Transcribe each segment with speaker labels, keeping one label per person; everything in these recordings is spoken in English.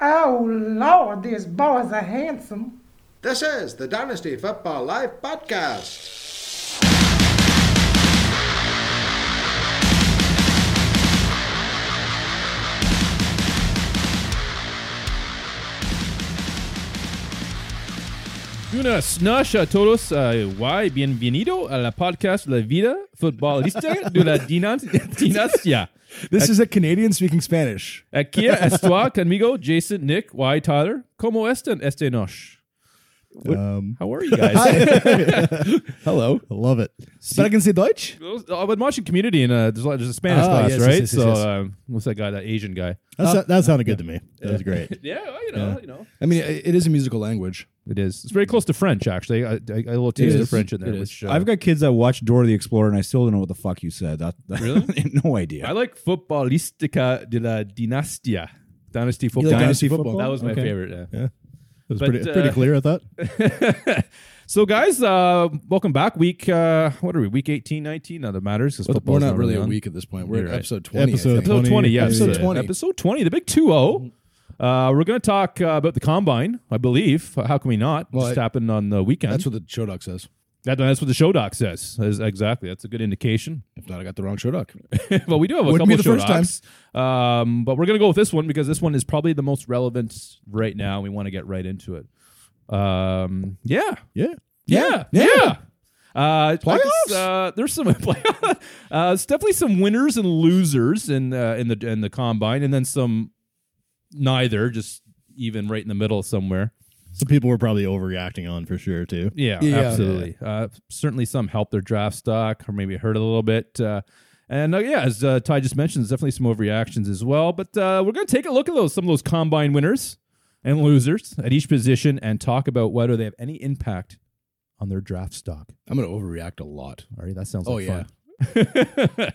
Speaker 1: Oh, Lord, these boys are handsome.
Speaker 2: This is the Dynasty Football Live podcast.
Speaker 3: Una snash a todos uh, y bienvenido a la podcast La Vida Futbolista de la Dinan- Dinastia.
Speaker 4: This is a Canadian speaking Spanish.
Speaker 3: Aquí estoy conmigo, Jason, Nick, y Tyler. ¿Cómo están este noche?
Speaker 4: Um,
Speaker 3: How are you guys?
Speaker 4: hello. I love it. But I can say Deutsch?
Speaker 3: I was watching Community and uh, there's, a lot- there's a Spanish
Speaker 4: Ah,
Speaker 3: class,
Speaker 4: yes, yes,
Speaker 3: right?
Speaker 4: yes, yes,
Speaker 3: so
Speaker 4: yes.
Speaker 3: Um, what's that guy, that Asian guy?
Speaker 5: That, sou- that sounded good to me. That was great.
Speaker 3: Yeah, well, you know, you know.
Speaker 4: Ah. I mean, i- it is a musical language.
Speaker 3: It is. It's very close to French, actually. I, I, I a little taste of
Speaker 4: is.
Speaker 3: French in there.
Speaker 4: It is.
Speaker 3: Which, uh,
Speaker 5: I've got kids that watch Dora the Explorer, and I still don't know what the fuck you said. That,
Speaker 3: Really?
Speaker 5: I have no
Speaker 3: I
Speaker 5: idea.
Speaker 3: like Futbolistica de la Dinastia. Dynasty football.
Speaker 4: like
Speaker 5: Dynasty
Speaker 4: Dynasty football?
Speaker 3: That was my
Speaker 5: Okay.
Speaker 3: favorite. Yeah.
Speaker 5: It was
Speaker 3: But, pretty- pretty uh,
Speaker 5: clear, I thought.
Speaker 3: So, guys, uh, welcome back. Week, uh, what are we? Week 18, 19? None that matters. 'cause
Speaker 4: But we're
Speaker 3: football's
Speaker 4: not really a
Speaker 3: on.
Speaker 4: week at this point. We're
Speaker 3: You're
Speaker 4: at
Speaker 3: right.
Speaker 4: episode 20. I
Speaker 5: Episode
Speaker 4: think.
Speaker 3: Episode 20,
Speaker 5: 20,
Speaker 3: yeah.
Speaker 4: episode Mm-hmm.
Speaker 3: yeah.
Speaker 4: 20.
Speaker 3: Episode 20, the big 2 0. Uh, we're going to talk uh, about the combine, I believe. Uh, How can we not?
Speaker 4: Well,
Speaker 3: Just
Speaker 4: I-
Speaker 3: happened on the weekend.
Speaker 4: That's what the show doc says.
Speaker 3: That- that's what the show doc says. That's- exactly. That's a good indication.
Speaker 4: If not, I got the wrong show doc.
Speaker 3: well, we do have a
Speaker 4: Wouldn't
Speaker 3: couple
Speaker 4: be the
Speaker 3: show
Speaker 4: first time.
Speaker 3: docs, um, but we're gonna go with this one because this one is probably the most relevant right now. We want to get right into it. Um, yeah,
Speaker 5: Yeah.
Speaker 3: yeah, yeah. Uh, I guess,
Speaker 4: Playoffs?
Speaker 3: uh, there's some uh, there's definitely some winners and losers in uh, in the in the combine, and then some neither, just even right in the middle somewhere.
Speaker 5: Some people were probably overreacting on for sure, too.
Speaker 3: Yeah,
Speaker 4: Yeah.
Speaker 3: absolutely. Uh, certainly, some help their draft stock, or maybe hurt it a little bit. Uh, and uh, yeah, as uh, Ty just mentioned, there's definitely some overreactions as well. But uh, we're going to take a look at those some of those combine winners and losers at each position, and talk about whether they have any impact on their draft stock.
Speaker 4: I'm going to overreact a lot.
Speaker 3: All right, that sounds
Speaker 4: Oh,
Speaker 3: like
Speaker 4: yeah.
Speaker 3: fun.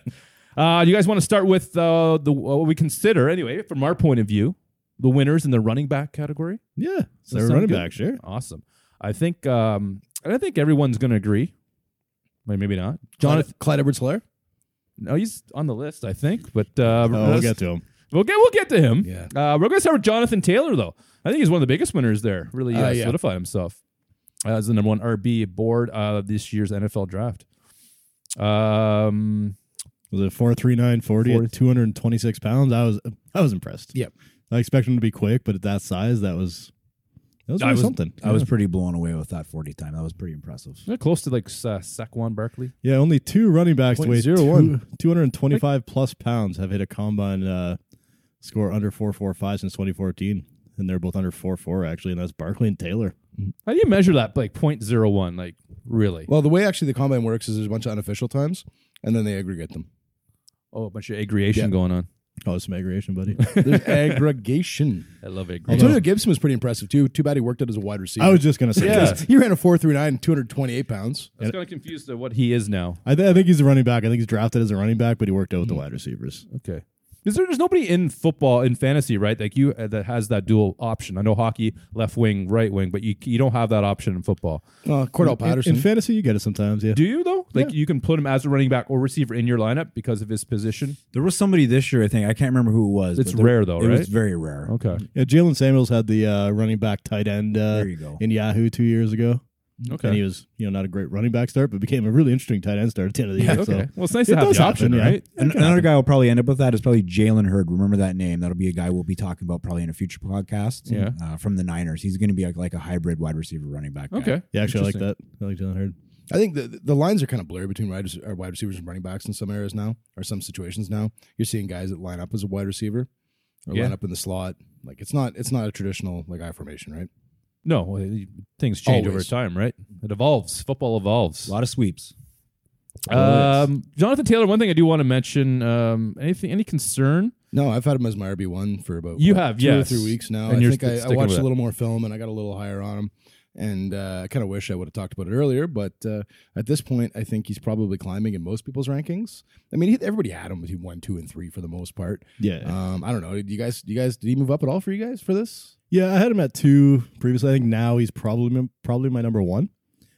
Speaker 3: uh, you guys want to start with uh, the what we consider anyway, from our point of view, the winners in the running back category.
Speaker 5: Yeah.
Speaker 3: that
Speaker 5: So they're
Speaker 3: sound
Speaker 5: running
Speaker 3: good?
Speaker 5: back, sure.
Speaker 3: Awesome. I think um and I think everyone's gonna agree. Wait, maybe not. Jonathan
Speaker 4: Clyde, Clyde Edwards Hilaire?
Speaker 3: no, he's on the list, I think. But uh
Speaker 5: Oh, we'll get to him.
Speaker 3: we'll get we'll get to him.
Speaker 4: Yeah.
Speaker 3: Uh we're gonna start with Jonathan Taylor though. I think he's one of the biggest winners there. Really uh,
Speaker 4: Uh, yeah.
Speaker 3: solidified himself as the number one RB board of this year's NFL draft. Um
Speaker 5: Was it 43940
Speaker 3: Four-
Speaker 5: at 226 pounds? I was I was impressed.
Speaker 4: Yep.
Speaker 5: I expected him to be quick, but at that size, that was that was,
Speaker 3: I
Speaker 5: really
Speaker 3: was-
Speaker 5: something.
Speaker 3: I was-
Speaker 5: Yeah.
Speaker 6: pretty blown away with that 40 time. That was pretty impressive.
Speaker 3: isn't that close to like uh, Saquon Barkley.
Speaker 5: yeah, only two running backs to
Speaker 4: Point
Speaker 5: weigh
Speaker 4: zero
Speaker 5: two-
Speaker 4: one.
Speaker 5: 225 plus pounds have hit a combine uh, score under 445 since 2014, and they're both under 44 actually, and that's Barkley and Taylor.
Speaker 3: How do you measure that like 0.01? Like really?
Speaker 4: Well, the way actually the combine works is there's a bunch of unofficial times, and then they aggregate them.
Speaker 3: oh, a bunch of aggregation
Speaker 4: Yeah.
Speaker 3: going on.
Speaker 5: Oh, some aggregation, buddy.
Speaker 4: There's aggregation.
Speaker 3: I love aggregation.
Speaker 4: Antonio Gibson was pretty impressive, too. Too bad he worked out as a wide receiver.
Speaker 5: I was just gonna say.
Speaker 3: Yeah.
Speaker 5: this.
Speaker 4: he ran a 4 through 9, 228 pounds.
Speaker 3: I was kind of confused at what he is now.
Speaker 5: I, th- I think he's a running back. I think he's drafted as a running back, but he worked out
Speaker 4: Mm.
Speaker 5: with the wide receivers.
Speaker 3: Okay. Is there, there's nobody in football in fantasy, right? Like you uh, that has that dual option. I know hockey, left wing, right wing, but you you don't have that option in football.
Speaker 4: Uh, Cordell
Speaker 5: In,
Speaker 4: Patterson.
Speaker 5: in fantasy, you get it sometimes. Yeah,
Speaker 3: Do you though? Like you can put him as a running back or receiver in your lineup because of his position.
Speaker 6: There was somebody this year, I think. I can't remember who it was.
Speaker 3: It's
Speaker 6: but there-
Speaker 3: rare, though,
Speaker 6: It
Speaker 3: right?
Speaker 6: was very rare.
Speaker 3: Okay.
Speaker 5: yeah Jalen Samuels had the uh, running back tight end uh,
Speaker 6: There you go.
Speaker 5: in Yahoo two years ago,
Speaker 3: Okay.
Speaker 5: and he was you know not a great running back start, but became a really interesting tight end start at the end of the year.
Speaker 3: okay.
Speaker 5: So.
Speaker 3: well, it's nice
Speaker 5: It
Speaker 3: to have
Speaker 5: does
Speaker 3: the option,
Speaker 5: happen, yeah.
Speaker 3: right?
Speaker 6: An- another guy will probably end up with that is probably Jalen Hurd. Remember that name. That'll be a guy we'll be talking about probably in a future podcast.
Speaker 3: Yeah.
Speaker 6: Uh, from the Niners. He's going to be like, like a hybrid wide receiver running back. guy.
Speaker 3: Okay.
Speaker 5: Yeah, actually, I like that. I like Jalen Hurd.
Speaker 4: I think the the lines are kind of blurry between wide, or wide receivers and running backs in some areas now, or some situations now. You're seeing guys that line up as a wide receiver or
Speaker 3: Yeah.
Speaker 4: line up in the slot. Like it's not it's not a traditional like I formation, right?
Speaker 3: No, well, y- things change over
Speaker 4: Always.
Speaker 3: time, right? It evolves. Football evolves.
Speaker 6: A lot of sweeps.
Speaker 3: Um, Jonathan Taylor. One thing I do want to mention. Um, anything? Any concern?
Speaker 4: No, I've had him as my RB one for about
Speaker 3: You
Speaker 4: what,
Speaker 3: have,
Speaker 4: two
Speaker 3: yes.
Speaker 4: or three weeks now.
Speaker 3: And
Speaker 4: I
Speaker 3: you're
Speaker 4: think
Speaker 3: st-
Speaker 4: I, I
Speaker 3: sticking with
Speaker 4: watched
Speaker 3: it.
Speaker 4: a little more film and I got a little higher on him. And uh, I kind of wish I would have talked about it earlier, but uh, at this point, I think he's probably climbing in most people's rankings. I mean, he, everybody had him between one, two, and three for the most part.
Speaker 5: Yeah,
Speaker 4: Um, I don't know. Did you guys? You guys? Did he move up at all for you guys for this?
Speaker 5: yeah. I had him at two previously. I think now he's probably probably my number one,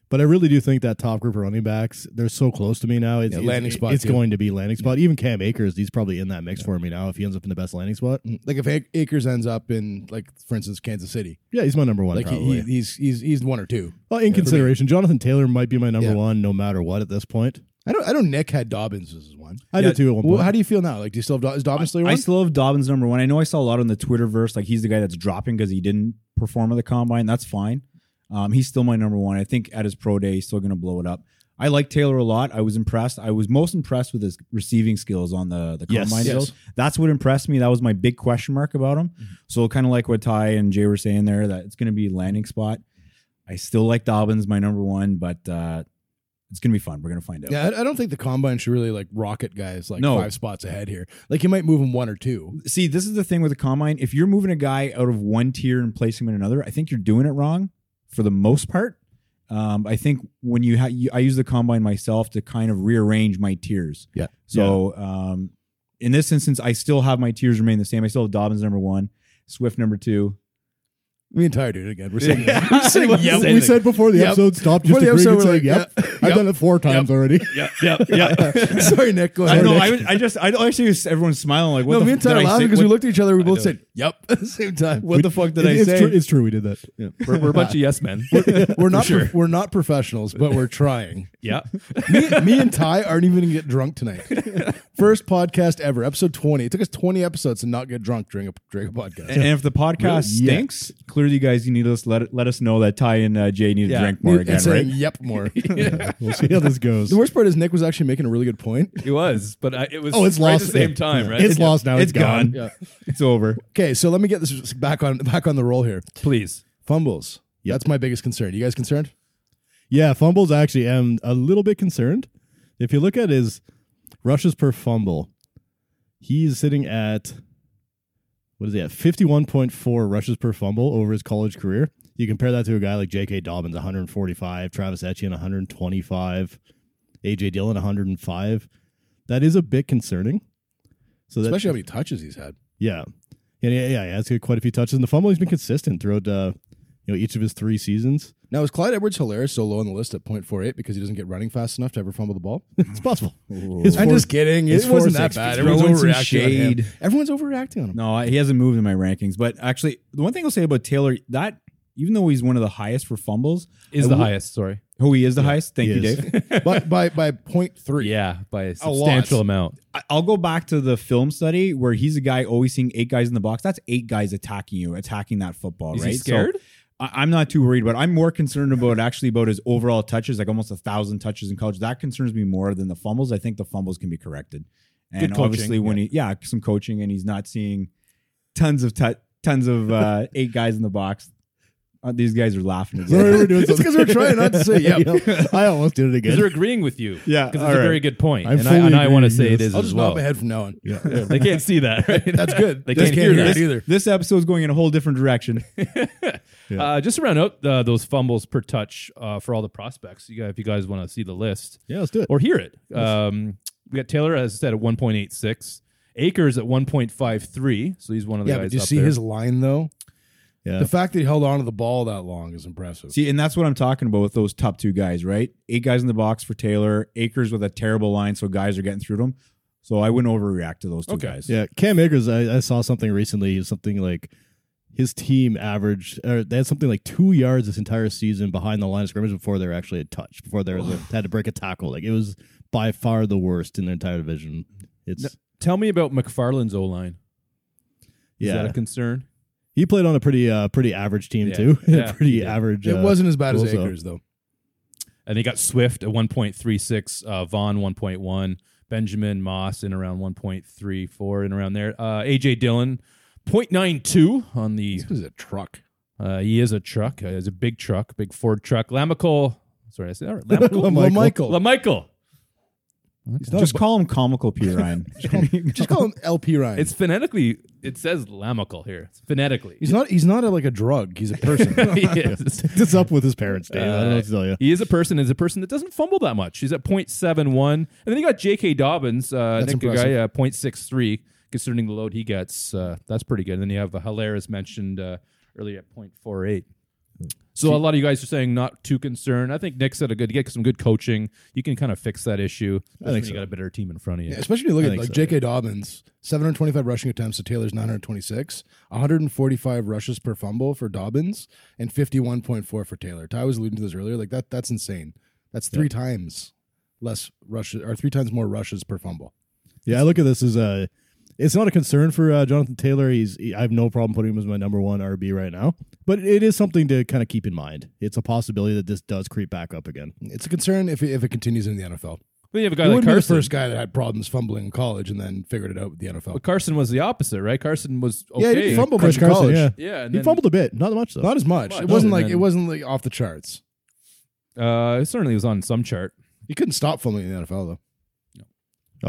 Speaker 5: but But I really do think that top group of running backs, they're so close to me now. It's,
Speaker 4: Yeah,
Speaker 5: it's-
Speaker 4: landing spot,
Speaker 5: It's
Speaker 4: too.
Speaker 5: going to be landing spot. Even Cam Akers, he's probably in that mix for me now if he ends up in the best landing spot.
Speaker 4: Like if Ac- Akers ends up in like for instance Kansas City,
Speaker 5: Yeah, he's my number one
Speaker 4: like he,
Speaker 5: probably.
Speaker 4: he, he's he's he's one or two.
Speaker 5: well, in consideration, Jonathan Taylor might be my number
Speaker 4: Yeah.
Speaker 5: one no matter what at this point.
Speaker 4: I don't I don't. Nick had Dobbins as his one.
Speaker 5: I
Speaker 4: Yeah.
Speaker 5: did too at one
Speaker 4: Well,
Speaker 5: point.
Speaker 4: how do you feel now? Like do you still have Do- is Dobbins still your
Speaker 6: I
Speaker 4: one?
Speaker 6: still have Dobbins number one. I know I saw a lot on the Twitterverse. Like he's the guy that's dropping because he didn't perform at the combine. That's fine. Um, he's still my number one. I think at his pro day, he's still going to blow it up. I like Taylor a lot. I was impressed. I was most impressed with his receiving skills on the the
Speaker 5: Yes.
Speaker 6: combine
Speaker 5: Yes.
Speaker 6: skills. That's what impressed me. That was my big question mark about him. So kind of like what Ty and Jay were saying there, that it's going to be landing spot. I still like Dobbins, my number one, but uh, it's going to be fun. We're going to find out.
Speaker 4: yeah, I, I don't think the combine should really like rocket guys like
Speaker 6: No.
Speaker 4: five spots ahead here. Like you might move him one or two.
Speaker 6: see, this is the thing with the combine. If you're moving a guy out of one tier and placing him in another, I think you're doing it wrong for the most part. Um, I think when you, ha- you, I use the combine myself to kind of rearrange my tiers.
Speaker 4: Yeah.
Speaker 6: So Um, in this instance, I still have my tiers remain the same. I still have Dobbins number one, Swift number two.
Speaker 4: We entire dude again. We're saying
Speaker 5: We're saying yep. We said before the
Speaker 4: Yep.
Speaker 5: episode stopped
Speaker 4: Before
Speaker 5: just
Speaker 4: the
Speaker 5: agreeing and
Speaker 4: episode,
Speaker 5: saying
Speaker 4: we're
Speaker 5: yep.
Speaker 4: like,
Speaker 5: I've
Speaker 4: yep.
Speaker 5: done it four times already.
Speaker 3: Yeah, yeah, yeah.
Speaker 4: Sorry, Nick. Go
Speaker 6: I
Speaker 4: ahead.
Speaker 6: know.
Speaker 4: Nick.
Speaker 6: I, was, I just, I actually, was- everyone's smiling like, what
Speaker 4: no,
Speaker 6: the
Speaker 4: we
Speaker 6: fuck did
Speaker 4: entire
Speaker 6: I
Speaker 4: laughed
Speaker 6: say?
Speaker 4: because
Speaker 6: What-
Speaker 4: we looked at each other. We both
Speaker 3: know.
Speaker 4: said, "Yep," at the same time.
Speaker 6: What the fuck did I
Speaker 5: it's,
Speaker 6: say?
Speaker 5: True, it's true. We did that. Yeah.
Speaker 3: We're, we're a bunch of yes men.
Speaker 4: We're not
Speaker 3: sure.
Speaker 4: we're not professionals, but we're trying.
Speaker 3: yeah.
Speaker 4: me, me and Ty aren't even gonna get drunk tonight. First podcast ever, episode twenty. It took us twenty episodes to not get drunk during a during a podcast.
Speaker 6: and if the podcast
Speaker 4: Really?
Speaker 6: stinks, clearly you guys, you need us let let us know that Ty and uh, Jay need
Speaker 3: Yeah.
Speaker 6: to drink more
Speaker 4: And
Speaker 6: again, right?
Speaker 4: saying yep more.
Speaker 5: We'll see how this goes.
Speaker 4: The worst part is Nick was actually making a really good point.
Speaker 3: It was, but I, it was
Speaker 5: Oh, it's
Speaker 3: right
Speaker 5: lost.
Speaker 3: at the same
Speaker 5: Yeah.
Speaker 3: time, right?
Speaker 5: It's lost now.
Speaker 6: It's gone.
Speaker 4: Yeah.
Speaker 6: It's over.
Speaker 4: Okay, so let me get this back on back on the roll here.
Speaker 3: Please.
Speaker 4: Fumbles.
Speaker 5: Yep.
Speaker 4: That's my biggest concern. You guys concerned?
Speaker 5: Yeah, fumbles actually am a little bit concerned. If you look at his rushes per fumble, he's sitting at what is he at? Fifty one point four rushes per fumble over his college career. You compare that to a guy like J.K. Dobbins, 145, Travis Etienne, 125, A.J. Dillon, 105. That is a bit concerning. So that,
Speaker 4: Especially how many touches he's had.
Speaker 5: yeah. And yeah, yeah, he has had quite a few touches. And the fumble has been consistent throughout uh, you know each of his three seasons.
Speaker 4: Now is Clyde Edwards Hilaire so low on the list at 0.48 because he doesn't get running fast enough to ever fumble the ball?
Speaker 5: It's possible. His
Speaker 4: I'm
Speaker 5: four-
Speaker 4: just kidding.
Speaker 5: his
Speaker 4: It wasn't
Speaker 5: four
Speaker 4: that
Speaker 5: six-
Speaker 4: bad.
Speaker 6: throwing
Speaker 4: Everyone's
Speaker 6: some
Speaker 4: overreacting on him.
Speaker 6: shade.
Speaker 4: Everyone's overreacting on him.
Speaker 6: No, I- he hasn't moved in my rankings. But actually, the one thing I'll say about Taylor that even though he's one of the highest for fumbles,
Speaker 3: Is
Speaker 6: I
Speaker 3: the
Speaker 6: will-
Speaker 3: highest, sorry.
Speaker 6: Oh, he is the highest. Thank
Speaker 5: he
Speaker 6: you,
Speaker 5: is.
Speaker 6: Dave.
Speaker 4: by by by point three.
Speaker 3: Yeah, by a
Speaker 4: lot.
Speaker 3: substantial amount.
Speaker 6: I- I'll go back to the film study where he's a guy always seeing eight guys in the box. That's eight guys attacking you, attacking that football.
Speaker 3: Is
Speaker 6: right?
Speaker 3: he
Speaker 6: So
Speaker 3: scared?
Speaker 6: I, I'm not too worried, but I'm more concerned about actually about his overall touches, like almost a thousand touches in college. That concerns me more than the fumbles. I think the fumbles can be corrected, and
Speaker 4: Good coaching,
Speaker 6: obviously when he yeah some coaching and he's not seeing tons of t- tons of uh, eight guys in the box. Uh, these guys are laughing. at
Speaker 5: Sorry,
Speaker 6: me.
Speaker 5: we're doing
Speaker 4: It's 'cause
Speaker 5: something.
Speaker 4: we're trying not to say yep.
Speaker 5: Yep. I almost did it
Speaker 3: Because
Speaker 5: again.
Speaker 3: they're agreeing with you.
Speaker 5: Yeah,
Speaker 3: Because it's
Speaker 5: all
Speaker 3: a
Speaker 5: right.
Speaker 3: very good point.
Speaker 5: I
Speaker 3: and I,
Speaker 5: fully
Speaker 3: and I want to
Speaker 5: agree
Speaker 3: say
Speaker 5: with
Speaker 3: it
Speaker 5: this.
Speaker 3: is
Speaker 4: I'll
Speaker 3: as
Speaker 4: just
Speaker 3: well.
Speaker 4: nod my head from now on.
Speaker 5: Yeah.
Speaker 3: Yeah, they can't see that, right?
Speaker 4: That's good.
Speaker 3: They
Speaker 4: They
Speaker 3: can't
Speaker 4: can't
Speaker 3: hear
Speaker 4: hear
Speaker 3: that
Speaker 4: it either.
Speaker 6: This episode is going in a whole different direction.
Speaker 3: Uh, just to round out uh, those fumbles per touch uh, for all the prospects, you guys, if you guys want to see the list
Speaker 5: yeah, let's do it.
Speaker 3: or hear it, um, we got Taylor, as I said, at 1.86, Akers at 1.53. So he's one of the
Speaker 4: Yeah,
Speaker 3: guys
Speaker 4: but you
Speaker 3: up
Speaker 4: see
Speaker 3: there.
Speaker 4: his line though.
Speaker 5: Yeah.
Speaker 4: The fact that he held on to the ball that long is impressive.
Speaker 6: See, and that's what I'm talking about with those top two guys, right? Eight guys in the box for Taylor, Akers with a terrible line, so guys are getting through to him. So I wouldn't overreact to those two
Speaker 3: Okay.
Speaker 6: guys.
Speaker 5: yeah, Cam Akers. I, I saw something recently. He was Something like his team averaged, or they had something like two yards this entire season behind the line of scrimmage before they were actually at touch. Before they was a, had to break a tackle. Like it was by far the worst in the entire division. It's
Speaker 3: Tell me about McFarland's O line. Is that
Speaker 5: yeah.
Speaker 3: a concern?
Speaker 5: he played on a pretty uh pretty average team
Speaker 3: Yeah.
Speaker 5: too.
Speaker 3: Yeah,
Speaker 5: a pretty
Speaker 3: he did.
Speaker 5: average.
Speaker 4: It
Speaker 5: uh,
Speaker 4: wasn't as bad as
Speaker 5: Bozo.
Speaker 4: Akers though.
Speaker 3: And they got Swift at 1.36, uh, Vaughn 1.1, Benjamin Moss in around 1.34, in around there. Uh, AJ Dillon 0.92 on the.
Speaker 4: This is a truck.
Speaker 3: Uh, he is a truck. Uh, he's a big truck, big Ford truck. Lamical. Sorry, I said all right, Lamical.
Speaker 4: Well, Michael.
Speaker 3: Lamical.
Speaker 6: Just call him comical P. Ryan.
Speaker 4: Just call him LP Ryan.
Speaker 3: It's phonetically. It says Lamical here. It's phonetically.
Speaker 4: he's not he's not a, like a drug. He's a person.
Speaker 3: he, is.
Speaker 5: It's up with his parents, Dave. I don't know
Speaker 4: Uh,
Speaker 5: what to tell you.
Speaker 3: He is a person. Is a person that doesn't fumble that much. He's at 0.71. and then you got J.K. Dobbins, uh,
Speaker 4: That's
Speaker 3: Nick
Speaker 4: impressive.
Speaker 3: Guy, uh, 0.63. Considering the load he gets, uh, that's pretty good. And then you have uh, Hilaire, as mentioned uh, earlier, at 0.48. So a lot of you guys are saying not too concerned. I think Nick said a good get some good coaching. You can kind of fix that issue. I
Speaker 5: think
Speaker 3: you
Speaker 5: so.
Speaker 3: got a better team in front of you.
Speaker 4: Yeah, especially when you
Speaker 5: I
Speaker 4: look at
Speaker 5: think
Speaker 4: like
Speaker 5: so,
Speaker 4: J.K. Dobbins, 725 rushing attempts to Taylor's 926, 145 rushes per fumble for Dobbins, and 51.4 for Taylor. Ty was alluding to this earlier. Like that, that's insane. That's three times less rushes or three times more rushes per fumble.
Speaker 5: Yeah, I look at this as a. It's not a concern for uh, Jonathan Taylor. He's he- I have no problem putting him as my number one RB right now, but it is something to kind of keep in mind. It's a possibility that this does creep back up again.
Speaker 4: It's a concern if it, if it continues in the NFL.
Speaker 3: But you have a guy
Speaker 4: I
Speaker 3: like
Speaker 4: wouldn't be the
Speaker 3: Carson.
Speaker 4: first guy that had problems fumbling in college and then figured it out with the NFL.
Speaker 3: But Carson was the opposite, right? Carson was okay.
Speaker 4: Yeah, he didn't fumble
Speaker 5: Chris
Speaker 4: much in
Speaker 5: Carson,
Speaker 4: college.
Speaker 5: yeah,
Speaker 3: Yeah, and
Speaker 5: he
Speaker 3: then,
Speaker 5: fumbled a bit, not much though.
Speaker 4: Not as much.
Speaker 3: Much.
Speaker 4: It wasn't
Speaker 3: No,
Speaker 4: like
Speaker 3: and
Speaker 4: it
Speaker 3: then-
Speaker 4: wasn't like off the charts.
Speaker 3: Uh, it certainly was on some chart.
Speaker 4: You couldn't stop fumbling in the NFL though.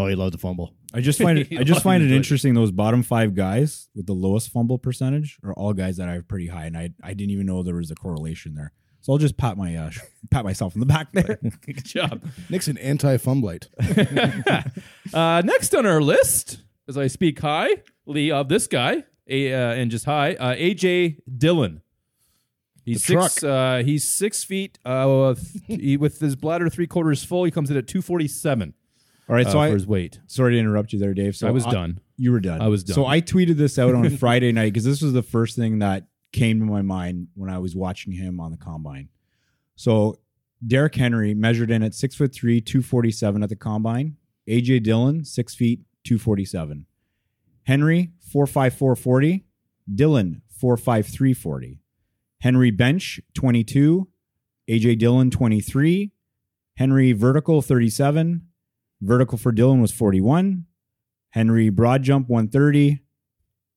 Speaker 5: oh, he loved to fumble.
Speaker 6: I just find it. I just find it interesting. Those bottom five guys with the lowest fumble percentage are all guys that I have pretty high, and I I didn't even know there was a correlation there. So I'll just pat my uh, sh- pat myself in the back there.
Speaker 3: Good job.
Speaker 4: Nick's an anti-fumblite.
Speaker 3: Uh, next on our list, as I speak highly of this guy, a, uh, and just hi, uh, AJ Dillon. He's
Speaker 4: The
Speaker 3: six. Uh, he's six feet. Uh, th- he, with his bladder three quarters full, he comes in at two forty seven
Speaker 6: all right,
Speaker 3: uh,
Speaker 6: so
Speaker 3: for
Speaker 6: I
Speaker 3: his weight.
Speaker 6: sorry to interrupt you there, Dave. So
Speaker 3: I was done.
Speaker 6: You were done.
Speaker 3: I was done.
Speaker 6: So I tweeted this out on Friday night because this was the first thing that came to my mind when I was watching him on the combine. So Derrick Henry measured in at six foot three, two forty seven at the combine. AJ Dillon six feet, two forty seven. Henry four five four forty. Dillon four five three forty. Henry bench twenty two. AJ Dillon twenty three. Henry vertical thirty seven. Vertical for Dillon was forty one. Henry broad jump 130,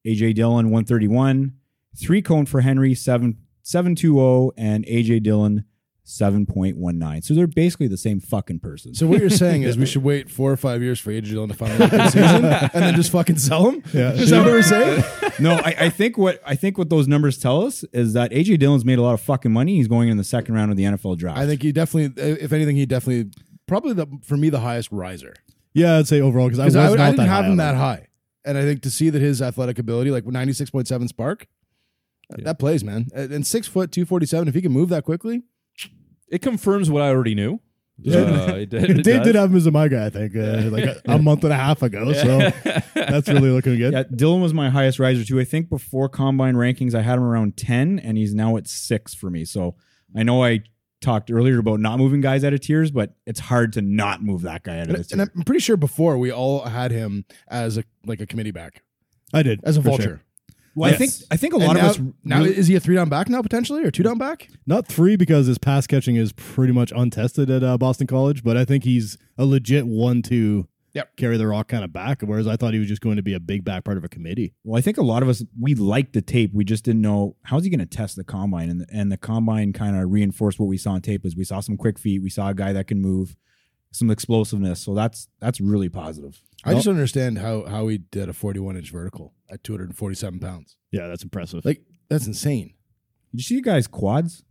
Speaker 6: AJ Dillon 131, three cone for Henry 7 720 oh, and AJ Dillon 7.19. So they're basically the same fucking person.
Speaker 4: So what you're saying is we should wait four or five years for AJ Dillon to finally make the season and then just fucking sell him?
Speaker 5: Yeah.
Speaker 4: Is that what we're saying?
Speaker 6: no, I, I think what I think what those numbers tell us is that AJ Dillon's made a lot of fucking money. He's going in the second round of the NFL draft.
Speaker 4: I think he definitely, if anything, he definitely, probably the, for me, the highest riser.
Speaker 5: Yeah, I'd say overall because I was
Speaker 4: Because I,
Speaker 5: not
Speaker 4: I didn't
Speaker 5: that
Speaker 4: have
Speaker 5: high
Speaker 4: him
Speaker 5: on
Speaker 4: that high. And I think to see that his athletic ability, like 96.7 spark, that plays, man. And and six foot, 247, if he can move that quickly,
Speaker 3: It confirms what I already knew. Uh, it did, it
Speaker 5: Dave did
Speaker 3: does.
Speaker 5: have him as a my guy, I think, uh, like a, a month and a half ago. So that's really looking good.
Speaker 6: yeah, Dillon was my highest riser too. I think before combine rankings, I had him around 10, and he's now at six for me. So I know I talked earlier about not moving guys out of tiers, but it's hard to not move that guy out of
Speaker 4: and,
Speaker 6: this
Speaker 4: and
Speaker 6: tier.
Speaker 4: I'm pretty sure before we all had him as a like a committee back,
Speaker 5: I did
Speaker 4: as a
Speaker 5: for sure.
Speaker 4: vulture.
Speaker 6: Well,
Speaker 3: Yes.
Speaker 6: I think I think a
Speaker 4: And
Speaker 6: lot
Speaker 4: now,
Speaker 6: of us
Speaker 4: now
Speaker 6: really-
Speaker 4: is he a three down back now potentially or two down back?
Speaker 5: Not three because his pass catching is pretty much untested at uh, Boston College, but I think he's a legit one to
Speaker 4: Yep.
Speaker 5: carry the rock kind of back. Whereas I thought he was just going to be a big back part of a committee.
Speaker 6: well, I think a lot of us we liked the tape. We just didn't know how's he going to test the combine, and the, and the combine kind of reinforced what we saw on tape. Is we saw some quick feet, we saw a guy that can move, some explosiveness. So that's that's really positive.
Speaker 4: I just don't understand how how he did a 41 inch vertical at 247 pounds.
Speaker 5: Yeah, that's impressive.
Speaker 4: Like that's insane.
Speaker 6: Did you see you guys quads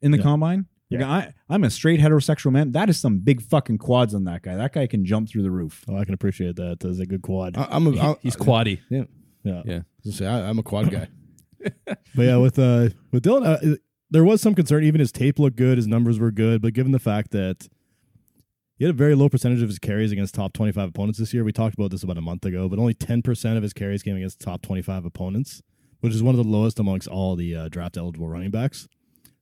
Speaker 6: in the
Speaker 5: Yeah.
Speaker 6: combine?
Speaker 5: Yeah.
Speaker 6: Like, I, I'm a straight heterosexual man. That is some big fucking quads on that guy. That guy can jump through the roof.
Speaker 5: oh, I can appreciate that. That's a good quad.
Speaker 4: I, I'm a, I,
Speaker 3: He's quaddy.
Speaker 5: yeah.
Speaker 3: Yeah.
Speaker 4: I, say, I, I'm a quad guy.
Speaker 5: but yeah, with uh, with Dylan, uh, there was some concern. Even his tape looked good, his numbers were good, but given the fact that he had a very low percentage of his carries against top twenty-five opponents this year, we talked about this about a month ago. But only ten percent of his carries came against top twenty-five opponents, which is one of the lowest amongst all the uh, draft-eligible running backs.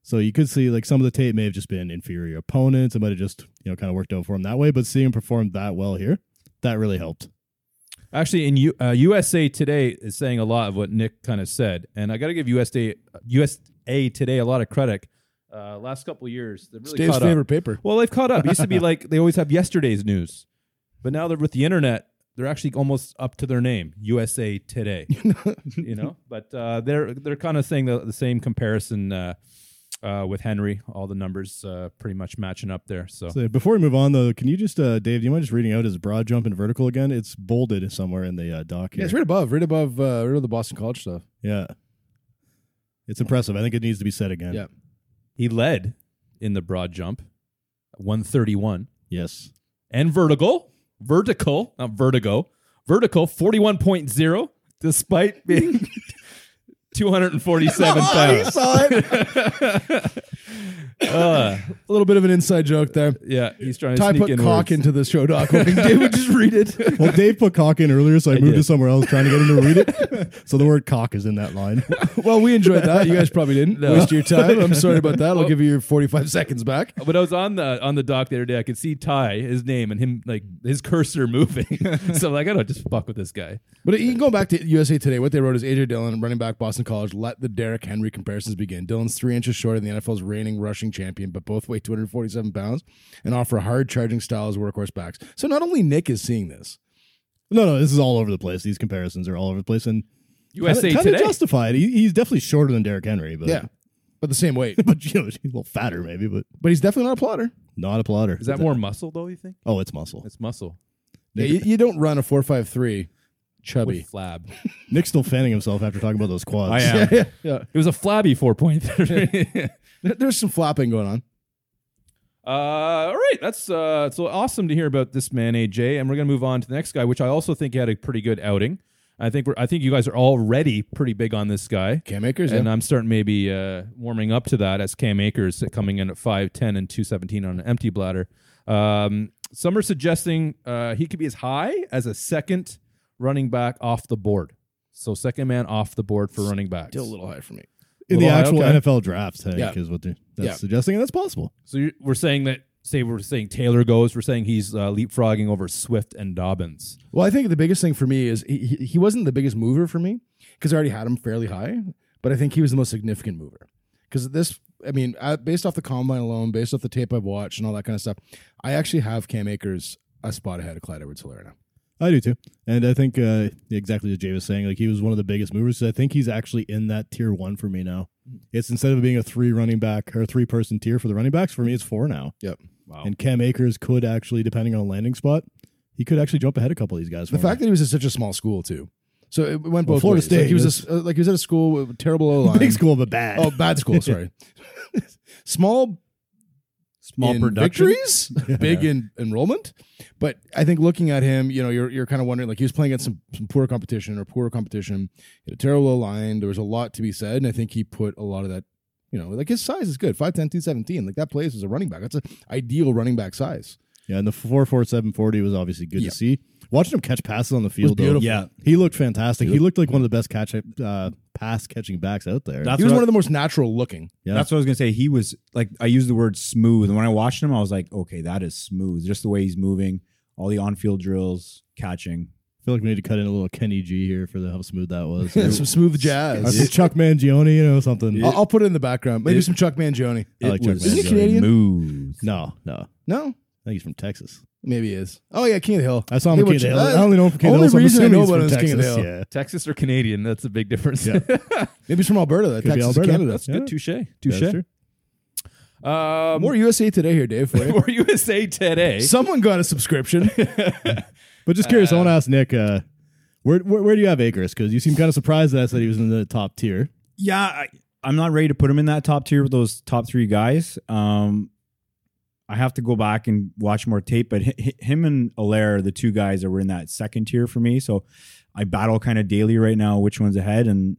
Speaker 5: So you could see like some of the tape may have just been inferior opponents. It might have just you know kind of worked out for him that way. But seeing him perform that well here, that really helped.
Speaker 3: Actually, in U- uh, USA Today is saying a lot of what Nick kind of said, and I got to give USA USA Today a lot of credit. Uh, last couple of years, they've
Speaker 4: It's
Speaker 3: really
Speaker 4: Dave's
Speaker 3: caught up.
Speaker 4: favorite paper.
Speaker 3: Well, they've caught up. It used to be like they always have yesterday's news, but now they're with the internet. They're actually almost up to their name, USA Today. you know, but uh, they're they're kind of saying the, the same comparison uh, uh, with Henry. All the numbers uh, pretty much matching up there. So,
Speaker 5: So before we move on though, can you just uh, Dave? Do you mind just reading out his broad jump and vertical again? It's bolded somewhere in the uh, doc
Speaker 4: Yeah,
Speaker 5: here.
Speaker 4: it's right above, right above, uh, right above the Boston College stuff.
Speaker 5: Yeah. It's impressive. I think it needs to be said again.
Speaker 4: Yeah.
Speaker 3: he led in the broad jump, one thirty one.
Speaker 5: Yes.
Speaker 3: and vertical, vertical, not vertigo, vertical 41.0, despite being 247 pounds.
Speaker 4: A little bit of an inside joke there.
Speaker 3: Uh, Yeah, he's trying to
Speaker 4: Ty
Speaker 3: sneak
Speaker 4: put
Speaker 3: in
Speaker 4: cock
Speaker 3: words.
Speaker 4: into the show doc. hoping Dave would just read it.
Speaker 5: Well, Dave put cock in earlier, so I, moved
Speaker 3: did.
Speaker 5: to somewhere else trying to get him to read it. So the word cock is in that line.
Speaker 4: Well, we enjoyed that. You guys probably didn't
Speaker 3: No.
Speaker 4: waste your time. I'm sorry about that. I'll give you your 45 seconds back.
Speaker 3: When I was on the on the dock the other day, I could see Ty, his name, and him like his cursor moving. so I'm like, I don't just fuck with this guy.
Speaker 4: But you can go back to USA Today. What they wrote is AJ Dillon, running back, Boston College. Let the Derrick Henry comparisons begin. Dillon's three inches shorter than the NFL's reigning rushing champion, but both weigh 247 pounds and offer hard charging styles workhorse backs. So not only Nick is seeing this,
Speaker 5: No, no, this is all over the place. These comparisons are all over the place, and
Speaker 3: USA
Speaker 5: kinda,
Speaker 3: Today.
Speaker 5: kinda justified. He, he's definitely shorter than Derrick Henry, but
Speaker 4: yeah, but the same weight.
Speaker 5: but you know, he's a little fatter maybe, but
Speaker 4: But he's definitely not a plotter.
Speaker 5: not a plotter.
Speaker 3: Is that more muscle though? You think
Speaker 5: Oh, it's muscle.
Speaker 3: it's muscle
Speaker 4: Yeah, you, you don't run a 453 chubby.
Speaker 3: with flab?
Speaker 5: Nick's still fanning himself after talking about those quads.
Speaker 6: I am.
Speaker 4: yeah, yeah.
Speaker 3: It was a flabby four point three.
Speaker 4: There- There's some flapping going on.
Speaker 3: Uh, all right, that's uh, so awesome to hear about this man AJ, and we're gonna move on to the next guy, which I also think had a pretty good outing. I think we're, I think you guys are already pretty big on this guy,
Speaker 4: Cam Akers,
Speaker 3: and
Speaker 4: yeah.
Speaker 3: I'm starting maybe uh, warming up to that as Cam Akers coming in at five ten and two seventeen on an empty bladder. Um, some are suggesting uh, he could be as high as a second running back off the board, so second man off the board for running backs.
Speaker 4: still a little high for me.
Speaker 5: in the
Speaker 3: Well, I-
Speaker 5: actual
Speaker 3: okay.
Speaker 5: NFL draft, I think,
Speaker 4: Yeah.
Speaker 5: is what they're that's
Speaker 4: Yeah.
Speaker 5: suggesting, and that's possible.
Speaker 3: So you we're saying that. Say we're saying Taylor goes. We're saying he's uh, leapfrogging over Swift and Dobbins.
Speaker 4: Well, I think the biggest thing for me is he, he- he wasn't the biggest mover for me because I already had him fairly high, but I think he was the most significant mover because this. I mean, I, based off the combine alone, based off the tape I've watched and all that kind of stuff, I actually have Cam Akers a spot ahead of Clyde edwards hilaire now.
Speaker 5: I do too, and I think uh, exactly as Jay was saying, like he was one of the biggest movers. 'cause I think he's actually in that tier one for me now. It's instead of being a three running back or three person tier for the running backs, for me it's four now.
Speaker 4: Yep.
Speaker 3: Wow.
Speaker 5: And Cam Akers could actually, depending on a landing spot, he could actually jump ahead a couple of these guys.
Speaker 4: The
Speaker 5: for me.
Speaker 4: fact that he was at such a small school too, so it went
Speaker 5: Well,
Speaker 4: both
Speaker 5: Florida
Speaker 4: ways. Like,
Speaker 5: State
Speaker 4: he was a, uh, like he was at a school with terrible O line.
Speaker 5: big school but bad.
Speaker 4: Oh, bad school. Sorry. Small
Speaker 6: Small
Speaker 4: in
Speaker 6: production.
Speaker 4: victories, big in enrollment. But I think looking at him, you know, you're, you're kind of wondering like he was playing against some, some poor competition or poorer competition, He had a terrible line. There was a lot to be said, and I think he put a lot of that. You know, like his size is good 5'10", 217. Like that plays as a running back. That's an ideal running back size.
Speaker 5: Yeah, and the four four seven forty was obviously good
Speaker 4: Yeah.
Speaker 5: to see. Watching him catch passes on the field, though,
Speaker 4: beautiful.
Speaker 5: yeah, he looked fantastic. He looked like one of the best catch uh, pass catching backs out there.
Speaker 6: That's
Speaker 4: he was
Speaker 6: what
Speaker 4: one of the most natural looking.
Speaker 5: Yeah.
Speaker 6: That's what I was gonna say. He was like I used the word smooth. And when I watched him, I was like, okay, that is smooth. Just the way he's moving, all the on-field drills, catching.
Speaker 5: I feel like we need to cut in a little Kenny G here for the, how smooth that was.
Speaker 4: Yeah, some smooth
Speaker 5: Or some
Speaker 4: jazz.
Speaker 5: Chuck Mangione, you know something.
Speaker 4: I'll, I'll put it in the background. Maybe some Chuck Mangione.
Speaker 5: I like Chuck
Speaker 6: was
Speaker 5: Mangione.
Speaker 4: Isn't he Canadian?
Speaker 6: Smooth.
Speaker 5: No, no, I
Speaker 4: No,
Speaker 5: think he's from Texas.
Speaker 4: maybe he is. Oh yeah, King of the Hill.
Speaker 5: I saw him
Speaker 4: Hey,
Speaker 5: in
Speaker 4: what
Speaker 5: King of the
Speaker 4: you-
Speaker 5: Hill. I
Speaker 4: uh,
Speaker 5: only know him from King of the
Speaker 4: only
Speaker 5: Hill, so I'm
Speaker 4: reason I
Speaker 5: assuming
Speaker 4: know
Speaker 5: he's
Speaker 4: about
Speaker 5: from
Speaker 4: him is King of the
Speaker 5: Texas,
Speaker 4: Hill.
Speaker 5: Yeah,
Speaker 3: Texas or Canadian? That's a big difference.
Speaker 5: Yeah.
Speaker 4: Maybe he's from Alberta,
Speaker 5: be
Speaker 4: Texas,
Speaker 5: Alberta.
Speaker 4: Canada.
Speaker 3: That's good. Touche.
Speaker 5: that's
Speaker 3: Touche.
Speaker 5: true.
Speaker 3: Um,
Speaker 4: More USA Today here, Dave. For you.
Speaker 3: for USA Today.
Speaker 4: Someone got a subscription.
Speaker 5: But just curious, I want to ask Nick, uh, where, where where do you have Akers? Because you seem kind of surprised that I said he was in the top tier.
Speaker 6: Yeah, I, I'm not ready to put him in that top tier with those top three guys. Um, I have to go back and watch more tape, but hi- hi- him and Allaire are the two guys that were in that second tier for me. So I battle kind of daily right now which one's ahead. And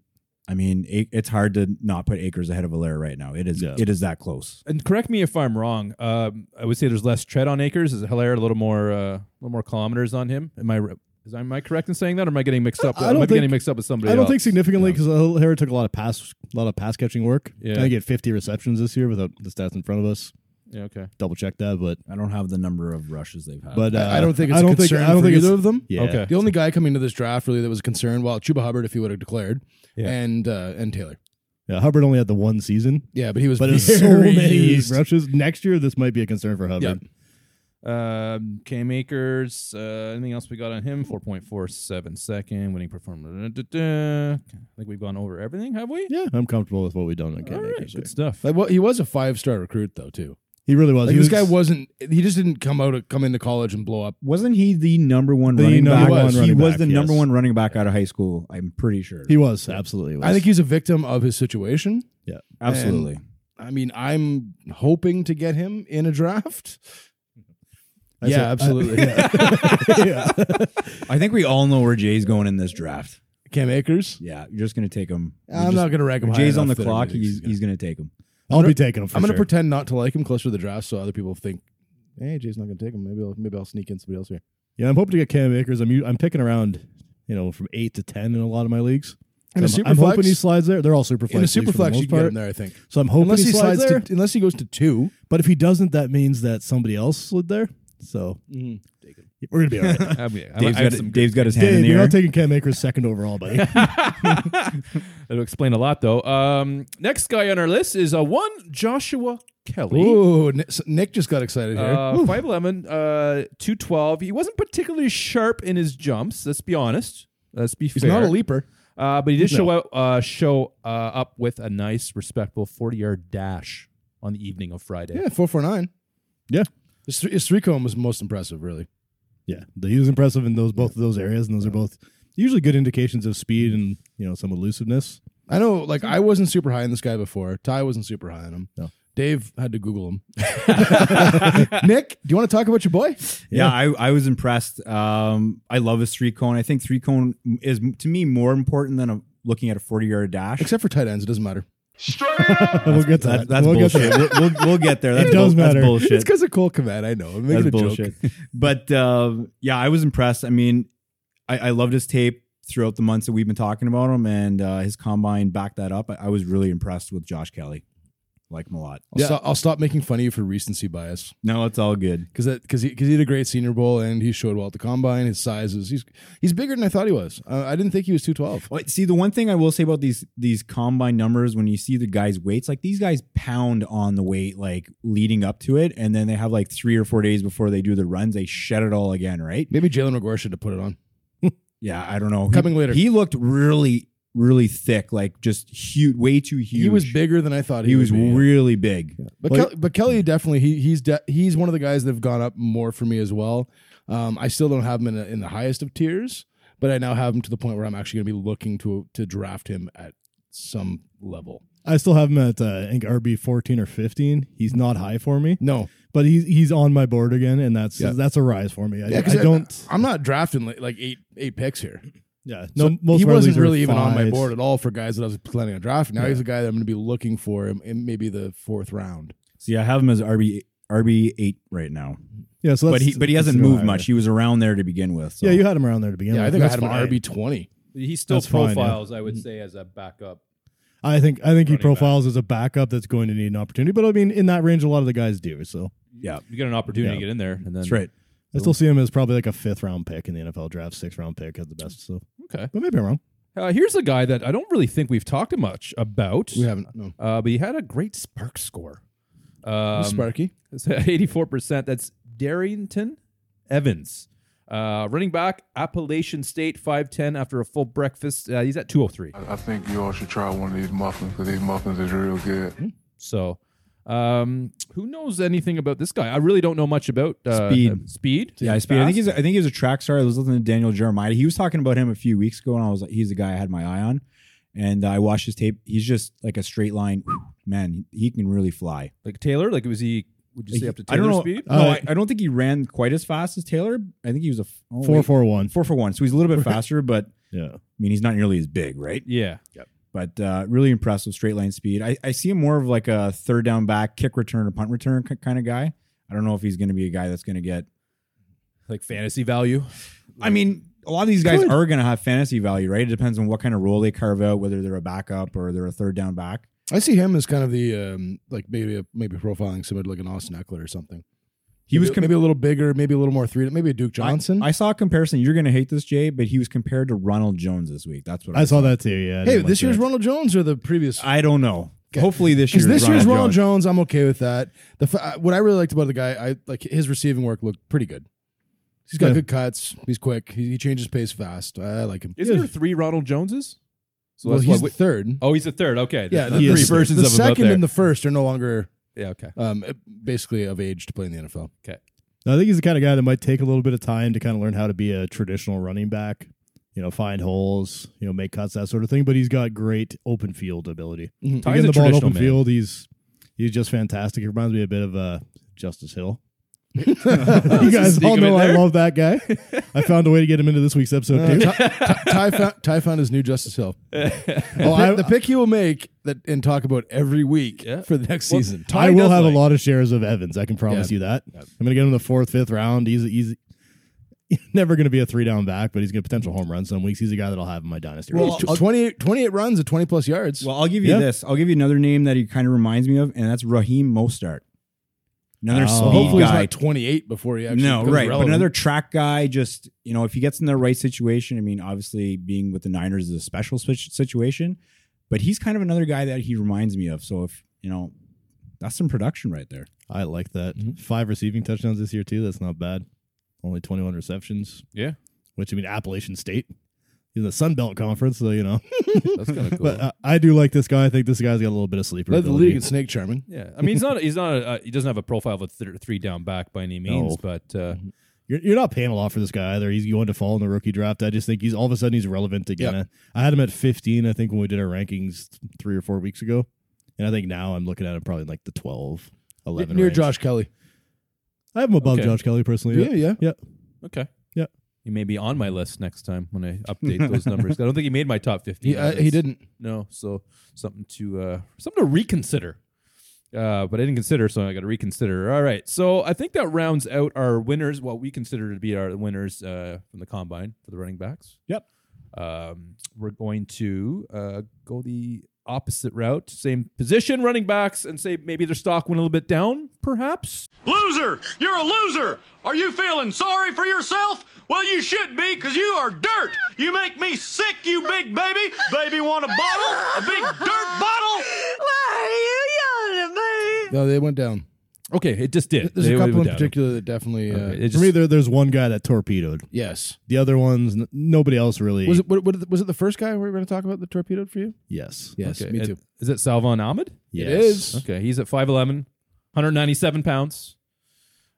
Speaker 6: I mean, A- it's hard to not put Acres ahead of Allaire right now. It is
Speaker 5: Yeah.
Speaker 6: it is that close.
Speaker 3: and correct me if I'm wrong. Um, I would say there's less tread on Acres. Is Hilaire a little more, uh, a little more kilometers on him? Am I? re- Is am I correct in saying that? Or am I getting mixed up?
Speaker 5: I
Speaker 3: I,
Speaker 5: don't
Speaker 3: might be getting
Speaker 5: think-
Speaker 3: mixed up with somebody.
Speaker 5: I don't
Speaker 3: else.
Speaker 5: think significantly because Harry took a lot of pass, a lot of pass catching work.
Speaker 3: Yeah.
Speaker 5: I think he had 50 receptions this year without the stats in front of us.
Speaker 3: Yeah, okay.
Speaker 5: Double check that, but
Speaker 6: I don't have the number of rushes they've had.
Speaker 5: but uh,
Speaker 4: I don't think it's a concern for either of them.
Speaker 5: Yeah.
Speaker 3: Okay.
Speaker 4: The only guy coming to this draft really that was concerned, well, Chuba Hubbard, if he would have declared,
Speaker 3: Yeah.
Speaker 4: and uh, and Taylor.
Speaker 5: yeah, Hubbard only had the one season,
Speaker 4: Yeah, but he was
Speaker 5: but it was so
Speaker 4: very
Speaker 5: many
Speaker 4: used.
Speaker 5: rushes. Next year, this might be a concern for Hubbard.
Speaker 4: Yeah.
Speaker 3: Um, Cam Akers. Uh, anything else we got on him? Four point four seven second winning performance. Da, da, da. I think we've gone over everything, have we?
Speaker 5: Yeah, I'm comfortable with what we've done
Speaker 3: All
Speaker 5: on Cam
Speaker 3: right,
Speaker 5: Akers.
Speaker 3: good
Speaker 5: here.
Speaker 3: stuff.
Speaker 4: Like, well, he was a five star recruit though too.
Speaker 5: He really was.
Speaker 4: Like,
Speaker 5: He
Speaker 4: this
Speaker 5: was-
Speaker 4: guy wasn't. He just didn't come out come into college and blow up.
Speaker 6: wasn't he the number one
Speaker 5: The
Speaker 6: running
Speaker 5: number
Speaker 6: back?
Speaker 5: one
Speaker 6: he
Speaker 5: running
Speaker 6: was
Speaker 5: back,
Speaker 6: the number
Speaker 5: yes.
Speaker 6: one running back out of high school. I'm pretty sure.
Speaker 5: He was absolutely. Was.
Speaker 4: I think he's a victim of his situation.
Speaker 6: Absolutely.
Speaker 4: I mean, I'm hoping to get him in a draft.
Speaker 5: I
Speaker 4: yeah,
Speaker 5: said-
Speaker 4: absolutely.
Speaker 5: I- yeah.
Speaker 6: I think we all know where Jay's going in this draft.
Speaker 4: Cam Akers.
Speaker 6: Yeah, you're just gonna take him. You're
Speaker 4: I'm
Speaker 6: just-
Speaker 4: not going to rank him. high
Speaker 6: Jay's on the
Speaker 4: enough that
Speaker 6: clock.
Speaker 4: everybody's
Speaker 6: He's,
Speaker 4: gonna-
Speaker 6: he's gonna take him.
Speaker 5: I'll
Speaker 4: gonna-
Speaker 5: be taking him. For
Speaker 4: I'm going to
Speaker 5: sure.
Speaker 4: pretend not to like him closer to the draft, so other people think, "Hey, Jay's not going to take him. Maybe I'll maybe I'll sneak in somebody else here."
Speaker 5: Yeah, I'm hoping to get Cam Akers. I'm u- I'm picking around, you know, from eight to ten in a lot of my leagues.
Speaker 4: In a
Speaker 5: So I'm,
Speaker 4: super
Speaker 5: I'm
Speaker 4: flex-
Speaker 5: hoping he slides there. They're all super flex.
Speaker 4: In a
Speaker 5: leagues
Speaker 4: super
Speaker 5: for the
Speaker 4: flex,
Speaker 5: most
Speaker 4: you can get
Speaker 5: part.
Speaker 4: him there, I think.
Speaker 5: So I'm hoping
Speaker 4: Unless he slides
Speaker 5: there.
Speaker 4: to, unless he goes to two,
Speaker 5: but if he doesn't, that means that somebody else slid there. So we're gonna be all right.
Speaker 3: I mean, I-
Speaker 6: Dave's
Speaker 3: I have
Speaker 6: got,
Speaker 3: some-
Speaker 6: it- Dave's got his hand in
Speaker 5: Dave,
Speaker 6: the
Speaker 5: you're
Speaker 6: air.
Speaker 5: not taking Cam Akers second overall, buddy.
Speaker 3: That'll explain a lot, though. Um, next guy on our list is uh, one Joshua Kelly.
Speaker 4: Ooh, Nick, so Nick just got excited here.
Speaker 3: Uh, 5'11, uh, 212. He wasn't particularly sharp in his jumps, let's be honest. Let's be
Speaker 4: he's
Speaker 3: fair.
Speaker 4: not a leaper.
Speaker 3: Uh, but he did show out, uh, show uh, up with a nice, respectful 40 yard dash on the evening of Friday.
Speaker 4: Yeah, four four nine.
Speaker 5: Yeah.
Speaker 4: his, th- his three cone was most impressive, really.
Speaker 5: yeah, he was impressive in those both of those areas, and those are both usually good indications of speed and you know some elusiveness.
Speaker 4: I know, like I wasn't super high on this guy before. Ty wasn't super high on him.
Speaker 5: No.
Speaker 4: Dave had to Google him. Nick, do you want to talk about your boy?
Speaker 6: Yeah, I, I was impressed. Um, I love his three cone. I think three cone is to me more important than a, looking at a forty yard dash.
Speaker 4: Except for tight ends, it doesn't matter.
Speaker 5: we'll get to
Speaker 6: That-
Speaker 5: that.
Speaker 6: that's
Speaker 5: we'll get to
Speaker 6: bullshit.
Speaker 5: that.
Speaker 6: we'll, we'll, we'll get there. That
Speaker 5: It does matter.
Speaker 6: That's bullshit.
Speaker 4: It's because of Cole Komet. I know. I'm making
Speaker 6: That's
Speaker 4: a
Speaker 6: bullshit.
Speaker 4: joke.
Speaker 6: but uh, yeah, I was impressed. I mean, I, I loved his tape throughout the months that we've been talking about him, and uh, his combine backed that up. I, I was really impressed with Josh Kelly. Like him a lot.
Speaker 4: I'll, stop, I'll stop making fun of you for recency bias
Speaker 6: No, it's all good.
Speaker 4: because that because he, 'cause he had a great Senior Bowl and he showed well at the combine. His sizes, he's he's bigger than I thought he was. Uh, I didn't think he was two twelve.
Speaker 6: Well, see, the one thing I will say about these these combine numbers, when you see the guys' weights, like these guys pound on the weight, like leading up to it, and then they have like three or four days before they do the runs, they shed it all again, right?
Speaker 4: Maybe Jalen Rigor should have put it on.
Speaker 6: Yeah, I don't know. He-
Speaker 4: Coming later.
Speaker 6: he looked really, really thick, like just huge, way too huge.
Speaker 4: He was bigger than I thought he,
Speaker 6: He was
Speaker 4: would be.
Speaker 6: really big.
Speaker 4: But
Speaker 5: Well,
Speaker 4: Kelly, but Kelly definitely he he's de- he's one of the guys that have gone up more for me as well. Um, I still don't have him in, the in the highest of tiers, but I now have him to the point where I'm actually going to be looking to to draft him at some level.
Speaker 5: I still have him at uh, I think RB fourteen or fifteen. He's not high for me,
Speaker 4: No,
Speaker 5: but he's he's on my board again, and that's
Speaker 4: Yeah.
Speaker 5: that's a rise for me. I,
Speaker 4: Yeah,
Speaker 5: I
Speaker 4: 'cause I-
Speaker 5: don't.
Speaker 4: I'm not drafting like, like eight eight picks here.
Speaker 5: yeah, no,
Speaker 4: So
Speaker 5: most
Speaker 4: he
Speaker 5: of our
Speaker 4: wasn't
Speaker 5: leagues are
Speaker 4: really even on my
Speaker 5: fives.
Speaker 4: board at all for guys that I was planning on drafting. Now he's a guy that I'm going to be looking for in, in maybe the fourth round.
Speaker 6: See, I have him as RB RB eight right now,
Speaker 5: Yeah, so
Speaker 6: but
Speaker 5: that's-
Speaker 6: he but he hasn't
Speaker 5: that's
Speaker 6: moved
Speaker 5: higher.
Speaker 6: much. He was around there to begin with. So.
Speaker 5: Yeah, you had him around there to begin
Speaker 4: Yeah,
Speaker 5: with.
Speaker 4: I think I
Speaker 5: That's
Speaker 4: had him
Speaker 5: fine.
Speaker 4: an RB twenty.
Speaker 3: He still
Speaker 5: That's fine, yeah.
Speaker 3: profiles, I would say, as a backup.
Speaker 5: I think I think
Speaker 3: Running
Speaker 5: he
Speaker 3: back.
Speaker 5: profiles as a backup that's going to need an opportunity. But I mean, in that range, a lot of the guys do. So
Speaker 6: yeah,
Speaker 3: You get an opportunity to
Speaker 5: Yeah.
Speaker 3: get in there. And then,
Speaker 6: that's right.
Speaker 5: I still see him as probably like a fifth round pick in the NFL draft, sixth round pick at the best. So
Speaker 3: Okay.
Speaker 5: but maybe I'm wrong.
Speaker 3: Uh, here's a guy that I don't really think we've talked much about,
Speaker 4: We haven't no
Speaker 3: uh, but he had a great spark score. Um,
Speaker 4: Sparky.
Speaker 3: Eighty-four percent. That's Darrington Evans, uh, running back, Appalachian State, five ten. After a full breakfast, uh, he's at two hundred three.
Speaker 7: I think you all should try one of these muffins because these muffins is real good.
Speaker 3: So, um, who knows anything about this guy? I really don't know much about uh,
Speaker 6: Speed.
Speaker 3: uh, Speed.
Speaker 6: Yeah, I, I think he's I think he's a track star. I was listening to Daniel Jeremiah. He was talking about him a few weeks ago, and I was like, he's the guy I had my eye on. And uh, I watched his tape. He's just like a straight line. Man, he can really fly.
Speaker 3: like Taylor. Like was he? Would you say up to
Speaker 6: I
Speaker 3: Taylor
Speaker 6: don't know. uh,
Speaker 3: speed?
Speaker 5: Uh,
Speaker 6: No, I, I don't think he ran quite as fast as Taylor. I think he was a f- oh,
Speaker 5: Four
Speaker 6: wait.
Speaker 5: four one.
Speaker 6: Four for one. So he's a little bit faster, but I
Speaker 5: Yeah,
Speaker 6: mean, he's not nearly as big, right?
Speaker 3: Yeah.
Speaker 6: but uh, really impressive straight line speed. I, I see him more of like a third down back, kick return, or punt return k- kind of guy. I don't know if he's going to be a guy that's going to get.
Speaker 3: Like fantasy value.
Speaker 6: I mean, a lot of these guys
Speaker 5: Good.
Speaker 6: are going to have fantasy value, right? It depends on what kind of role they carve out, whether they're a backup or they're a third down back.
Speaker 4: I see him as kind of the um, like maybe a, maybe profiling somebody like an Austin Eckler or something.
Speaker 6: He was
Speaker 4: maybe, maybe a little bigger, maybe a little more three, maybe a Duke Johnson.
Speaker 6: I, I saw a comparison. You're going to hate this, Jay, but he was compared to Ronald Jones this week. That's what I,
Speaker 5: I saw that too. Yeah. I
Speaker 4: hey,
Speaker 5: didn't
Speaker 4: this
Speaker 5: like
Speaker 4: year's
Speaker 5: that.
Speaker 4: Ronald Jones or the previous?
Speaker 6: I don't know. Hopefully this year.
Speaker 4: Because this year's Ronald Jones. I'm okay with that. The fa- what I really liked about the guy, I like his receiving work looked pretty good. He's got
Speaker 5: Yeah.
Speaker 4: good cuts. He's quick. He, he changes pace fast. I like him.
Speaker 3: Isn't there three Ronald Joneses? So
Speaker 4: well,
Speaker 3: that's
Speaker 4: he's
Speaker 3: what
Speaker 4: the third.
Speaker 3: we- oh, he's the third. Okay.
Speaker 4: yeah,
Speaker 3: There's
Speaker 4: the,
Speaker 5: he
Speaker 3: three
Speaker 5: is.
Speaker 3: versions
Speaker 4: the
Speaker 3: of him out
Speaker 4: second
Speaker 3: there.
Speaker 4: and the first are no longer
Speaker 3: yeah. Okay.
Speaker 4: um, basically of age to play in the NFL.
Speaker 5: I think he's the kind of guy that might take a little bit of time to kind of learn how to be a traditional running back. You know, find holes, you know, make cuts, that sort of thing. But he's got great open field ability.
Speaker 4: Mhm.
Speaker 5: He
Speaker 3: Ty's
Speaker 5: get
Speaker 3: Oh, a
Speaker 5: the ball in
Speaker 3: traditional
Speaker 5: open
Speaker 3: man.
Speaker 5: field. He's he's just fantastic. He reminds me a bit of uh, Justice Hill. you guys
Speaker 3: sneak
Speaker 5: all
Speaker 3: him in
Speaker 5: know I
Speaker 3: there. Uh,
Speaker 5: love that guy. I found a way to get him into this week's episode too.
Speaker 4: Ty, found, Ty found his new Justice Hill. oh,
Speaker 5: I-
Speaker 4: the pick he will make that and talk about every week
Speaker 3: Yeah.
Speaker 4: for the next
Speaker 3: Well,
Speaker 4: season.
Speaker 5: I
Speaker 3: Ty
Speaker 5: will
Speaker 3: does
Speaker 5: have
Speaker 3: like-
Speaker 5: a lot of shares of Evans. I can promise
Speaker 4: Yeah.
Speaker 5: you that. I'm going to get him in the fourth, fifth round. He's he's never going to be a three down back, but he's going to potential home run some weeks. He's a guy that I'll have in my dynasty.
Speaker 6: Well,
Speaker 5: roster.
Speaker 4: Tw- 28, 28 runs at 20 plus yards.
Speaker 6: Well, I'll give you
Speaker 5: Yeah.
Speaker 6: this. I'll give you another name that he kind of reminds me of, and that's Raheem Mostart. Another
Speaker 5: Oh.
Speaker 6: speed
Speaker 4: Hopefully he's
Speaker 6: guy.
Speaker 4: not 28 before he actually
Speaker 6: no,
Speaker 4: becomes
Speaker 6: right. But
Speaker 4: relevant.
Speaker 6: another track guy, just, you know, if he gets in the right situation, I mean, obviously being with the Niners is a special situ- situation, but he's kind of another guy that he reminds me of. So if, you know, that's some production right there.
Speaker 5: I like that.
Speaker 4: Mm-hmm.
Speaker 5: Five receiving touchdowns this year too. That's not bad. Only 21 receptions,
Speaker 3: Yeah,
Speaker 5: which I mean Appalachian State. He's in the Sun Belt Conference, so you know.
Speaker 4: That's kind of cool.
Speaker 5: But uh, I do like this guy. I think this guy's got a little bit of sleeper.
Speaker 4: Led the
Speaker 5: ability.
Speaker 4: league in snake charming.
Speaker 3: yeah. I mean, he's not. He's not. A, uh, he doesn't have a profile of a th- three down back by any means.
Speaker 5: No.
Speaker 3: But uh,
Speaker 4: Mm-hmm.
Speaker 5: You're, you're not paying a lot for this guy either. He's going to fall in the rookie draft. I just think he's all of a sudden he's relevant again. I, I had him at 15, I think, when we did our rankings three or four weeks ago. And I think now I'm looking at him probably like the 12, 11.
Speaker 4: Near
Speaker 5: range.
Speaker 4: Josh Kelly.
Speaker 5: I have him above
Speaker 3: Okay.
Speaker 5: Josh Kelly personally.
Speaker 4: Yeah, yeah.
Speaker 5: Yeah.
Speaker 3: okay.
Speaker 5: Yeah.
Speaker 3: He may be on my list next time when I update those numbers. I don't think he made my top fifteen.
Speaker 4: He, uh, he didn't.
Speaker 3: No, so something to uh, something to reconsider. Uh, but I didn't consider, so I got to reconsider. All right, so I think that rounds out our winners. What we consider to be our winners uh, from the combine for the running backs.
Speaker 5: Yep.
Speaker 3: Um, we're going to uh, go the opposite route, same position, running backs, and say maybe their stock went a little bit down, perhaps.
Speaker 8: Loser! You're a loser! Are you feeling sorry for yourself? Well, you should be, because you are dirt! You make me sick, you big baby! Baby, want a bottle? A big dirt bottle? Why are you yelling at me?
Speaker 4: No, they went down.
Speaker 3: Okay, it just did.
Speaker 4: There's
Speaker 3: They
Speaker 4: a couple
Speaker 3: went
Speaker 4: in
Speaker 3: down.
Speaker 4: particular that definitely. Uh,
Speaker 3: Okay, it
Speaker 5: For me,
Speaker 3: just,
Speaker 5: there, there's one guy that torpedoed.
Speaker 4: Yes.
Speaker 5: The other ones, n- nobody else really.
Speaker 4: Was it what, what, was it the first guy we were going to talk about the torpedoed for you?
Speaker 5: Yes.
Speaker 4: Yes,
Speaker 3: okay,
Speaker 4: me
Speaker 3: it-
Speaker 4: too.
Speaker 3: Is it Salvan Ahmed?
Speaker 5: Yes.
Speaker 4: It is.
Speaker 3: Okay, he's at 5'11, 197 pounds.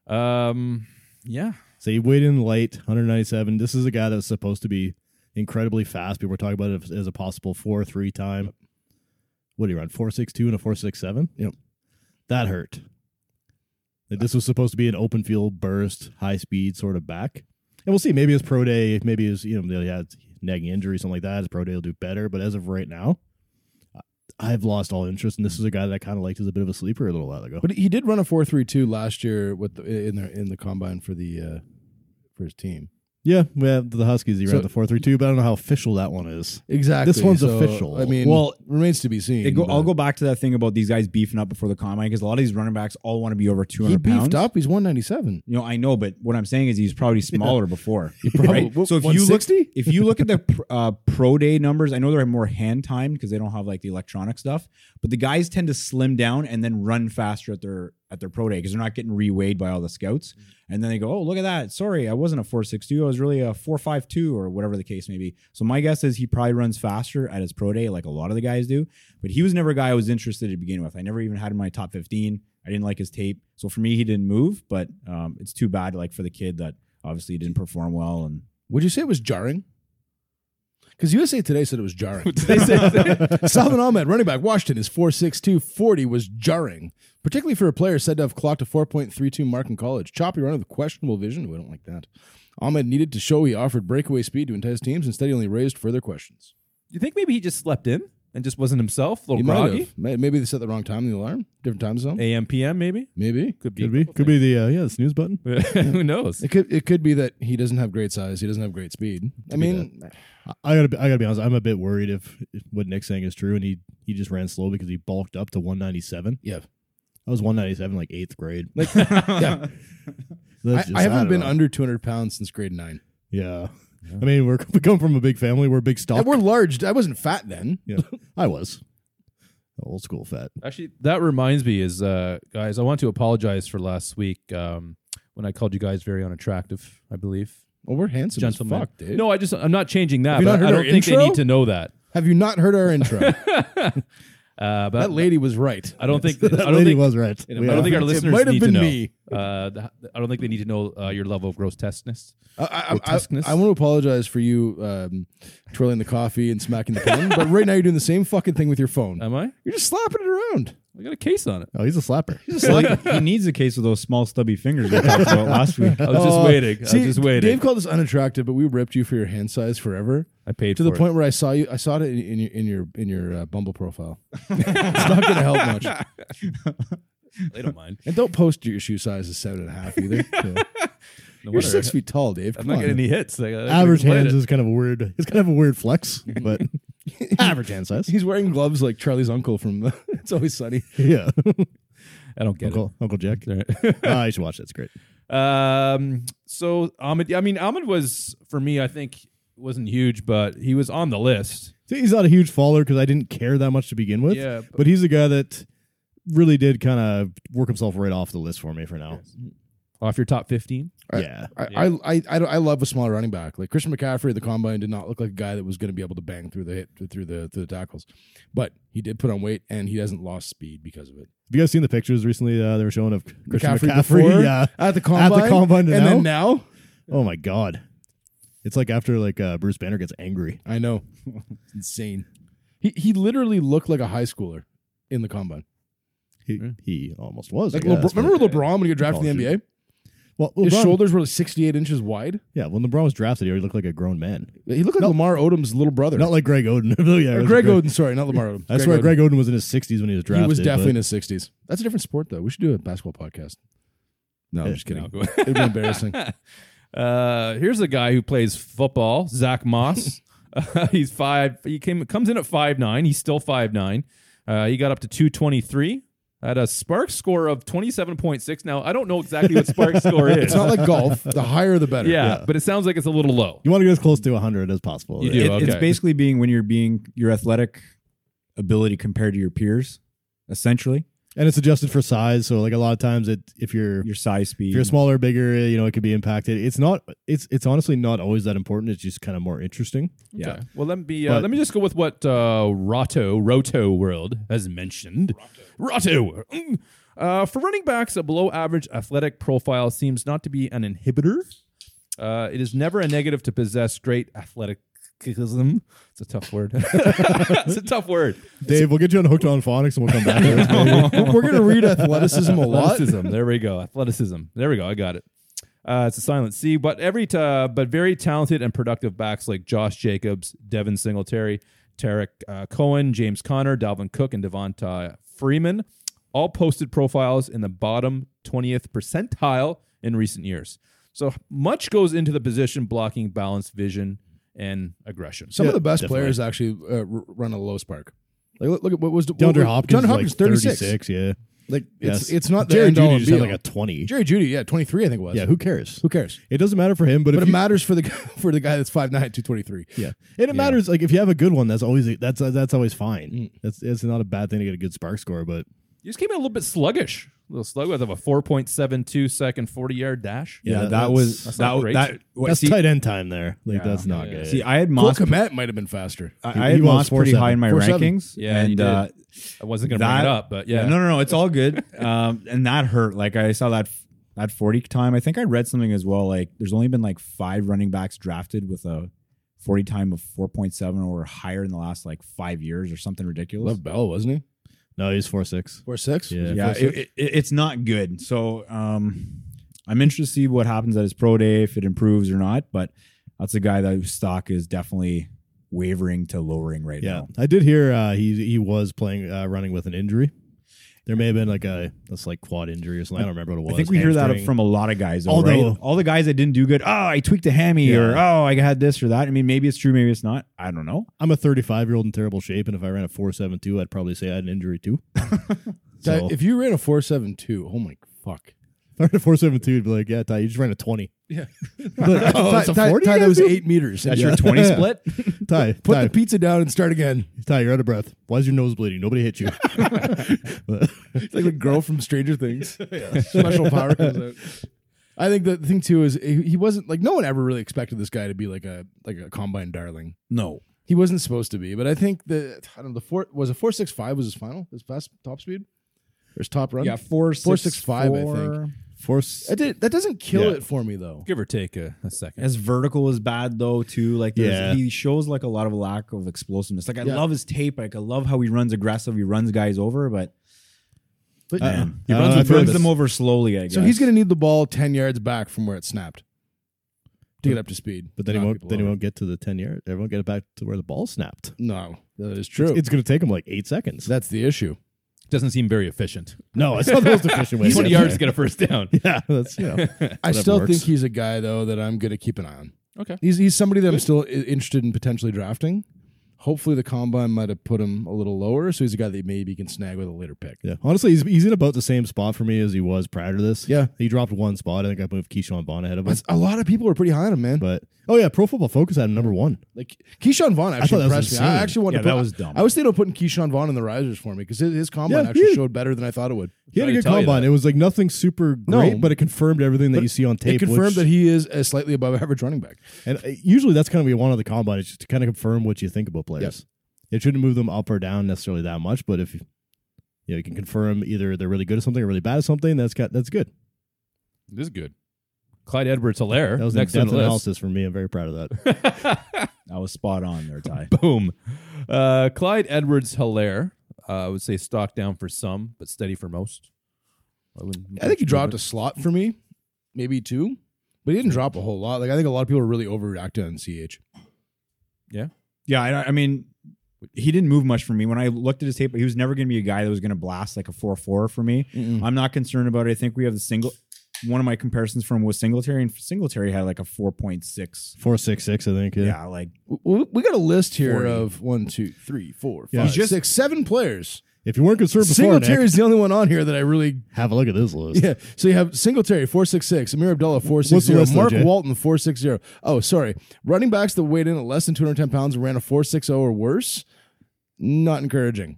Speaker 3: Um, yeah.
Speaker 5: So he weighed in late, 197. This is a guy that's supposed to be incredibly fast. People were talking about it as- as a possible four three time. What do you run? Four six two and a four six seven.
Speaker 4: Yep.
Speaker 5: that hurt. Like, This was supposed to be an open field burst, high speed sort of back, and we'll see. Maybe his pro day, maybe his you know they had nagging injury, something like that. His pro day will do better, but as of right now, I- I've lost all interest. And this is a guy that I kind of liked as a bit of a sleeper a little while ago.
Speaker 4: But he did run a four three two last year with the, in the in the combine for the uh, for his team.
Speaker 5: Yeah, we have the Huskies. He
Speaker 4: So-
Speaker 5: ran the four three two, but I don't know how official that one is.
Speaker 4: Exactly.
Speaker 5: This one's official.
Speaker 4: I mean, well,
Speaker 6: Well,
Speaker 4: remains to be seen.
Speaker 6: It go, I'll
Speaker 4: but
Speaker 6: go back to that thing about these guys beefing up before the combine because a lot of these running backs all want to be over 200
Speaker 4: He beefed
Speaker 6: pounds.
Speaker 4: up. He's one ninety seven.
Speaker 6: You know, I know, but what I'm saying is he's probably smaller before.
Speaker 4: probably-
Speaker 6: right?
Speaker 4: what,
Speaker 6: So if you look,
Speaker 4: 160?
Speaker 6: if you look at the pr- uh, pro day numbers, I know they're more hand timed because they don't have like the electronic stuff. But the guys tend to slim down and then run faster at their at their pro day because they're not getting reweighed by all the scouts. And then they go, "Oh, look at that! Sorry, I wasn't a four six two. I was really a four five two or whatever the case may be." So my guess is he probably runs faster at his pro day, like a lot of the guys do. But he was never a guy I was interested to begin with. I never even had him in my top fifteen. I didn't like his tape, so for me, he didn't move. But um, it's too bad, like for the kid that obviously didn't perform well and.
Speaker 4: Would you say it was jarring? Because USA Today said it was jarring.
Speaker 3: They said-
Speaker 4: Salvin Ahmed, running back, Washington, is 4'6'240 was jarring, particularly for a player said to have clocked a 4.32 mark in college. Choppy run with questionable vision. We don't like that. Ahmed needed to show he offered breakaway speed to entice teams. Instead, he only raised further questions.
Speaker 3: you think maybe he just slept in and just wasn't himself? A
Speaker 4: He
Speaker 5: Oh,
Speaker 3: little
Speaker 4: might
Speaker 3: groggy?
Speaker 4: have. May- Maybe they set the wrong time in the alarm. Different time zone.
Speaker 3: AM, PM, maybe?
Speaker 4: Maybe.
Speaker 3: Could be.
Speaker 5: Could be. Could be the uh, yeah the snooze button.
Speaker 3: Who knows?
Speaker 4: It could, it could be that he doesn't have great size. He doesn't have great speed. I mean,
Speaker 5: I- I gotta be, I gotta be honest. I'm a bit worried if, if what Nick's saying is true, and he he just ran slow because he bulked up to 197.
Speaker 4: yeah.
Speaker 5: I was 197 like eighth grade.
Speaker 4: Like, yeah. I,
Speaker 5: That's just-
Speaker 4: I haven't
Speaker 5: don't
Speaker 4: been
Speaker 5: know.
Speaker 4: under 200 pounds since grade nine.
Speaker 5: Yeah. I mean, we're we come from a big family. We're a big
Speaker 4: And
Speaker 5: stock.
Speaker 4: we're large. I wasn't fat then.
Speaker 5: yeah, I was old school fat.
Speaker 3: Actually, that reminds me is, uh, guys, I want to apologize for last week um, when I called you guys very unattractive, I believe.
Speaker 4: Well, we're handsome
Speaker 3: Gentlemen.
Speaker 4: as fuck, dude.
Speaker 3: No, I just, I'm not changing that.
Speaker 4: Have you
Speaker 3: But
Speaker 4: not heard
Speaker 3: I don't
Speaker 4: our
Speaker 3: think they
Speaker 4: intro?
Speaker 3: need to know that.
Speaker 4: Have you not heard our intro?
Speaker 3: Uh, but
Speaker 4: that lady was right.
Speaker 3: I don't think, I
Speaker 5: That
Speaker 3: don't
Speaker 5: lady
Speaker 3: think,
Speaker 5: was right.
Speaker 3: I don't think our
Speaker 4: It
Speaker 3: listeners
Speaker 4: might have
Speaker 3: need
Speaker 4: been
Speaker 3: to know.
Speaker 4: me.
Speaker 3: Uh, th- I don't think they need to know uh, your level of grotesqueness.
Speaker 4: I, I, I,
Speaker 3: Grotesqueness.
Speaker 4: I want to apologize for you um, twirling the coffee and smacking the pen, but right now you're doing the same fucking thing with your phone.
Speaker 3: Am I?
Speaker 4: you're just slapping it around.
Speaker 3: I got a case on it.
Speaker 5: Oh, he's a slapper.
Speaker 6: he needs a case of those small stubby fingers we talked about last week.
Speaker 3: I was just
Speaker 4: Oh,
Speaker 3: waiting. I
Speaker 4: see,
Speaker 3: was just waiting.
Speaker 4: Dave called us unattractive, but we ripped you for your hand size forever.
Speaker 3: I paid
Speaker 4: to the
Speaker 3: for it.
Speaker 4: point where I saw you. I saw it in, in your in your in your uh, Bumble profile. it's not going to help much.
Speaker 3: They don't mind.
Speaker 4: And don't post your shoe size is seven and a half either. Yeah.
Speaker 3: No
Speaker 4: You're
Speaker 3: wonder.
Speaker 4: six feet tall, Dave.
Speaker 3: I'm
Speaker 4: Come
Speaker 3: not
Speaker 4: on.
Speaker 3: getting any hits. I gotta
Speaker 5: Average
Speaker 3: explain
Speaker 5: hands
Speaker 3: it.
Speaker 5: is kind of a weird. It's kind of a weird flex, but average hand size.
Speaker 4: He's wearing gloves like Charlie's uncle from the, It's Always Sunny.
Speaker 5: Yeah,
Speaker 3: I don't get
Speaker 5: Uncle Uncle Jack.
Speaker 3: it.
Speaker 5: Ah, you should watch. that. It's great.
Speaker 3: Um, so Ahmed, I mean, Ahmed was for me, I think, wasn't huge, but he was on the list.
Speaker 5: See, He's not a huge follower because I didn't care that much to begin with.
Speaker 3: Yeah,
Speaker 5: but, he's a guy that really did kind of work himself right off the list for me for now.
Speaker 3: Off your top fifteen,
Speaker 5: Yeah,
Speaker 4: I, I, I, I, don't- I love a smaller running back. Like Christian McCaffrey at the combine did not look like a guy that was going to be able to bang through the hit through the through the tackles, but he did put on weight and he hasn't lost speed because of it.
Speaker 5: Have you guys seen the pictures recently? Uh, they were showing of Christian McCaffrey.
Speaker 4: before,
Speaker 5: yeah,
Speaker 4: at the combine,
Speaker 5: combine to
Speaker 4: and then now.
Speaker 5: oh my god, it's like after like uh, Bruce Banner gets angry.
Speaker 4: I know, it's insane. He he literally looked like a high schooler in the combine.
Speaker 5: He, he almost was.
Speaker 4: Hmm. Like
Speaker 5: I guess,
Speaker 4: LeBron, remember
Speaker 5: but-
Speaker 4: LeBron when he got drafted in the
Speaker 5: College.
Speaker 4: NBA?
Speaker 5: Well,
Speaker 4: His
Speaker 5: LeBron-
Speaker 4: shoulders were like 68 inches wide.
Speaker 5: Yeah, when LeBron was drafted, he already looked like a grown man,
Speaker 4: He looked like Lamar Odom's little brother.
Speaker 5: not like Greg Oden. Though, yeah, it
Speaker 4: Or
Speaker 5: was
Speaker 4: Greg Oden, sorry, not Lamar Odom.
Speaker 5: I swear, Greg Oden was in his 60s when he was drafted.
Speaker 4: he was definitely in
Speaker 5: but-
Speaker 4: his sixties. That's a different sport, though. We should do a basketball podcast. No, I'm just kidding.
Speaker 3: no.
Speaker 4: It'd be embarrassing.
Speaker 3: uh, here's a guy who plays football, Zach Moss. uh, he's five. He came comes in at five nine. He's still five nine. Uh, he got up to two twenty three. At a spark score of twenty seven point six. Now I don't know exactly what spark score is.
Speaker 4: It's not like golf. The higher, the better.
Speaker 3: yeah, but it sounds like it's a little low.
Speaker 5: You want to get as close to 100 as possible.
Speaker 3: You
Speaker 5: Yeah.
Speaker 3: do.
Speaker 6: It- It's
Speaker 3: okay.
Speaker 6: basically being when you're being your athletic ability compared to your peers, essentially
Speaker 5: And it's adjusted for size. So, like a lot of times, it if you're
Speaker 6: your size, speed.
Speaker 5: if you're smaller, bigger, you know, it could be impacted. It's not. It's it's honestly not always that important. It's just kind of more interesting.
Speaker 6: yeah.
Speaker 3: Okay. Well, let me be, uh,
Speaker 5: But-
Speaker 3: let me just go with what uh, Roto Roto World has mentioned. Roto. Mm. Uh, for running backs, a below average athletic profile seems not to be an inhibitor. Uh, it is never a negative to possess great athleticism. It's a tough word. it's a tough word.
Speaker 5: Dave, we'll get you unhooked on phonics, and we'll come back. to this, maybe.
Speaker 4: we're gonna read athleticism a lot.
Speaker 3: Athleticism. There we go. Athleticism. There we go. I got it. Uh, it's a silent C, but every t- uh, but very talented and productive backs like Josh Jacobs, Devin Singletary, Tarek uh, Cohen, James Conner, Dalvin Cook, and Devonta Freeman all posted profiles in the bottom 20th percentile in recent years. So much goes into the position blocking, balance, vision, and aggression.
Speaker 4: Some
Speaker 5: Yeah,
Speaker 4: of the best
Speaker 5: definitely.
Speaker 4: players actually uh, r- run a low spark. Like look, look at what was what
Speaker 5: DeAndre
Speaker 4: was-
Speaker 5: Hopkins,
Speaker 4: John
Speaker 5: is
Speaker 4: Hopkins,
Speaker 5: like
Speaker 4: 36.
Speaker 5: 36. Yeah,
Speaker 4: Like
Speaker 5: Yes.
Speaker 4: it's it's not the
Speaker 5: Jerry
Speaker 4: end all
Speaker 5: Judy
Speaker 4: and
Speaker 5: just had
Speaker 4: be
Speaker 5: like
Speaker 4: all.
Speaker 5: a 20.
Speaker 4: Jerry Judy, yeah, 23, I think it was.
Speaker 5: yeah, who cares?
Speaker 4: who cares?
Speaker 5: It doesn't matter for him, but,
Speaker 4: But
Speaker 5: if
Speaker 4: it
Speaker 5: you-
Speaker 4: matters for the guy- for the guy that's 5'9", 223.
Speaker 5: Yeah, and it matters. Like if you have a good one, that's always that's that's always fine.
Speaker 4: Mm.
Speaker 5: That's it's not a bad thing to get a good spark score, but
Speaker 3: You just came in a little bit sluggish. A little sluggish. I have a 4.72 second 40 yard dash.
Speaker 6: Yeah,
Speaker 5: Yeah,
Speaker 6: that was
Speaker 3: that's
Speaker 6: that.
Speaker 3: not
Speaker 6: was
Speaker 3: great.
Speaker 6: that what,
Speaker 5: that's
Speaker 6: see,
Speaker 5: tight end time there. Like that's not good.
Speaker 6: see, I had
Speaker 4: Cole
Speaker 6: Moss.
Speaker 4: Komet might have been faster.
Speaker 6: I,
Speaker 5: He-
Speaker 6: I
Speaker 5: he
Speaker 6: had
Speaker 5: was
Speaker 6: Moss pretty
Speaker 5: 4'7",
Speaker 6: high in my
Speaker 4: 4'7".
Speaker 6: rankings.
Speaker 3: Yeah, you
Speaker 6: and
Speaker 3: did.
Speaker 6: uh,
Speaker 3: I wasn't going to bring
Speaker 6: That-
Speaker 3: it up, but yeah.
Speaker 6: No, no, no. It's all good. um, and that hurt. Like I saw that that forty time. I think I read something as well. Like there's only been like five running backs drafted with a forty time of four point seven or higher in the last like five years or something ridiculous.
Speaker 4: Love Bell, wasn't he?
Speaker 5: no, he's four six.
Speaker 4: Four six.
Speaker 5: Yeah.
Speaker 6: yeah, it, it, it's not good. So um, I'm interested to see what happens at his pro day if it improves or not. But that's a guy that whose stock is definitely wavering to lowering right
Speaker 5: Yeah,
Speaker 6: now.
Speaker 5: I did hear uh, he he was playing uh, running with an injury. There may have been like a that's like quad injury or something. I don't remember what it was.
Speaker 6: I think we hear that
Speaker 5: Hamstring.
Speaker 6: from a lot of guys. Though,
Speaker 5: Although-
Speaker 6: right? all the guys that didn't do good, oh, I tweaked a hammy,
Speaker 5: Yeah.
Speaker 6: or oh, I had this or that. I mean, maybe it's true, maybe it's not. I don't know.
Speaker 5: I'm a 35 year old in terrible shape, and if I ran a four seven two, I'd probably say I had an injury too.
Speaker 4: Ty,
Speaker 5: so if
Speaker 4: If you ran a 472, oh my fuck.
Speaker 5: I ran a four seven two, I'd be like, yeah, Ty, you just ran a 20.
Speaker 4: Yeah.
Speaker 5: Like, oh, it's a
Speaker 4: Ty,
Speaker 5: 40
Speaker 4: Ty, that
Speaker 5: you guys
Speaker 4: was
Speaker 5: do?
Speaker 4: eight meters.
Speaker 5: That's
Speaker 4: Yeah.
Speaker 5: your 20 split? Ty,
Speaker 4: Put
Speaker 5: Ty,
Speaker 4: the pizza down and start again.
Speaker 5: Ty, you're out of breath. Why is your nose bleeding? Nobody hit you.
Speaker 4: It's like the girl from Stranger Things. Special power comes out. I think the thing too is he he wasn't like no one ever really expected this guy to be like a like a combine darling.
Speaker 6: No,
Speaker 4: He wasn't supposed to be, but I think the I don't know the four was a four six five was his final his fast top speed or his top run.
Speaker 6: yeah, Um, four,
Speaker 4: Four,
Speaker 6: six,
Speaker 4: six, five, I
Speaker 6: four.
Speaker 5: Force.
Speaker 4: that, did, that doesn't kill
Speaker 5: Yeah.
Speaker 4: it for me though.
Speaker 3: Give or take a, a second.
Speaker 6: His vertical is bad though too. Like there's-
Speaker 5: Yeah.
Speaker 6: he shows like a lot of lack of explosiveness. Like I
Speaker 4: Yeah.
Speaker 6: love his tape. Like I love how he runs aggressive. He runs guys over, but
Speaker 4: But
Speaker 5: Uh-uh.
Speaker 3: He
Speaker 5: I
Speaker 3: runs
Speaker 5: don't know, I
Speaker 3: with
Speaker 5: feel like
Speaker 3: purpose.
Speaker 6: them over slowly, I guess.
Speaker 4: so he's going to need the ball 10 yards back from where it snapped to get up to speed.
Speaker 5: But then he
Speaker 4: Knock
Speaker 5: won't.
Speaker 4: people
Speaker 5: Then he
Speaker 4: over.
Speaker 5: won't get to the ten yard. Everyone get it back to where the ball snapped.
Speaker 4: No, that is true.
Speaker 5: It's going to take him like eight seconds.
Speaker 4: That's the issue.
Speaker 3: Doesn't seem very efficient.
Speaker 5: no, it's not the most efficient way. to
Speaker 3: Twenty
Speaker 5: get
Speaker 3: yards to
Speaker 5: there.
Speaker 3: get a first down.
Speaker 5: Yeah, that's yeah.
Speaker 4: I
Speaker 5: Whatever
Speaker 4: still
Speaker 5: works.
Speaker 4: think he's a guy though that I'm going to keep an eye on.
Speaker 3: Okay.
Speaker 4: he's he's somebody that I'm still i- interested in potentially drafting. Hopefully, the combine might have put him a little lower, so he's a guy that maybe you can snag with a later pick.
Speaker 5: Yeah, honestly, he's he's in about the same spot for me as he was prior to this.
Speaker 4: Yeah.
Speaker 5: he dropped one spot. I think I moved Keyshawn Vaughn ahead of him.
Speaker 4: That's- a lot of people are pretty high on him, man.
Speaker 5: But oh yeah, Pro Football Focus had him number one.
Speaker 4: Like Keyshawn Vaughn
Speaker 5: thought
Speaker 4: actually
Speaker 5: that was
Speaker 4: impressed me. I
Speaker 5: insane.
Speaker 4: actually wanted
Speaker 6: Yeah,
Speaker 4: to put,
Speaker 6: that was dumb.
Speaker 4: I was thinking of putting Keyshawn Vaughn in the risers for me because his, his combine
Speaker 5: Yeah,
Speaker 4: actually
Speaker 5: he-
Speaker 4: showed better than I thought it would.
Speaker 5: He had a
Speaker 3: Tried to
Speaker 5: good
Speaker 3: tell you
Speaker 5: combine.
Speaker 3: that.
Speaker 5: It was like nothing super
Speaker 4: No.
Speaker 5: great, but it confirmed everything that you see on tape.
Speaker 4: it confirmed
Speaker 5: which-
Speaker 4: that he is a slightly above average running back.
Speaker 5: And uh, usually that's kind of what you want on the combine is just to kind of confirm what you think about players. It shouldn't move them up or down necessarily that much, but if you, you know you can confirm either they're really good at something or really bad at something, that's got that's good.
Speaker 3: This is good. Clyde Edwards Hilaire.
Speaker 5: That was
Speaker 3: next on
Speaker 5: an in-depth
Speaker 3: the list.
Speaker 5: analysis for me. I'm very proud of that.
Speaker 6: I was spot on there, Ty.
Speaker 3: Boom. Uh, Clyde Edwards Hilaire. Uh, I would say stock down for some, but steady for most. I, wouldn't-
Speaker 4: I think he dropped a slot for me, maybe two, but he didn't drop a whole lot. Like I think a lot of people are really overreacting on Ch.
Speaker 6: Yeah, I, I mean, he didn't move much for me. When I looked at his tape, he was never going to be a guy that was going to blast like a 4 4 for me. I'm not concerned about it. I think we have the single. One of my comparisons from was Singletary, and Singletary had like a 4.6.
Speaker 5: Four six six, I think.
Speaker 6: Yeah,
Speaker 5: Yeah.
Speaker 6: like
Speaker 4: We, we got a list here
Speaker 6: 40.
Speaker 4: of one, two, three, four,
Speaker 5: Yeah.
Speaker 4: five,
Speaker 5: He's just-
Speaker 4: six, seven players.
Speaker 5: If you weren't concerned before, Nick,
Speaker 4: Singletary is the only one on here that I really.
Speaker 5: have a look at this list.
Speaker 4: Yeah. So you have Singletary four six six, Amir Abdullah four six
Speaker 5: What's the
Speaker 4: zero,
Speaker 5: list, though,
Speaker 4: Mark
Speaker 5: Jay?
Speaker 4: Walton four six zero. Oh, sorry, running backs that weighed in at less than two hundred ten pounds and ran a four six zero or worse. Not encouraging.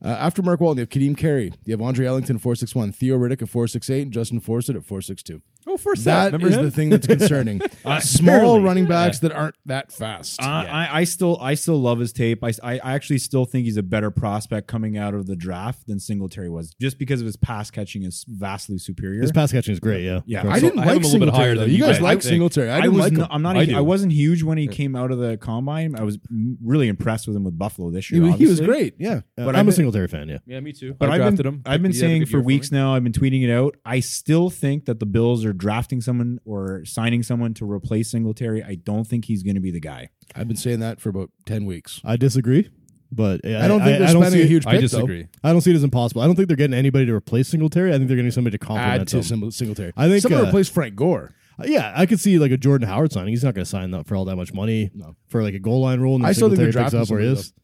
Speaker 4: Uh, after Mark Walton, you have Kadeem Carey, you have Andre Ellington four six one, Theo Riddick at four six eight, and Justin Forsett at four six two.
Speaker 3: Oh, first
Speaker 4: That
Speaker 3: Remember
Speaker 4: is
Speaker 3: him?
Speaker 4: the thing that's concerning.
Speaker 5: Uh,
Speaker 4: Small running backs that aren't that fast.
Speaker 6: I, I, I still I still love his tape. I, I I actually still think he's a better prospect coming out of the draft than Singletary was, just because of his pass catching is vastly superior.
Speaker 5: His pass catching is great. Yeah.
Speaker 6: Yeah.
Speaker 5: From-
Speaker 4: I didn't
Speaker 3: I have him a
Speaker 4: like
Speaker 3: little bit
Speaker 4: Singletary,
Speaker 3: higher
Speaker 4: though.
Speaker 3: than
Speaker 4: you
Speaker 3: you
Speaker 4: guys
Speaker 3: guys, I
Speaker 4: like
Speaker 3: think.
Speaker 4: Singletary. I didn't
Speaker 6: was
Speaker 4: like him.
Speaker 6: not, I'm not.
Speaker 3: I
Speaker 6: A,
Speaker 3: do.
Speaker 6: I, I wasn't huge when he came out of the combine. I was m- really impressed with him with Buffalo this
Speaker 4: He,
Speaker 6: year.
Speaker 4: was- he was
Speaker 6: obviously.
Speaker 4: great. Yeah.
Speaker 5: uh,
Speaker 6: but
Speaker 5: I'm
Speaker 6: I've
Speaker 5: a
Speaker 6: been-
Speaker 5: Singletary fan. Yeah.
Speaker 3: Yeah, me too.
Speaker 6: But
Speaker 3: I
Speaker 6: I've
Speaker 3: drafted
Speaker 6: been,
Speaker 3: him.
Speaker 6: I've been
Speaker 3: He had a
Speaker 6: saying
Speaker 3: good
Speaker 6: for
Speaker 3: year
Speaker 6: weeks
Speaker 3: me.
Speaker 6: now. I've been tweeting it out. I still think that the Bills are drafting someone or signing someone to replace Singletary. I don't think he's going to be the guy.
Speaker 4: I've been saying that for about 10 weeks.
Speaker 5: I disagree, but uh,
Speaker 4: I don't think they're
Speaker 5: I don't
Speaker 4: spending
Speaker 5: see
Speaker 4: a
Speaker 5: it-
Speaker 4: huge pick,
Speaker 3: I disagree.
Speaker 5: I don't see it as impossible. I don't think they're getting anybody to replace Singletary. I think they're getting somebody to
Speaker 4: though.
Speaker 5: complement
Speaker 4: Add to
Speaker 5: them.
Speaker 4: Sing- Singletary.
Speaker 5: I think,
Speaker 4: Someone
Speaker 5: uh,
Speaker 4: replaced Frank Gore.
Speaker 5: Yeah, I could see like a Jordan Howard signing. He's not going to sign that for all that much money for like a goal line role. And then
Speaker 4: I still think
Speaker 5: Singletary
Speaker 4: they're
Speaker 5: picks
Speaker 4: drafting
Speaker 5: up where he
Speaker 4: somebody,
Speaker 5: is.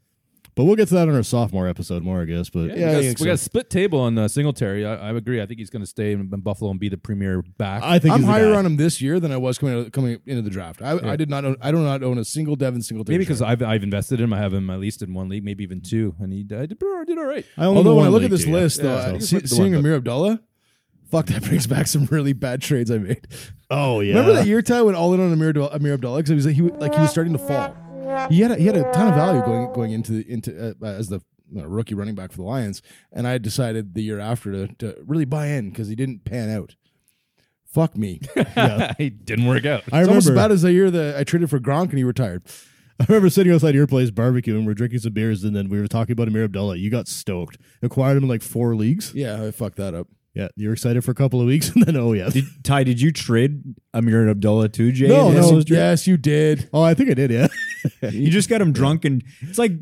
Speaker 5: But we'll get to that on our sophomore episode more, I guess. But
Speaker 3: Yeah,
Speaker 4: Yeah, I
Speaker 3: we,
Speaker 4: think
Speaker 3: got, we
Speaker 4: so.
Speaker 3: got a split table on uh, Singletary. I, I agree. I think he's going to stay in, in Buffalo and be the premier back.
Speaker 5: I think
Speaker 4: I'm
Speaker 5: he's the
Speaker 4: higher
Speaker 5: guy.
Speaker 4: on him this year than I was coming out, coming into the draft. I, I did not own, I do not own a single Devin Singletary.
Speaker 3: maybe because I've, I've invested in him. I have him at least in one league, maybe even two. And he I did, I did all right.
Speaker 5: I only
Speaker 4: although when I
Speaker 5: won
Speaker 4: look
Speaker 5: league
Speaker 4: at this
Speaker 5: two, yeah.
Speaker 4: list, uh,
Speaker 3: Yeah, I
Speaker 4: though,
Speaker 3: think
Speaker 4: I-
Speaker 3: it's
Speaker 4: see-
Speaker 3: the one
Speaker 4: seeing
Speaker 3: that-
Speaker 4: Amir Abdullah, fuck, that brings back some really bad trades I made.
Speaker 5: Oh yeah,
Speaker 4: Remember that year, Ty, when all in on Amir, Abdul- Amir Abdullah because he was like he, was- like he was starting to fall. He had a, he had a ton of value going going into the, into uh, as the uh, rookie running back for the Lions, and I decided the year after to, to really buy in because he didn't pan out. Fuck me! It's
Speaker 3: it didn't work out.
Speaker 5: I
Speaker 4: almost
Speaker 5: remember.
Speaker 4: about as the year that I traded for Gronk and he retired.
Speaker 5: I remember sitting outside your place barbecue and we're drinking some beers, and then we were talking about Amir Abdullah. You got stoked, acquired him in like four leagues.
Speaker 4: Yeah, I fucked that up.
Speaker 5: Yeah, you're excited for a couple of weeks, and then oh yeah.
Speaker 6: Did, Ty, did you trade Amir Abdullah too, Jay?
Speaker 5: No,
Speaker 6: in
Speaker 5: no.
Speaker 6: this
Speaker 4: yes,
Speaker 5: it was
Speaker 4: you, yes, you did.
Speaker 5: Oh, I think I did. Yeah,
Speaker 6: You just got him drunk, and it's like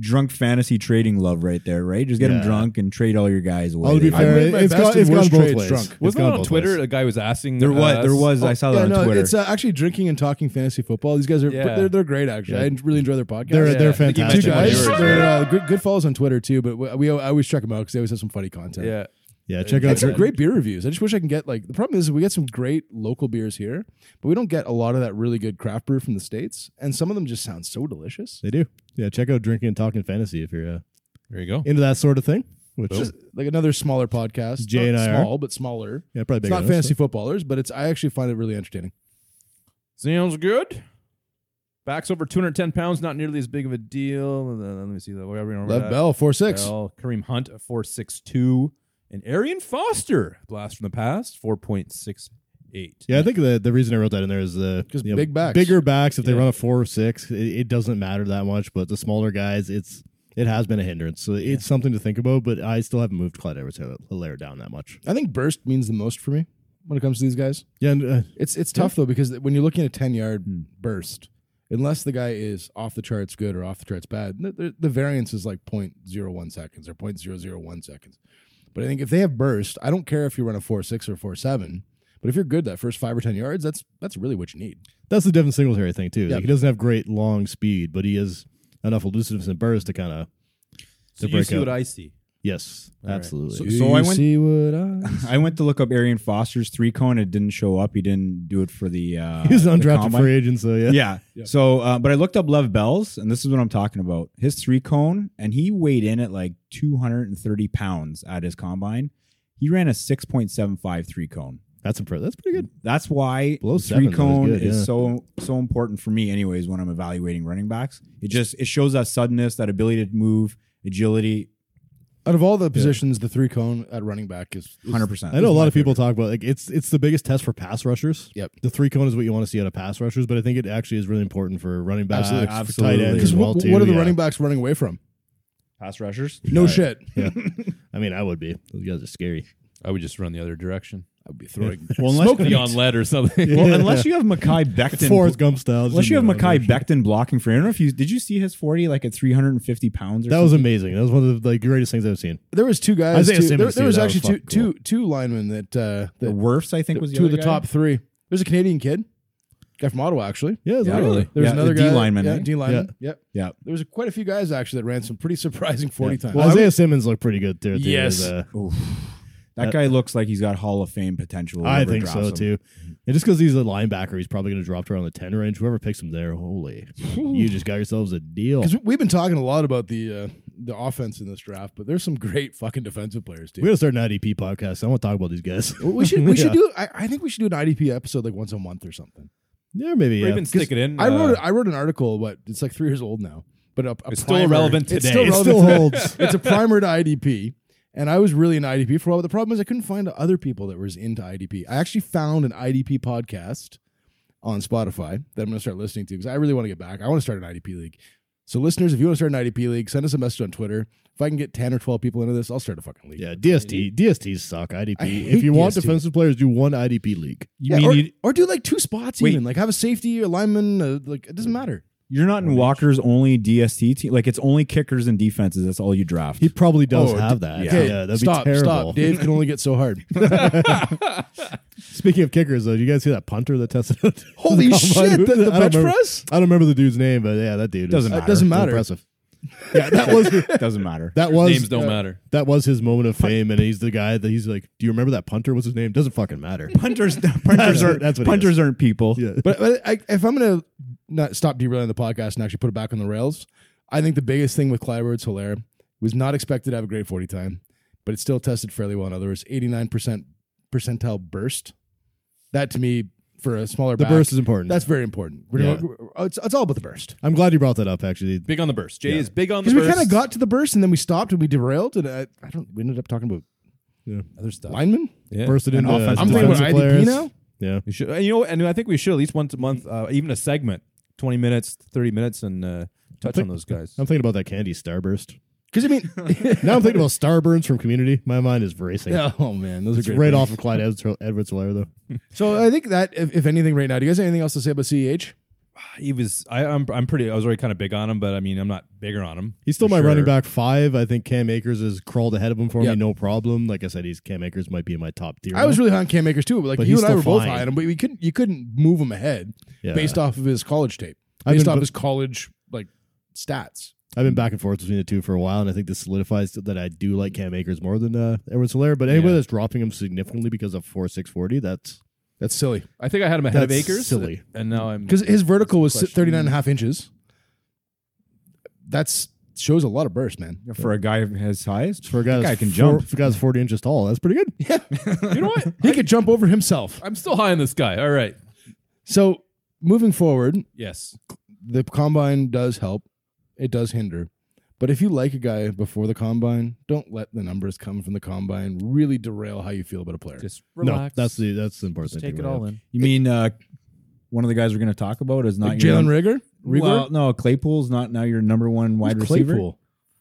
Speaker 6: drunk fantasy trading love right there, right? Just get
Speaker 5: Yeah.
Speaker 6: him drunk and trade all your guys away.
Speaker 5: I'll be
Speaker 4: I
Speaker 5: fair.
Speaker 4: made my
Speaker 5: It's
Speaker 4: best
Speaker 5: gone,
Speaker 4: and
Speaker 5: it's gone
Speaker 4: worst
Speaker 5: both
Speaker 4: trades
Speaker 5: ways.
Speaker 4: drunk.
Speaker 5: It's
Speaker 3: Wasn't
Speaker 5: gone
Speaker 3: it on
Speaker 5: both
Speaker 3: Twitter
Speaker 5: ways.
Speaker 3: a guy was asking?
Speaker 6: there was,
Speaker 3: uh,
Speaker 6: there was. I saw that
Speaker 4: Yeah,
Speaker 6: on
Speaker 4: no,
Speaker 6: Twitter.
Speaker 4: it's uh, actually drinking and talking fantasy football. These guys are
Speaker 3: Yeah.
Speaker 4: they're, they're great actually. I really enjoy their podcast.
Speaker 5: They're
Speaker 3: Yeah,
Speaker 5: they're
Speaker 3: I think he
Speaker 5: fantastic.
Speaker 4: Two
Speaker 3: mentioned
Speaker 4: guys.
Speaker 3: when you were-
Speaker 4: They're uh, good, good follows on Twitter too, but we, we I always check them out because they always have some funny content.
Speaker 3: Yeah.
Speaker 5: Yeah, check
Speaker 4: And
Speaker 5: out
Speaker 4: some great beer reviews. I just wish I can get like the problem is we get some great local beers here, but we don't get a lot of that really good craft beer from the states, and some of them just sound so delicious.
Speaker 5: They do. Yeah, check out drinking and talking fantasy if you're uh,
Speaker 3: There you go.
Speaker 5: into that sort of thing. Which
Speaker 4: Just like another smaller podcast,
Speaker 5: Jay
Speaker 4: not
Speaker 5: and I are.
Speaker 4: small but smaller.
Speaker 5: yeah, probably
Speaker 4: It's
Speaker 5: bigger
Speaker 4: not
Speaker 5: than us,
Speaker 4: fantasy footballers, but it's I actually find it really entertaining.
Speaker 3: Sounds good. Backs over 210 pounds, not nearly as big of a deal. And then- Let me see that. Whatever. you know,
Speaker 4: Lev
Speaker 3: that.
Speaker 4: Bell four six.
Speaker 3: Bell, Kareem Hunt, 462. And Arian Foster, blast from the past, 4.68.
Speaker 5: Yeah, I think the the reason I wrote that in there is the
Speaker 4: 'Cause
Speaker 5: you know,
Speaker 4: big backs.
Speaker 5: bigger backs. If they
Speaker 3: Yeah.
Speaker 5: run a four or six, it, it doesn't matter that much. But the smaller guys, it's it has been a hindrance. So it's something to think about, but I still haven't moved Clyde Edwards Hilaire down that much.
Speaker 4: I think burst means the most for me when it comes to these guys.
Speaker 5: Yeah, Hmm. and, uh,
Speaker 4: It's it's tough though because when you're looking at a ten yard burst, unless the guy is off the charts good or off the charts bad, the, the, the variance is like 0.01 seconds or 0.001 seconds. But I think if they have burst, I don't care if you run a four six or four seven, but if you're good that first five or ten yards, that's that's really what you need.
Speaker 5: that's the Devin Singletary thing too.
Speaker 4: Yeah.
Speaker 5: Like, he doesn't have great long speed, but he has enough elusiveness and burst to kind of
Speaker 9: So
Speaker 5: To
Speaker 9: you
Speaker 5: break
Speaker 9: see
Speaker 5: out.
Speaker 9: what I see.
Speaker 5: yes,
Speaker 9: right.
Speaker 5: absolutely.
Speaker 6: So- so I went-
Speaker 4: see what I
Speaker 6: I went to look up Arian Foster's three cone. It didn't show up. He didn't do it for the. Uh,
Speaker 5: He was an
Speaker 6: the
Speaker 5: undrafted
Speaker 6: combine.
Speaker 5: free agent, so yeah.
Speaker 6: Yeah. So, uh, but I looked up Lev Bell's, and this is what I'm talking about. His three cone, and he weighed in at like 230 pounds at his combine. He ran a 6.75 three cone.
Speaker 5: That's impressive. That's pretty good.
Speaker 6: That's why
Speaker 5: Below seven,
Speaker 6: three
Speaker 5: that was
Speaker 6: cone
Speaker 5: good,
Speaker 6: is
Speaker 5: yeah.
Speaker 6: so so important for me, anyways. When I'm evaluating running backs, it just it shows that suddenness, that ability to move, agility,
Speaker 4: Out of all the positions, the three cone at running back is, is
Speaker 6: 100. percent
Speaker 5: I know a lot of people talk about like it's it's the biggest test for pass rushers.
Speaker 4: Yep.
Speaker 5: The three cone is what you want to see out of pass rushers, but I think it actually is really important for running backs,
Speaker 4: Absolutely.
Speaker 5: for tight
Speaker 6: Absolutely.
Speaker 5: ends
Speaker 4: because
Speaker 5: as well
Speaker 4: what,
Speaker 5: too.
Speaker 4: what are the
Speaker 5: yeah.
Speaker 4: running backs running away from?
Speaker 6: pass rushers.
Speaker 4: No shit.
Speaker 5: Yeah. I mean, I would be. Those guys are scary.
Speaker 3: I would just run the other direction.
Speaker 4: I'd be throwing
Speaker 5: Well,
Speaker 3: Smoke the on lead or something.
Speaker 6: Well, unless you have Mackay Becton,
Speaker 5: Forrest Gump style.
Speaker 6: unless you have Mackay Becton blocking for. you. I don't know if you did. You see his 40 like at 350 pounds. Or
Speaker 5: That was amazing. That was one of the like, greatest things I've seen.
Speaker 4: there was two guys.
Speaker 5: Isaiah
Speaker 4: too-
Speaker 5: Simmons,
Speaker 4: there, there
Speaker 5: too,
Speaker 4: was
Speaker 5: that was
Speaker 4: actually two,
Speaker 5: fucking cool.
Speaker 4: two, two linemen that uh,
Speaker 6: The
Speaker 4: that
Speaker 6: Werfs, I think, was the
Speaker 4: two of
Speaker 6: other
Speaker 4: the
Speaker 6: guy.
Speaker 4: top three. There's a Canadian kid, guy from Ottawa, actually.
Speaker 5: Yeah, it was
Speaker 6: Yeah,
Speaker 5: unreal.
Speaker 6: really.
Speaker 4: There's
Speaker 6: Yeah,
Speaker 4: another
Speaker 6: the D
Speaker 4: guy-
Speaker 6: lineman,
Speaker 4: yeah,
Speaker 6: eh?
Speaker 4: D lineman. Yep.
Speaker 6: Yeah.
Speaker 4: There was quite a few guys actually that ran some pretty surprising forty times.
Speaker 5: Well, Isaiah Simmons looked pretty good there. Too.
Speaker 4: Yes.
Speaker 5: His, uh,
Speaker 6: That guy looks like he's got Hall of Fame potential.
Speaker 5: I
Speaker 6: whoever
Speaker 5: think
Speaker 6: drafts
Speaker 5: so
Speaker 6: him.
Speaker 5: too. And just because he's a linebacker, he's probably going to drop to around the ten range. Whoever picks him there, holy, you just got yourselves a deal.
Speaker 4: because we've been talking a lot about the uh, the offense in this draft, but there's some great fucking defensive players
Speaker 5: We're
Speaker 4: too.
Speaker 5: gonna start an IDP podcast. I want to talk about these guys.
Speaker 4: We, should we
Speaker 5: Yeah.
Speaker 4: should do. I, I think we should do an IDP episode like once a month or something.
Speaker 5: Yeah, maybe.
Speaker 3: Or
Speaker 5: Yeah.
Speaker 3: even stick it in.
Speaker 4: I
Speaker 3: uh,
Speaker 4: wrote I wrote an article, but it's like three years old now. But a, a
Speaker 3: It's still
Speaker 4: primer-
Speaker 3: relevant
Speaker 4: It's
Speaker 3: today.
Speaker 4: still
Speaker 3: It
Speaker 4: relevant
Speaker 5: still
Speaker 4: today.
Speaker 5: holds.
Speaker 4: it's a primer to IDP. And I was really into IDP for a while, but the problem is I couldn't find other people that was into IDP. I actually found an IDP podcast on Spotify that I'm going to start listening to because I really want to get back. I want to start an IDP league. So, listeners, if you want to start an IDP league, send us a message on Twitter. If I can get 10 or 12 people into this, I'll start a fucking league.
Speaker 5: Yeah, DST. DSTs suck. IDP.
Speaker 4: I hate
Speaker 5: If you want
Speaker 4: DST.
Speaker 5: defensive players, do one IDP league.
Speaker 6: You
Speaker 4: Yeah,
Speaker 6: mean
Speaker 4: or,
Speaker 6: you,
Speaker 4: or do like two spots
Speaker 6: Wait.
Speaker 4: even. Like have a safety, a lineman. uh like it doesn't matter.
Speaker 6: you're not in Walker's only DST team. Like it's only kickers and defenses. That's all you draft.
Speaker 5: He probably does
Speaker 4: Oh,
Speaker 5: have
Speaker 4: d-
Speaker 5: that. Yeah,
Speaker 4: Okay,
Speaker 5: that'd
Speaker 4: stop,
Speaker 5: be terrible.
Speaker 4: Stop. Dave can only get so hard.
Speaker 5: Speaking of kickers, though, did you guys see that punter that tested out?
Speaker 4: Holy
Speaker 5: Combine?
Speaker 4: shit. The, the
Speaker 5: I don't
Speaker 4: bench
Speaker 5: remember-
Speaker 4: press? Uh,
Speaker 5: I don't remember the dude's name, but yeah, that dude
Speaker 6: Doesn't
Speaker 5: was-
Speaker 6: matter.
Speaker 4: Doesn't matter.
Speaker 5: Impressive. yeah, that was
Speaker 6: doesn't matter.
Speaker 5: that was
Speaker 3: Names don't
Speaker 5: uh,
Speaker 3: matter.
Speaker 5: That was his moment of fame, and he's the guy that he's like, "Do you remember that punter? What's his name? Doesn't fucking matter."
Speaker 6: Punters, punters are
Speaker 5: that's what he
Speaker 6: punters aren't people.
Speaker 5: yeah,
Speaker 4: But, but I, if I'm going to not stop derailing the podcast and actually put it back on the rails, I think the biggest thing with Clyde Edwards Hilaire was not expected to have a great 40 time, but it still tested fairly well. In other words, 89% percentile burst. That to me, for a smaller
Speaker 5: the
Speaker 4: back,
Speaker 5: burst is important.
Speaker 4: that's very important. We're
Speaker 5: Yeah.
Speaker 4: we're- it's, it's all about the burst.
Speaker 5: I'm glad you brought that up. Actually,
Speaker 3: Big on the burst. Jay is big on the
Speaker 4: Because we
Speaker 3: burst.
Speaker 4: kind of got to the burst and then we stopped and we derailed and I, I don't. We ended up talking about
Speaker 5: Yeah.
Speaker 4: other stuff. Lineman.
Speaker 3: Yeah.
Speaker 5: bursted
Speaker 6: And
Speaker 5: into
Speaker 6: offensive
Speaker 4: I'm thinking about
Speaker 5: defensive
Speaker 4: IDP
Speaker 5: players.
Speaker 4: now.
Speaker 5: Yeah,
Speaker 3: We should, and you know, and I think we should at least once a month, uh, even a segment, twenty minutes, thirty minutes, and uh, touch
Speaker 5: think-
Speaker 3: on those guys.
Speaker 5: I'm thinking about that candy starburst.
Speaker 4: Because I mean,
Speaker 5: Now I'm thinking about starburns from Community. My mind is racing.
Speaker 4: oh man, those are
Speaker 5: It's
Speaker 4: great
Speaker 5: right
Speaker 4: names.
Speaker 5: off of Clyde Edwards, Edwards Hilaire, though.
Speaker 4: So I think that, if, if anything, right now, do you guys have anything else to say about CEH?
Speaker 3: He was, I, I'm, I'm pretty. I was already kind of big on him, but I mean, I'm not bigger on him.
Speaker 5: He's still
Speaker 3: for
Speaker 5: my
Speaker 3: sure.
Speaker 5: running back five. I think Cam Akers has crawled ahead of him for
Speaker 4: Yeah.
Speaker 5: me, no problem. Like I said, he's Cam Akers might be in my top tier.
Speaker 4: I was really high on Cam Akers too, but like
Speaker 5: But
Speaker 4: you
Speaker 5: he's
Speaker 4: and I
Speaker 5: still
Speaker 4: were both
Speaker 5: fine.
Speaker 4: high on him, but we couldn't you couldn't move him ahead
Speaker 5: Yeah.
Speaker 4: based off of his college tape,
Speaker 5: I've
Speaker 4: based
Speaker 5: been
Speaker 4: off
Speaker 5: bu-
Speaker 4: his college like stats.
Speaker 5: I've been back and forth between the two for a while, and I think this solidifies that I do like Cam Akers more than uh, Edwards Hilaire. But anybody that's dropping him significantly because of four six forty, that's
Speaker 4: That's silly
Speaker 3: I think I had him ahead
Speaker 5: That's
Speaker 3: of Akers,
Speaker 5: silly.
Speaker 3: and now I'm
Speaker 4: because his vertical was
Speaker 3: Question.
Speaker 4: 39 and a half inches. That's shows a lot of burst, man.
Speaker 6: For a guy of his size,
Speaker 5: for a guy
Speaker 6: That
Speaker 5: that's
Speaker 6: guy can
Speaker 5: four-
Speaker 6: jump.
Speaker 5: For a guy that's forty inches tall, that's pretty good.
Speaker 3: You know what?
Speaker 4: He could jump over himself.
Speaker 3: I'm still high on this guy. All right.
Speaker 4: So moving forward,
Speaker 3: Yes.
Speaker 4: the combine does help. It does hinder. But if you like a guy before the combine, don't let the numbers come from the combine really derail how you feel about a player.
Speaker 3: Just
Speaker 5: No,
Speaker 3: relax.
Speaker 5: that's the that's the important thing.
Speaker 9: Take
Speaker 5: to
Speaker 9: it
Speaker 5: bring
Speaker 9: all
Speaker 5: up.
Speaker 9: in.
Speaker 6: you mean uh, one of the guys we're going to talk about is not
Speaker 4: Like
Speaker 6: your
Speaker 4: Jalen
Speaker 6: num-
Speaker 4: Rigger? Rigger?
Speaker 6: Well, no, Claypool's not now your number one wide receiver.
Speaker 4: Claypool?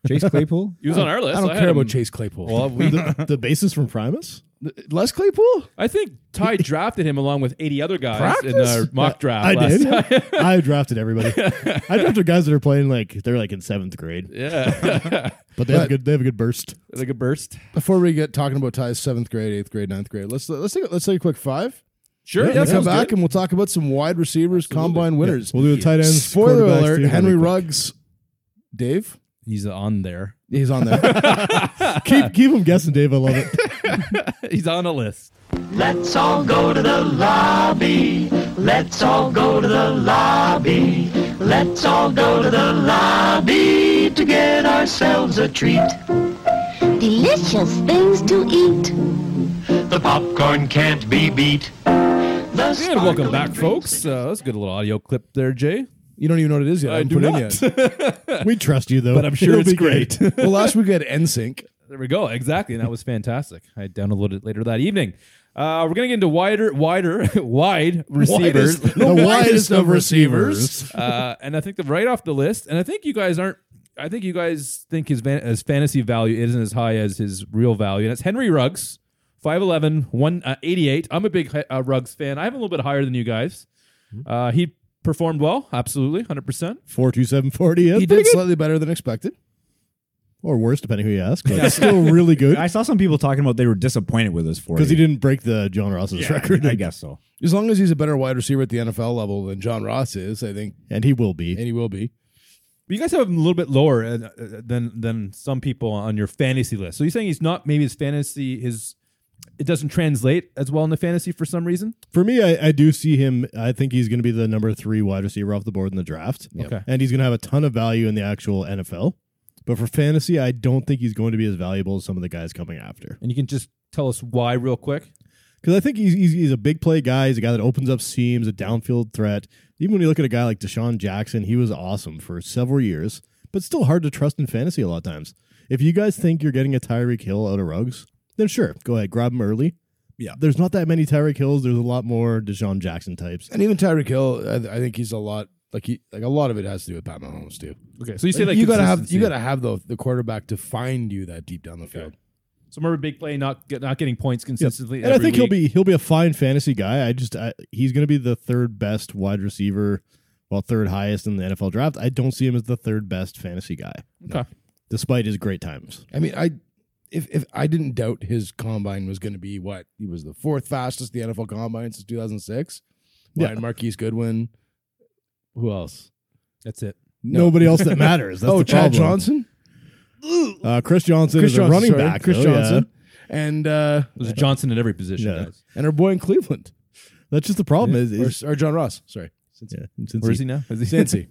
Speaker 6: Chase Claypool.
Speaker 3: He was on our list.
Speaker 4: I don't
Speaker 3: had
Speaker 4: care
Speaker 3: him.
Speaker 4: about Chase Claypool.
Speaker 3: Well, we,
Speaker 5: the, the basis from Primus?
Speaker 4: Les Claypool?
Speaker 3: I think Ty drafted him along with 80 other guys in
Speaker 4: Practice?
Speaker 3: our mock draft.
Speaker 5: I
Speaker 3: last
Speaker 5: did.
Speaker 3: Time.
Speaker 5: I drafted everybody. I drafted guys that are playing like they're like in seventh grade,
Speaker 3: Yeah.
Speaker 5: but they have a
Speaker 4: But-
Speaker 5: good they have a good burst.
Speaker 3: like a burst.
Speaker 4: Before we get talking about Ty's seventh grade, eighth grade, ninth grade, let's let's take let's take a quick five.
Speaker 3: Sure. Yeah,
Speaker 4: We'll come
Speaker 3: sounds
Speaker 4: back
Speaker 3: good.
Speaker 4: and we'll talk about some wide receivers, combine winners.
Speaker 5: We'll do the tight ends.
Speaker 4: Spoiler
Speaker 5: quarterbacks,
Speaker 4: alert:
Speaker 5: too,
Speaker 4: Henry
Speaker 5: really quick.
Speaker 4: Ruggs, Dave,
Speaker 3: He's on there.
Speaker 4: he's on there.
Speaker 5: Keep keep them guessing, Dave. I love it.
Speaker 3: He's on a list.
Speaker 9: Let's all go to the lobby. Let's all go to the lobby. Let's all go to the lobby to get ourselves a treat.
Speaker 10: Delicious things to eat.
Speaker 9: The popcorn can't be beat. The
Speaker 3: And welcome
Speaker 9: sparkling
Speaker 3: back,
Speaker 9: drinks-
Speaker 3: folks. Uh, that's a good little audio clip there, Jay.
Speaker 4: You don't even know what it is yet.
Speaker 3: I
Speaker 4: haven't
Speaker 3: do
Speaker 4: put
Speaker 3: not.
Speaker 4: in yet.
Speaker 5: We trust you though,
Speaker 3: But I'm sure
Speaker 5: It'll
Speaker 3: it's
Speaker 5: be good.
Speaker 3: great.
Speaker 4: Well, last week we had NSYNC.
Speaker 3: There we go. Exactly. And that was fantastic. I downloaded it later that evening. Uh, we're going to get into wider, wider, wide receivers.
Speaker 4: Widest-
Speaker 5: The widest of receivers.
Speaker 3: uh, and I think the right off the list, and I think you guys aren't. I think you guys think his, van, his fantasy value isn't as high as his real value, and it's Henry Ruggs, 5'11", 188. uh, I'm a big uh, Ruggs fan. I'm a little bit higher than you guys. Uh, he performed well, absolutely, 100%.
Speaker 5: Four two seven forty.
Speaker 4: He did slightly better than expected.
Speaker 5: or worse, depending who you ask. But it's still really good
Speaker 6: I saw some people talking about they were disappointed with us for
Speaker 5: because he didn't break the John Ross's record.
Speaker 6: I guess so.
Speaker 4: As long as he's a better wide receiver at the NFL level than John Ross is, I think,
Speaker 5: and he will be.
Speaker 4: and he will be.
Speaker 3: But you guys have him a little bit lower uh, uh, than than some people on your fantasy list. So you're saying he's not maybe his fantasy his it doesn't translate as well in the fantasy for some reason.
Speaker 5: For me, I, I do see him. I think he's going to be the number three wide receiver off the board in the draft.
Speaker 3: Okay.
Speaker 5: And he's going to have a ton of value in the actual NFL. But for fantasy, I don't think he's going to be as valuable as some of the guys coming after.
Speaker 3: And you can just tell us why real quick.
Speaker 5: Because I think he's, he's, he's a big play guy. He's a guy that opens up seams, a downfield threat. Even when you look at a guy like Deshaun Jackson, he was awesome for several years, but still hard to trust in fantasy a lot of times. If you guys think you're getting a Tyreek Hill out of rugs, then sure, go ahead, grab him early.
Speaker 6: Yeah.
Speaker 5: There's not that many Tyreek Hills. There's a lot more Deshaun Jackson types.
Speaker 4: And even Tyreek Hill, I, I think he's a lot like he like a lot of it has to do with Pat Mahomes too.
Speaker 3: Okay. So you say like,
Speaker 4: you gotta have
Speaker 3: consistency.
Speaker 4: you gotta have the the quarterback to find you that deep down the field.
Speaker 3: So remember big play not get, not getting points consistently.
Speaker 5: And I
Speaker 3: every
Speaker 5: think he'll
Speaker 3: week.
Speaker 5: be he'll be a fine fantasy guy. I just I, he's going to be the third best wide receiver, well third highest in the NFL draft. I don't see him as the third best fantasy guy,
Speaker 3: okay.
Speaker 5: despite his great times.
Speaker 4: I mean, I if if I didn't doubt his combine was going to be what he was the fourth fastest the NFL combine since 2006. Yeah,
Speaker 5: Yeah.
Speaker 4: Marquise Goodwin. Who else?
Speaker 3: That's it.
Speaker 5: Nobody else that matters. That's
Speaker 4: oh,
Speaker 5: the
Speaker 4: Chad
Speaker 5: problem.
Speaker 4: Johnson.
Speaker 5: Uh, Chris Johnson
Speaker 4: Chris
Speaker 5: is
Speaker 4: Johnson,
Speaker 5: a running
Speaker 4: sorry.
Speaker 5: back.
Speaker 4: Chris
Speaker 5: though, yeah.
Speaker 4: Johnson, and uh,
Speaker 3: There's a Johnson at every position,
Speaker 5: Yeah.
Speaker 3: guys.
Speaker 4: and our boy in Cleveland,
Speaker 5: That's just the problem. Is,
Speaker 4: or,
Speaker 5: is
Speaker 4: or John Ross. Sorry,
Speaker 5: yeah, since
Speaker 3: Where
Speaker 5: he-
Speaker 3: is he now? Is he
Speaker 4: Cincy,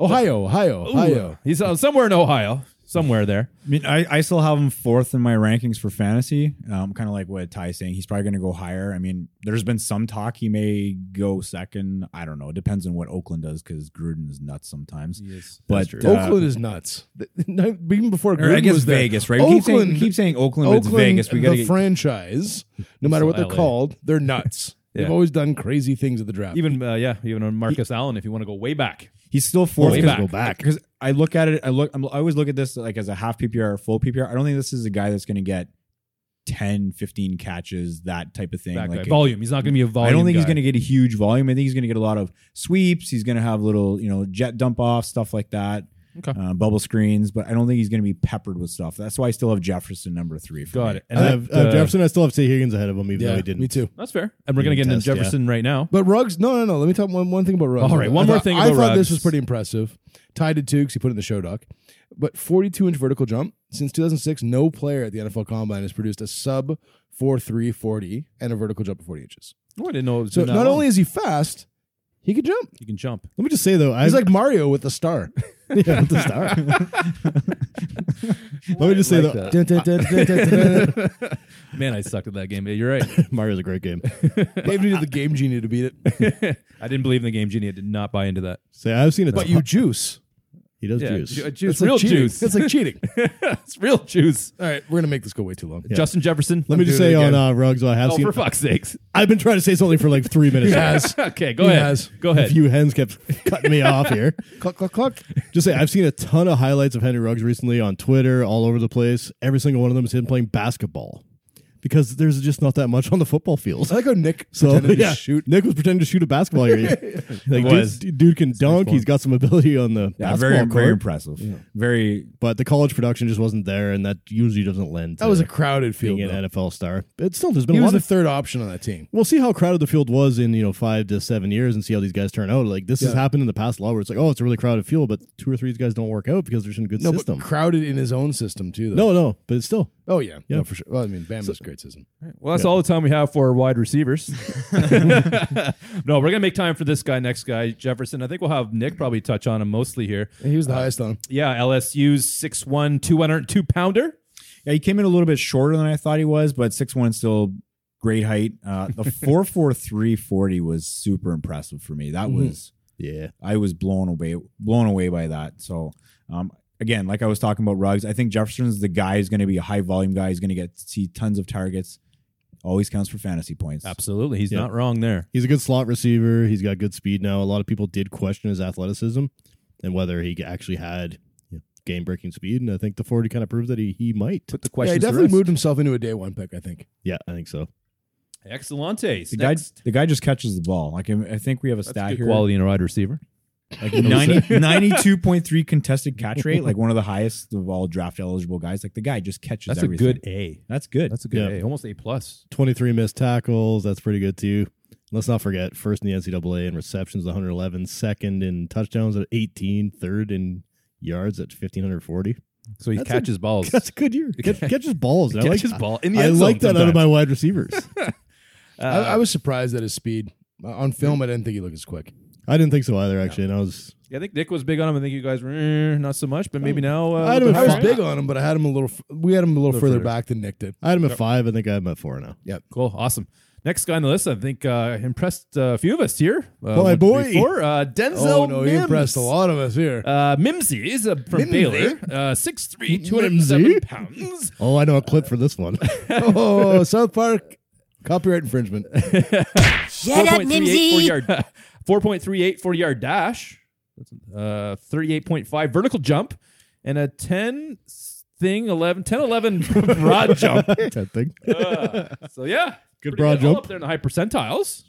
Speaker 4: Ohio, Ohio, Ohio.
Speaker 3: He's uh, somewhere in Ohio. Somewhere there.
Speaker 6: I mean, I, I still have him fourth in my rankings for fantasy. Um, kind of like what Ty's saying, he's probably going to go higher. I mean, there's been some talk he may go second. I don't know. It depends on what Oakland does because Gruden is nuts sometimes.
Speaker 3: is.
Speaker 6: But uh,
Speaker 4: Oakland is nuts. Even before
Speaker 6: or I
Speaker 4: Gruden
Speaker 6: guess
Speaker 4: was there,
Speaker 6: Vegas, right? We keep saying, we
Speaker 4: Oakland-
Speaker 6: keep saying Oakland, but
Speaker 4: Oakland,
Speaker 6: it's Vegas. We got
Speaker 4: the
Speaker 6: to get
Speaker 4: franchise, no matter what they're
Speaker 3: LA.
Speaker 4: called, they're nuts.
Speaker 3: Yeah.
Speaker 4: They've always done crazy things at the draft.
Speaker 3: Even uh, yeah, even on Marcus Allen if you want to go way back.
Speaker 6: He's still fourth.
Speaker 3: Way
Speaker 6: because-
Speaker 3: back. Go back.
Speaker 6: Because I look at it, I look, I'm, I always look at this like as a half PPR or full PPR. I don't think this is a guy that's going to get 10, 15 catches, that type of thing.
Speaker 3: back
Speaker 6: like
Speaker 3: guy. volume. He's not going to be a volume.
Speaker 6: I don't think he's
Speaker 3: guy.
Speaker 6: going to get a huge volume. I think he's going to get a lot of sweeps. He's going to have little, you know, jet dump off stuff like that,
Speaker 3: Okay.
Speaker 6: uh, bubble screens. But I don't think he's going to be peppered with stuff. That's why I still have Jefferson number three. For
Speaker 3: Got
Speaker 6: me.
Speaker 3: it.
Speaker 5: I have, I have
Speaker 3: that, uh,
Speaker 5: Jefferson. I still have T. Higgins ahead of him, even though
Speaker 4: yeah,
Speaker 5: he didn't.
Speaker 4: me too.
Speaker 3: That's fair. And we're going to
Speaker 5: Even
Speaker 3: get into
Speaker 5: test, yeah.
Speaker 3: Jefferson right now.
Speaker 4: But Ruggs, no, no, no. Let me talk one, one thing about Ruggs.
Speaker 3: All right, one
Speaker 4: I
Speaker 3: more
Speaker 4: thought-
Speaker 3: thing
Speaker 4: I
Speaker 3: about
Speaker 4: thought
Speaker 3: Ruggs.
Speaker 4: this was pretty impressive. Tied to two because he put it in the show doc. But 42 inch vertical jump. Since 2006, no player at the NFL Combine has produced a sub 4340 and a vertical jump of 40 inches.
Speaker 3: Oh, I didn't know. It was
Speaker 4: So
Speaker 3: been that
Speaker 4: not
Speaker 3: long.
Speaker 4: only is he fast, he can jump.
Speaker 3: you can jump.
Speaker 5: Let me just say though, I
Speaker 4: He's like Mario with a star.
Speaker 5: yeah, with the star. Let me just say though,
Speaker 4: Dave
Speaker 3: Man, I sucked at that game. Yeah, You're right.
Speaker 5: Mario's a great game.
Speaker 4: needed the game genie to beat it.
Speaker 3: I didn't believe in the game genie. I did not buy into that.
Speaker 5: Say I've seen a
Speaker 4: But
Speaker 5: ton-
Speaker 4: you juice.
Speaker 5: He does
Speaker 3: Yeah,
Speaker 5: juice.
Speaker 3: ju- juice,
Speaker 4: It's like
Speaker 3: real
Speaker 4: cheating.
Speaker 3: juice.
Speaker 4: It's like cheating.
Speaker 3: it's real juice.
Speaker 4: All right, we're gonna make this go way too long.
Speaker 3: Justin Jefferson.
Speaker 5: Let me just say on uh, Rugs, I have
Speaker 3: Oh,
Speaker 5: seen.
Speaker 3: for fuck's sakes.
Speaker 5: I've been trying to say something for like three minutes.
Speaker 4: Yes.
Speaker 3: Okay, go
Speaker 4: He
Speaker 3: ahead.
Speaker 4: has.
Speaker 3: Go ahead.
Speaker 5: A few hens kept cutting me off here.
Speaker 4: cluck cluck cluck.
Speaker 5: Just say I've seen a ton of highlights of Henry Ruggs recently on Twitter, all over the place. Every single one of them is him playing basketball because there's just not that much on the football field.
Speaker 4: I like how Nick
Speaker 5: So
Speaker 4: pretended
Speaker 5: yeah,
Speaker 4: to shoot.
Speaker 5: Nick was pretending to shoot a basketball here. like
Speaker 3: was.
Speaker 5: dude, dude can dunk. He's got some ability on the
Speaker 6: Yeah,
Speaker 5: basketball
Speaker 6: very,
Speaker 5: court,
Speaker 6: very impressive. Very
Speaker 5: but the college production just wasn't there, and that usually doesn't lend.
Speaker 4: That
Speaker 5: to
Speaker 4: was a crowded
Speaker 5: being
Speaker 4: field.
Speaker 5: an
Speaker 4: though.
Speaker 5: NFL star. But still, there's been
Speaker 4: He
Speaker 5: a
Speaker 4: was
Speaker 5: lot
Speaker 4: the
Speaker 5: of.
Speaker 4: third option on that team.
Speaker 5: We'll see how crowded the field was in you know five to seven years, and see how these guys turn out. Like this has
Speaker 4: Yeah.
Speaker 5: happened in the past a lot, where it's like, oh, it's a really crowded field, but two or three of these guys don't work out because there's a good
Speaker 4: No,
Speaker 5: system.
Speaker 4: but crowded in his own system too. Though.
Speaker 5: no, no, but it's still
Speaker 4: Oh yeah.
Speaker 5: Yeah.
Speaker 4: No, for sure. Well, I mean, Bama's a great system.
Speaker 3: Well, that's all the time we have for our wide receivers. no, we're gonna make time for this guy, next guy, Jefferson. I think we'll have Nick probably touch on him mostly here.
Speaker 4: And he was the highest on.
Speaker 3: Yeah, LSU's 6'1", 202 pounder.
Speaker 6: Yeah, he came in a little bit shorter than I thought he was, but six one still great height. Uh, the four four three forty was super impressive for me. That
Speaker 3: Mm-hmm.
Speaker 6: was
Speaker 5: yeah.
Speaker 6: I was blown away blown away by that. So um, again, like I was talking about rugs, I think Jefferson's the guy who's going to be a high volume guy. He's going to get see tons of targets. Always counts for fantasy points.
Speaker 3: Absolutely, he's
Speaker 5: Yeah.
Speaker 3: not wrong there.
Speaker 5: He's a good slot receiver. He's got good speed now. A lot of people did question his athleticism and whether he actually had game breaking speed. And I think the 40 kind of proved that he, he might.
Speaker 3: Put the
Speaker 4: Yeah, he
Speaker 3: question.
Speaker 4: definitely moved himself into a day one pick. I think.
Speaker 5: Yeah, I think so.
Speaker 3: Excellente.
Speaker 6: The guy,
Speaker 3: Next.
Speaker 6: the guy just catches the ball. Like I think we have a
Speaker 3: That's
Speaker 6: stat
Speaker 3: good
Speaker 6: here.
Speaker 3: quality in a wide receiver.
Speaker 6: like 90, 92.3 contested catch rate, like one of the highest of all draft eligible guys. Like the guy just catches
Speaker 3: That's
Speaker 6: everything.
Speaker 3: a good A.
Speaker 6: That's good.
Speaker 3: That's a good
Speaker 5: Yeah.
Speaker 3: A. Almost A plus.
Speaker 5: 23 missed tackles. That's pretty good, too. Let's not forget first in the NCAA in receptions, 111, second in touchdowns at 18, third in yards at 1,540.
Speaker 3: So he
Speaker 5: That's a-
Speaker 3: catches balls.
Speaker 5: That's a good year. Catch, catches balls. and I
Speaker 3: catches
Speaker 5: like,
Speaker 3: ball in the
Speaker 5: I
Speaker 3: end
Speaker 5: like
Speaker 3: zone
Speaker 5: that out of
Speaker 3: sometimes.
Speaker 5: my wide receivers.
Speaker 4: I, I was surprised at his speed Uh, on film. I didn't think he looked as quick.
Speaker 5: I didn't think so either, actually. And I was,
Speaker 3: Yeah, I think Nick was big on him. I think you guys were eh, not so much, but maybe now. Uh,
Speaker 5: I'd have
Speaker 3: we'll
Speaker 5: been
Speaker 4: I was
Speaker 5: fine.
Speaker 4: big on him, but I had him a little. f- We had him a little, further,
Speaker 3: further.
Speaker 4: back than Nick did.
Speaker 5: I had him at five. I think I had him at four now.
Speaker 3: Cool. Awesome. Next guy on the list, I think uh, impressed uh, a few of us here. Uh,
Speaker 5: My
Speaker 3: one, two, three,
Speaker 5: boy.
Speaker 3: four. Uh, Denzel
Speaker 4: Oh no, he
Speaker 3: Mims.
Speaker 4: impressed a lot of us here.
Speaker 3: Uh, Mimsy is uh, from
Speaker 4: Mimsy?
Speaker 3: Baylor, uh, 6'3", 207
Speaker 5: Mimsy?
Speaker 3: pounds.
Speaker 5: Oh, I know a clip for this one.
Speaker 4: oh, South Park copyright infringement.
Speaker 10: Shut up,
Speaker 3: 4.38
Speaker 10: Mimsy!
Speaker 3: 40 yard, 4.38 40 yard dash, uh, 38.5 vertical jump, and a 10 thing, 11, 10, 11 broad jump.
Speaker 5: that thing.
Speaker 3: Uh, so yeah,
Speaker 5: Good
Speaker 3: pretty
Speaker 5: broad
Speaker 3: All
Speaker 5: jump.
Speaker 3: up there in the high percentiles.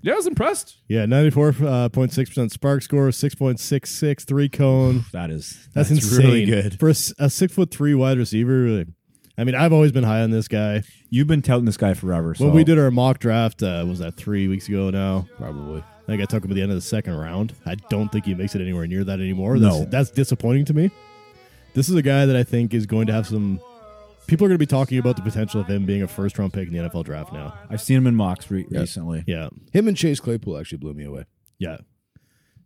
Speaker 3: Yeah, I was impressed.
Speaker 5: Yeah, uh, 94.6% spark score, 6.66 three cone.
Speaker 6: That is
Speaker 5: That's, insane.
Speaker 6: really good.
Speaker 5: For a, s- a six foot three wide receiver, really. I mean, I've always been high on this guy.
Speaker 6: You've been touting this guy forever. So
Speaker 5: When we did our mock draft, uh, was that three weeks ago now? Probably. I think I took him at the end of the second round. I don't think he makes it anywhere near that anymore.
Speaker 6: No.
Speaker 5: That's, that's disappointing to me. This is a guy that I think is going to have some. People are going to be talking about the potential of him being a first round pick in the NFL draft now.
Speaker 6: I've seen him in mocks re- recently.
Speaker 5: Yeah.
Speaker 4: Him and Chase Claypool actually blew me away.
Speaker 5: Yeah.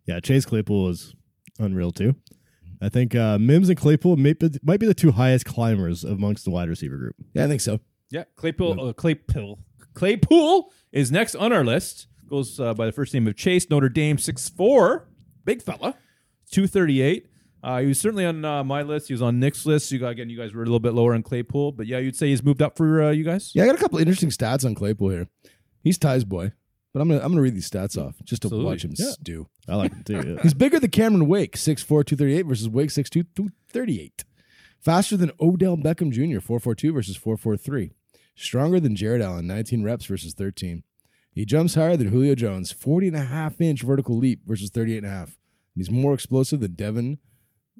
Speaker 5: Yeah, Chase Claypool is unreal too. I think uh, Mims and Claypool may be, might be the two highest climbers amongst the wide receiver group.
Speaker 4: Yeah, I think so.
Speaker 3: Yeah, Claypool. Uh, Claypool. Claypool is next on our list. Goes uh, by the first name of Chase Notre Dame, six four, big fella, two thirty eight. Uh, he was certainly on uh, my list. He was on Nick's list. You got, again, you guys were a little bit lower on Claypool, but yeah, you'd say he's moved up for uh, you guys.
Speaker 4: Yeah, I got a couple interesting stats on Claypool here. He's Ty's boy, but I'm gonna I'm gonna read these stats off just to
Speaker 3: Absolutely.
Speaker 4: watch him
Speaker 5: Yeah.
Speaker 4: stew.
Speaker 5: I like him too. yeah.
Speaker 4: He's bigger than Cameron Wake, 6'4", 238 versus Wake, 6'2", 238. Faster than Odell Beckham Jr., 442 versus 443. Stronger than Jared Allen, 19 reps versus 13. He jumps higher than Julio Jones, 40 and a half inch vertical leap versus 38 and a half. And he's more explosive than Devin,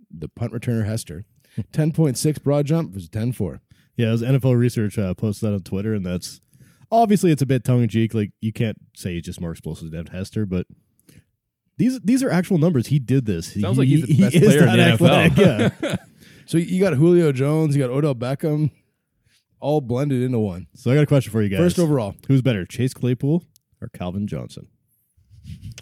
Speaker 4: the punt returner Hester. 10.6 broad jump versus 10.4.
Speaker 5: Yeah, it was NFL research uh, posted that on Twitter, and that's obviously it's a bit tongue in cheek. Like you can't say he's just more explosive than Devin Hester, but these these are actual numbers. He did this.
Speaker 3: Sounds
Speaker 5: he,
Speaker 3: like he's the
Speaker 5: he
Speaker 3: best
Speaker 5: is
Speaker 3: player in
Speaker 5: that
Speaker 3: the NFL.
Speaker 5: athletic, Yeah.
Speaker 4: So you got Julio Jones, you got Odell Beckham, all blended into one.
Speaker 5: So I got a question for you guys.
Speaker 4: First overall.
Speaker 5: who's better, Chase Claypool or Calvin Johnson?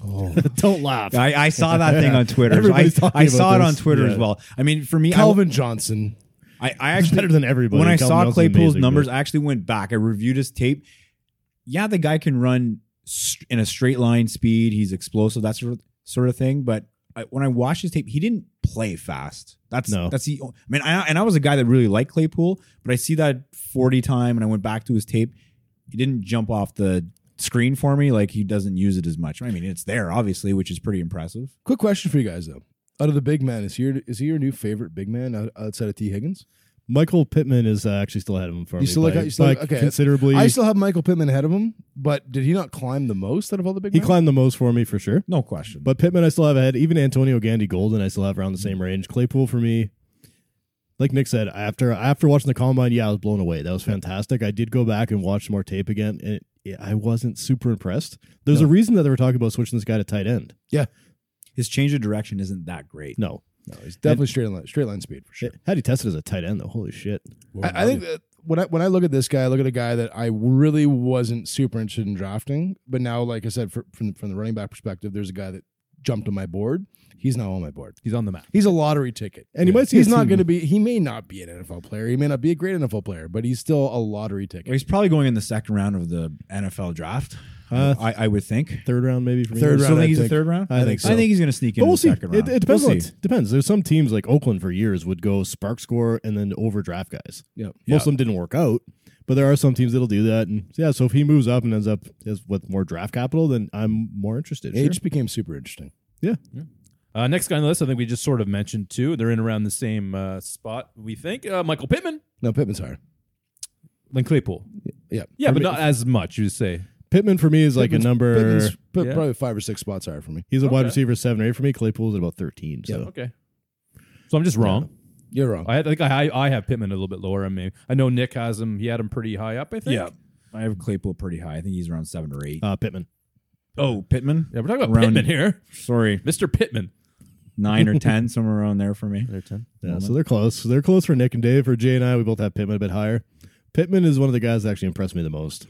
Speaker 4: Oh.
Speaker 5: Don't laugh.
Speaker 6: I, I saw that thing on Twitter. I,
Speaker 5: Everybody's talking
Speaker 6: I saw
Speaker 5: about
Speaker 6: it on
Speaker 5: this.
Speaker 6: Twitter
Speaker 5: Yeah.
Speaker 6: as well. I mean, for me, I-
Speaker 4: Calvin Johnson.
Speaker 6: I, I
Speaker 5: He's
Speaker 6: actually
Speaker 5: better than everybody.
Speaker 6: when I
Speaker 5: Calvin
Speaker 6: saw
Speaker 5: Johnson's
Speaker 6: Claypool's
Speaker 5: amazing, but-
Speaker 6: numbers, I actually went back. I reviewed his tape. Yeah, the guy can run s- in a straight line speed. He's explosive, that sort of, sort of thing. But I, when I watched his tape, he didn't play fast. That's
Speaker 5: No.
Speaker 6: that's the. o- I mean, I, and I was a guy that really liked Claypool, but I see that forty time, and I went back to his tape. He didn't jump off the screen for me. Like he doesn't use it as much. I mean, it's there obviously, which is pretty impressive.
Speaker 4: Quick question for you guys though. Out of the big man, is he your, is he your new favorite big man out- outside of T Higgins?
Speaker 5: Michael Pittman is uh, actually still ahead of him for
Speaker 4: You
Speaker 5: me.
Speaker 4: still like,
Speaker 5: by-
Speaker 4: you still
Speaker 5: by
Speaker 4: like- okay.
Speaker 5: considerably.
Speaker 4: I still have Michael Pittman ahead of him, but did he not climb the most out of all the big
Speaker 5: he
Speaker 4: men?
Speaker 5: climbed the most for me for sure.
Speaker 6: No question.
Speaker 5: But Pittman, I still have ahead. Even Antonio Gandy Golden, I still have around the
Speaker 4: Mm-hmm.
Speaker 5: same range. Claypool for me, like Nick said, after after watching the combine, yeah, I was blown away. That was fantastic. I did go back and watch some more tape again, and it, yeah, I wasn't super impressed. There's a reason that they were talking about switching this guy to tight end.
Speaker 4: Yeah.
Speaker 6: His change of direction isn't that great.
Speaker 5: No,
Speaker 4: No, he's definitely straight line straight line speed for sure.
Speaker 5: had he tested as a tight end though, holy shit!
Speaker 4: I, I think that when I when I look at this guy, I look at a guy that I really wasn't super interested in drafting, but now, like I said, for, from from the running back perspective, there's a guy that jumped on my board. He's now on my board.
Speaker 3: He's on the map.
Speaker 4: He's a lottery ticket,
Speaker 5: And you might see
Speaker 4: he's
Speaker 5: a
Speaker 4: not
Speaker 5: team-
Speaker 4: going to be. He may not be an NFL player. He may not be a great NFL player, but he's still a lottery
Speaker 6: Well,
Speaker 4: ticket.
Speaker 6: he's probably going in the second round of the NFL draft.
Speaker 5: Uh,
Speaker 6: I, I would think.
Speaker 5: Third round maybe for me.
Speaker 6: Third
Speaker 5: Still
Speaker 6: round, I
Speaker 5: think he's a
Speaker 6: think.
Speaker 5: third round. I think so.
Speaker 6: I think he's going to sneak in
Speaker 5: But we'll
Speaker 6: the
Speaker 5: see. It,
Speaker 6: second round.
Speaker 5: it depends.
Speaker 6: We'll
Speaker 5: on,
Speaker 6: see.
Speaker 5: it depends. There's some teams like Oakland for years would go spark score and then overdraft guys.
Speaker 4: Yeah.
Speaker 5: Most of them didn't work out, but there are some teams that'll do that. And yeah, so if he moves up and ends up as, with more draft capital, then I'm more interested.
Speaker 4: It
Speaker 5: Sure.
Speaker 4: just became super interesting.
Speaker 5: Yeah.
Speaker 3: Uh, next guy on the list, I think we just sort of mentioned too. They're in around the same uh, spot, we think. Uh, Michael Pittman,
Speaker 4: No, Pittman's higher.
Speaker 3: then Claypool.
Speaker 4: Yeah,
Speaker 3: Yeah,
Speaker 4: For
Speaker 3: but
Speaker 4: me-
Speaker 3: not as much, you say.
Speaker 5: Pittman for me is like
Speaker 4: Pittman's-
Speaker 5: a number.
Speaker 4: Pittman's p-
Speaker 3: Yeah.
Speaker 4: probably five or six spots higher for me.
Speaker 5: he's a wide
Speaker 3: Okay.
Speaker 5: receiver seven or eight for me. Claypool's at about thirteen. So
Speaker 3: Okay. So I'm just wrong.
Speaker 4: You're wrong.
Speaker 3: I, had- I think I, I have Pittman a little bit lower. I mean, I know Nick has him. He had him pretty high up, I think.
Speaker 6: Yeah. I have Claypool pretty high. I think he's around seven or eight.
Speaker 5: uh, Pittman.
Speaker 6: oh, Pittman.
Speaker 3: Yeah, we're talking about
Speaker 6: Around-
Speaker 3: Pittman here.
Speaker 6: Sorry,
Speaker 3: Mr. Pittman.
Speaker 6: nine or ten, somewhere around there for me.
Speaker 3: They're 10.
Speaker 5: Yeah, so they're close. They're close for Nick and Dave. For Jay and I, we both have Pittman a bit higher. Pittman is one of the guys that actually impressed me the most.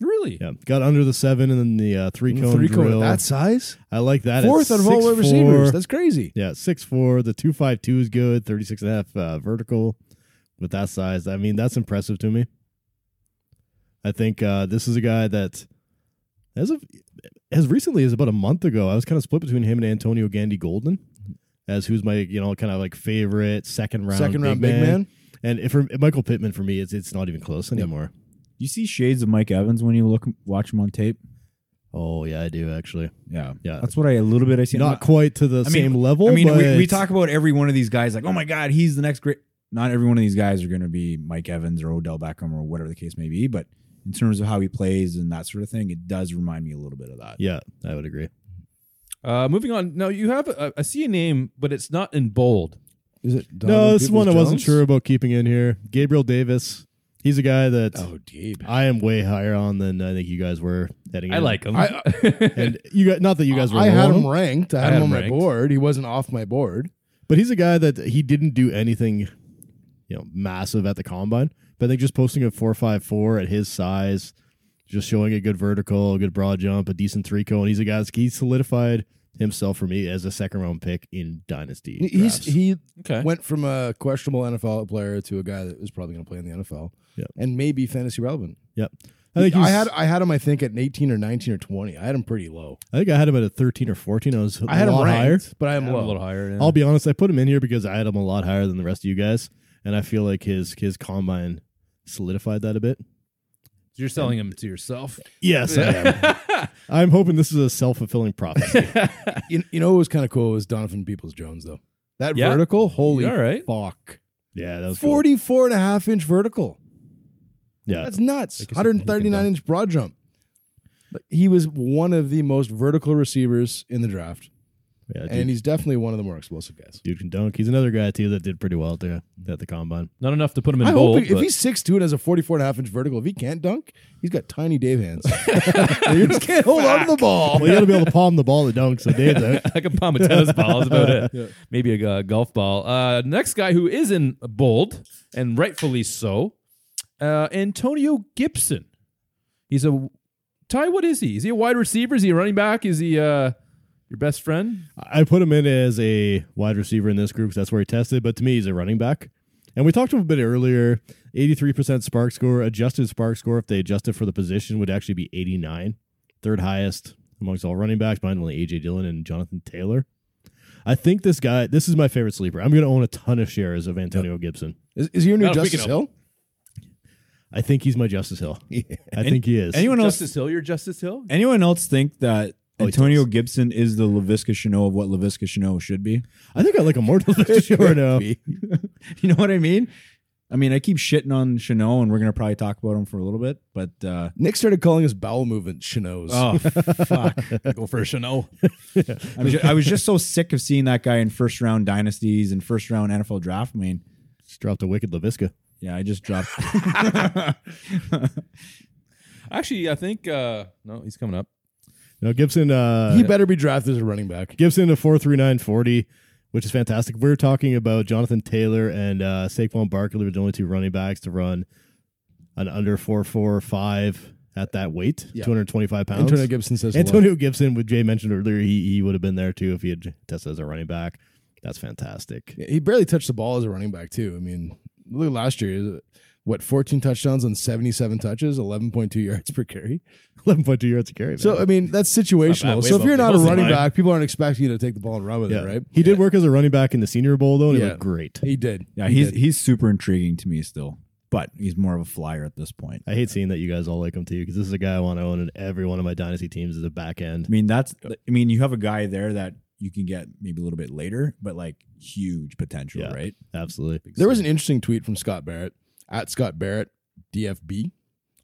Speaker 3: Really?
Speaker 5: Yeah, got under the seven and then the uh, three cone
Speaker 4: Three
Speaker 5: drill.
Speaker 4: cone at that size,
Speaker 5: I like that. at
Speaker 4: fourth out of all wide
Speaker 5: 6'4".
Speaker 4: receivers. That's crazy.
Speaker 5: Yeah, six four. The two five two is good. Thirty six and a half uh, vertical with that size. I mean, that's impressive to me. I think uh, this is a guy that, as of as recently as about a month ago, I was kind of split between him and Antonio Gandy Golden, as who's my you know kind of like favorite second round
Speaker 4: Second round big man.
Speaker 5: And if for Michael Pittman for me, it's it's not even close anymore.
Speaker 6: You see shades of Mike Evans when you look watch him on tape.
Speaker 5: Oh yeah, I do actually.
Speaker 6: Yeah,
Speaker 5: Yeah.
Speaker 6: That's what I a little bit I see.
Speaker 5: Not quite to the
Speaker 6: I mean-
Speaker 5: same level.
Speaker 6: I mean, we,
Speaker 5: but-
Speaker 6: we talk about every one of these guys like, oh my god, he's the next great. Not every one of these guys are going to be Mike Evans or Odell Beckham or whatever the case may be. But in terms of how he plays and that sort of thing, it does remind me a little bit of that.
Speaker 5: Yeah, I would agree.
Speaker 3: Uh, moving on. Now, you have, a, I see a name, but it's not in bold.
Speaker 4: Is it?
Speaker 5: no,
Speaker 4: Donovan
Speaker 5: this is one I wasn't
Speaker 4: Peoples-Jones?
Speaker 5: sure about keeping in here. Gabriel Davis. He's a guy that
Speaker 4: Oh, deep.
Speaker 5: I am way higher on than I think you guys were heading.
Speaker 3: I uh,
Speaker 5: in.
Speaker 3: like him.
Speaker 4: I-
Speaker 5: and you got not that you guys were.
Speaker 4: I
Speaker 5: low
Speaker 4: had
Speaker 5: on
Speaker 4: him ranked. I had,
Speaker 3: had
Speaker 4: him
Speaker 3: him
Speaker 4: on my
Speaker 3: ranked.
Speaker 4: board. He wasn't off my board.
Speaker 5: but he's a guy that he didn't do anything, you know, massive at the combine. But I think just posting a four five four at his size, just showing a good vertical, a good broad jump, a decent three cone. He's a guy that's he solidified himself for me as a second round pick in dynasty.
Speaker 4: He- He's
Speaker 5: drafts.
Speaker 4: he
Speaker 3: okay.
Speaker 4: went from a questionable NFL player to a guy that was probably going to play in the NFL
Speaker 5: Yeah.
Speaker 4: and maybe fantasy relevant.
Speaker 5: yep. I think he's,
Speaker 4: I had I had him I think at 18 or 19 or 20. I had him pretty low.
Speaker 5: I think I had him at a thirteen or fourteen. I was a
Speaker 4: I had him
Speaker 5: lot
Speaker 4: ranked,
Speaker 5: higher.
Speaker 4: but I am
Speaker 3: I'm a
Speaker 4: low.
Speaker 3: little higher. yeah.
Speaker 5: I'll be honest, I put him in here because I had him a lot higher than the rest of you guys, and I feel like his his combine solidified that a bit.
Speaker 3: You're selling him to yourself.
Speaker 5: Yes, I am. I'm hoping this is a self fulfilling prophecy.
Speaker 4: You, you know what was kind of cool was Donovan Peoples Jones though. That
Speaker 3: Yeah.
Speaker 4: vertical, holy
Speaker 3: All right.
Speaker 4: fuck.
Speaker 5: yeah, that was cool.
Speaker 4: 44 and a half inch vertical.
Speaker 5: Yeah,
Speaker 4: That's nuts.
Speaker 3: I guess I can- I can
Speaker 4: 139 inch broad jump. Like, He was one of the most vertical receivers in the draft,
Speaker 5: yeah, dude,
Speaker 4: and he's definitely one of the more explosive guys.
Speaker 5: dude can dunk. He's another guy too that did pretty well there at the combine.
Speaker 3: Not enough to put him in
Speaker 4: I
Speaker 3: bold.
Speaker 4: hope he, if
Speaker 3: but-
Speaker 4: he's six two and has a 44 and a half inch vertical, if he can't dunk, he's got tiny Dave hands. he just can't hold on to the ball.
Speaker 5: Well, you got to be able to palm the ball to dunk. So Dave's out.
Speaker 3: I can palm a tennis ball. That's about it. Maybe a uh, golf ball. Uh, next guy who is in bold and rightfully so, uh, Antonio Gibson. He's a Ty. What is he? Is he a wide receiver? Is he a running back? Is he uh, your best friend?
Speaker 5: I put him in as a wide receiver in this group 'cause that's where he tested, but to me, he's a running back. And we talked a bit earlier 83% spark score, adjusted spark score, if they adjusted for the position, would actually be 89, third highest amongst all running backs, behind only A.J. Dillon and Jonathan Taylor. I think this guy, this is my favorite sleeper. I'm going to own a ton of shares of Antonio Gibson.
Speaker 4: Is, is he your new
Speaker 3: Oh, we
Speaker 4: Justice
Speaker 3: can
Speaker 4: Hill?
Speaker 5: I think he's my Justice Hill. I think he is.
Speaker 6: Anyone else?
Speaker 3: Justice Hill, you're Justice Hill.
Speaker 6: Anyone else think that
Speaker 5: Oh, he
Speaker 6: Antonio
Speaker 5: does.
Speaker 6: Gibson is the Lavisca Chanel of what Lavisca Chanel should be?
Speaker 5: I think I like a more delicious right now.
Speaker 6: You know what I mean? I mean, I keep shitting on Chanel, and we're gonna probably talk about him for a little bit, but uh,
Speaker 4: Nick started calling his bowel movement Chino's.
Speaker 6: oh fuck.
Speaker 3: Go for a Chanel.
Speaker 6: I was, just, I was just so sick of seeing that guy in first round dynasties and first round NFL draft. I mean,
Speaker 5: Just dropped a wicked LaVisca.
Speaker 6: yeah, I just dropped.
Speaker 3: Actually, I think uh no, he's coming up.
Speaker 5: No, Gibson. Uh,
Speaker 4: he better be drafted as a running back.
Speaker 5: Gibson a four three nine forty, which is fantastic. We're talking about Jonathan Taylor and uh, Saquon Barkley were the only two running backs to run an under four four five at that weight,
Speaker 4: Yeah.
Speaker 5: two hundred twenty five pounds.
Speaker 4: Antonio Gibson says hello.
Speaker 5: Antonio Gibson, which Jay mentioned earlier, he he would have been there too if he had tested as a running back. That's fantastic.
Speaker 4: Yeah, He barely touched the ball as a running back too. I mean, look at last year, what 14 touchdowns on 77 touches, 11.2 yards per carry.
Speaker 5: Eleven point two yards to carry. man.
Speaker 4: So I mean, that's situational.
Speaker 5: Way
Speaker 4: So if
Speaker 5: above
Speaker 4: you're
Speaker 5: the
Speaker 4: not a
Speaker 5: Wilson
Speaker 4: running
Speaker 5: line.
Speaker 4: back, people aren't expecting you to take the ball and run with
Speaker 5: yeah,
Speaker 4: it, uh, right?
Speaker 5: He did work as a running back in the Senior Bowl though, and
Speaker 4: Yeah.
Speaker 5: it looked great.
Speaker 4: He did.
Speaker 6: yeah,
Speaker 4: He
Speaker 6: he's
Speaker 4: did.
Speaker 6: he's super intriguing to me still, but he's more of a flyer at this point.
Speaker 5: I hate seeing that you guys all like him too, because this is a guy I want to own in every one of my dynasty teams as a back end.
Speaker 6: I mean, that's. I mean, you have a guy there that you can get maybe a little bit later, but like huge potential,
Speaker 5: Yeah.
Speaker 6: right?
Speaker 5: Absolutely.
Speaker 4: There was an interesting tweet from Scott Barrett at Scott Barrett DFB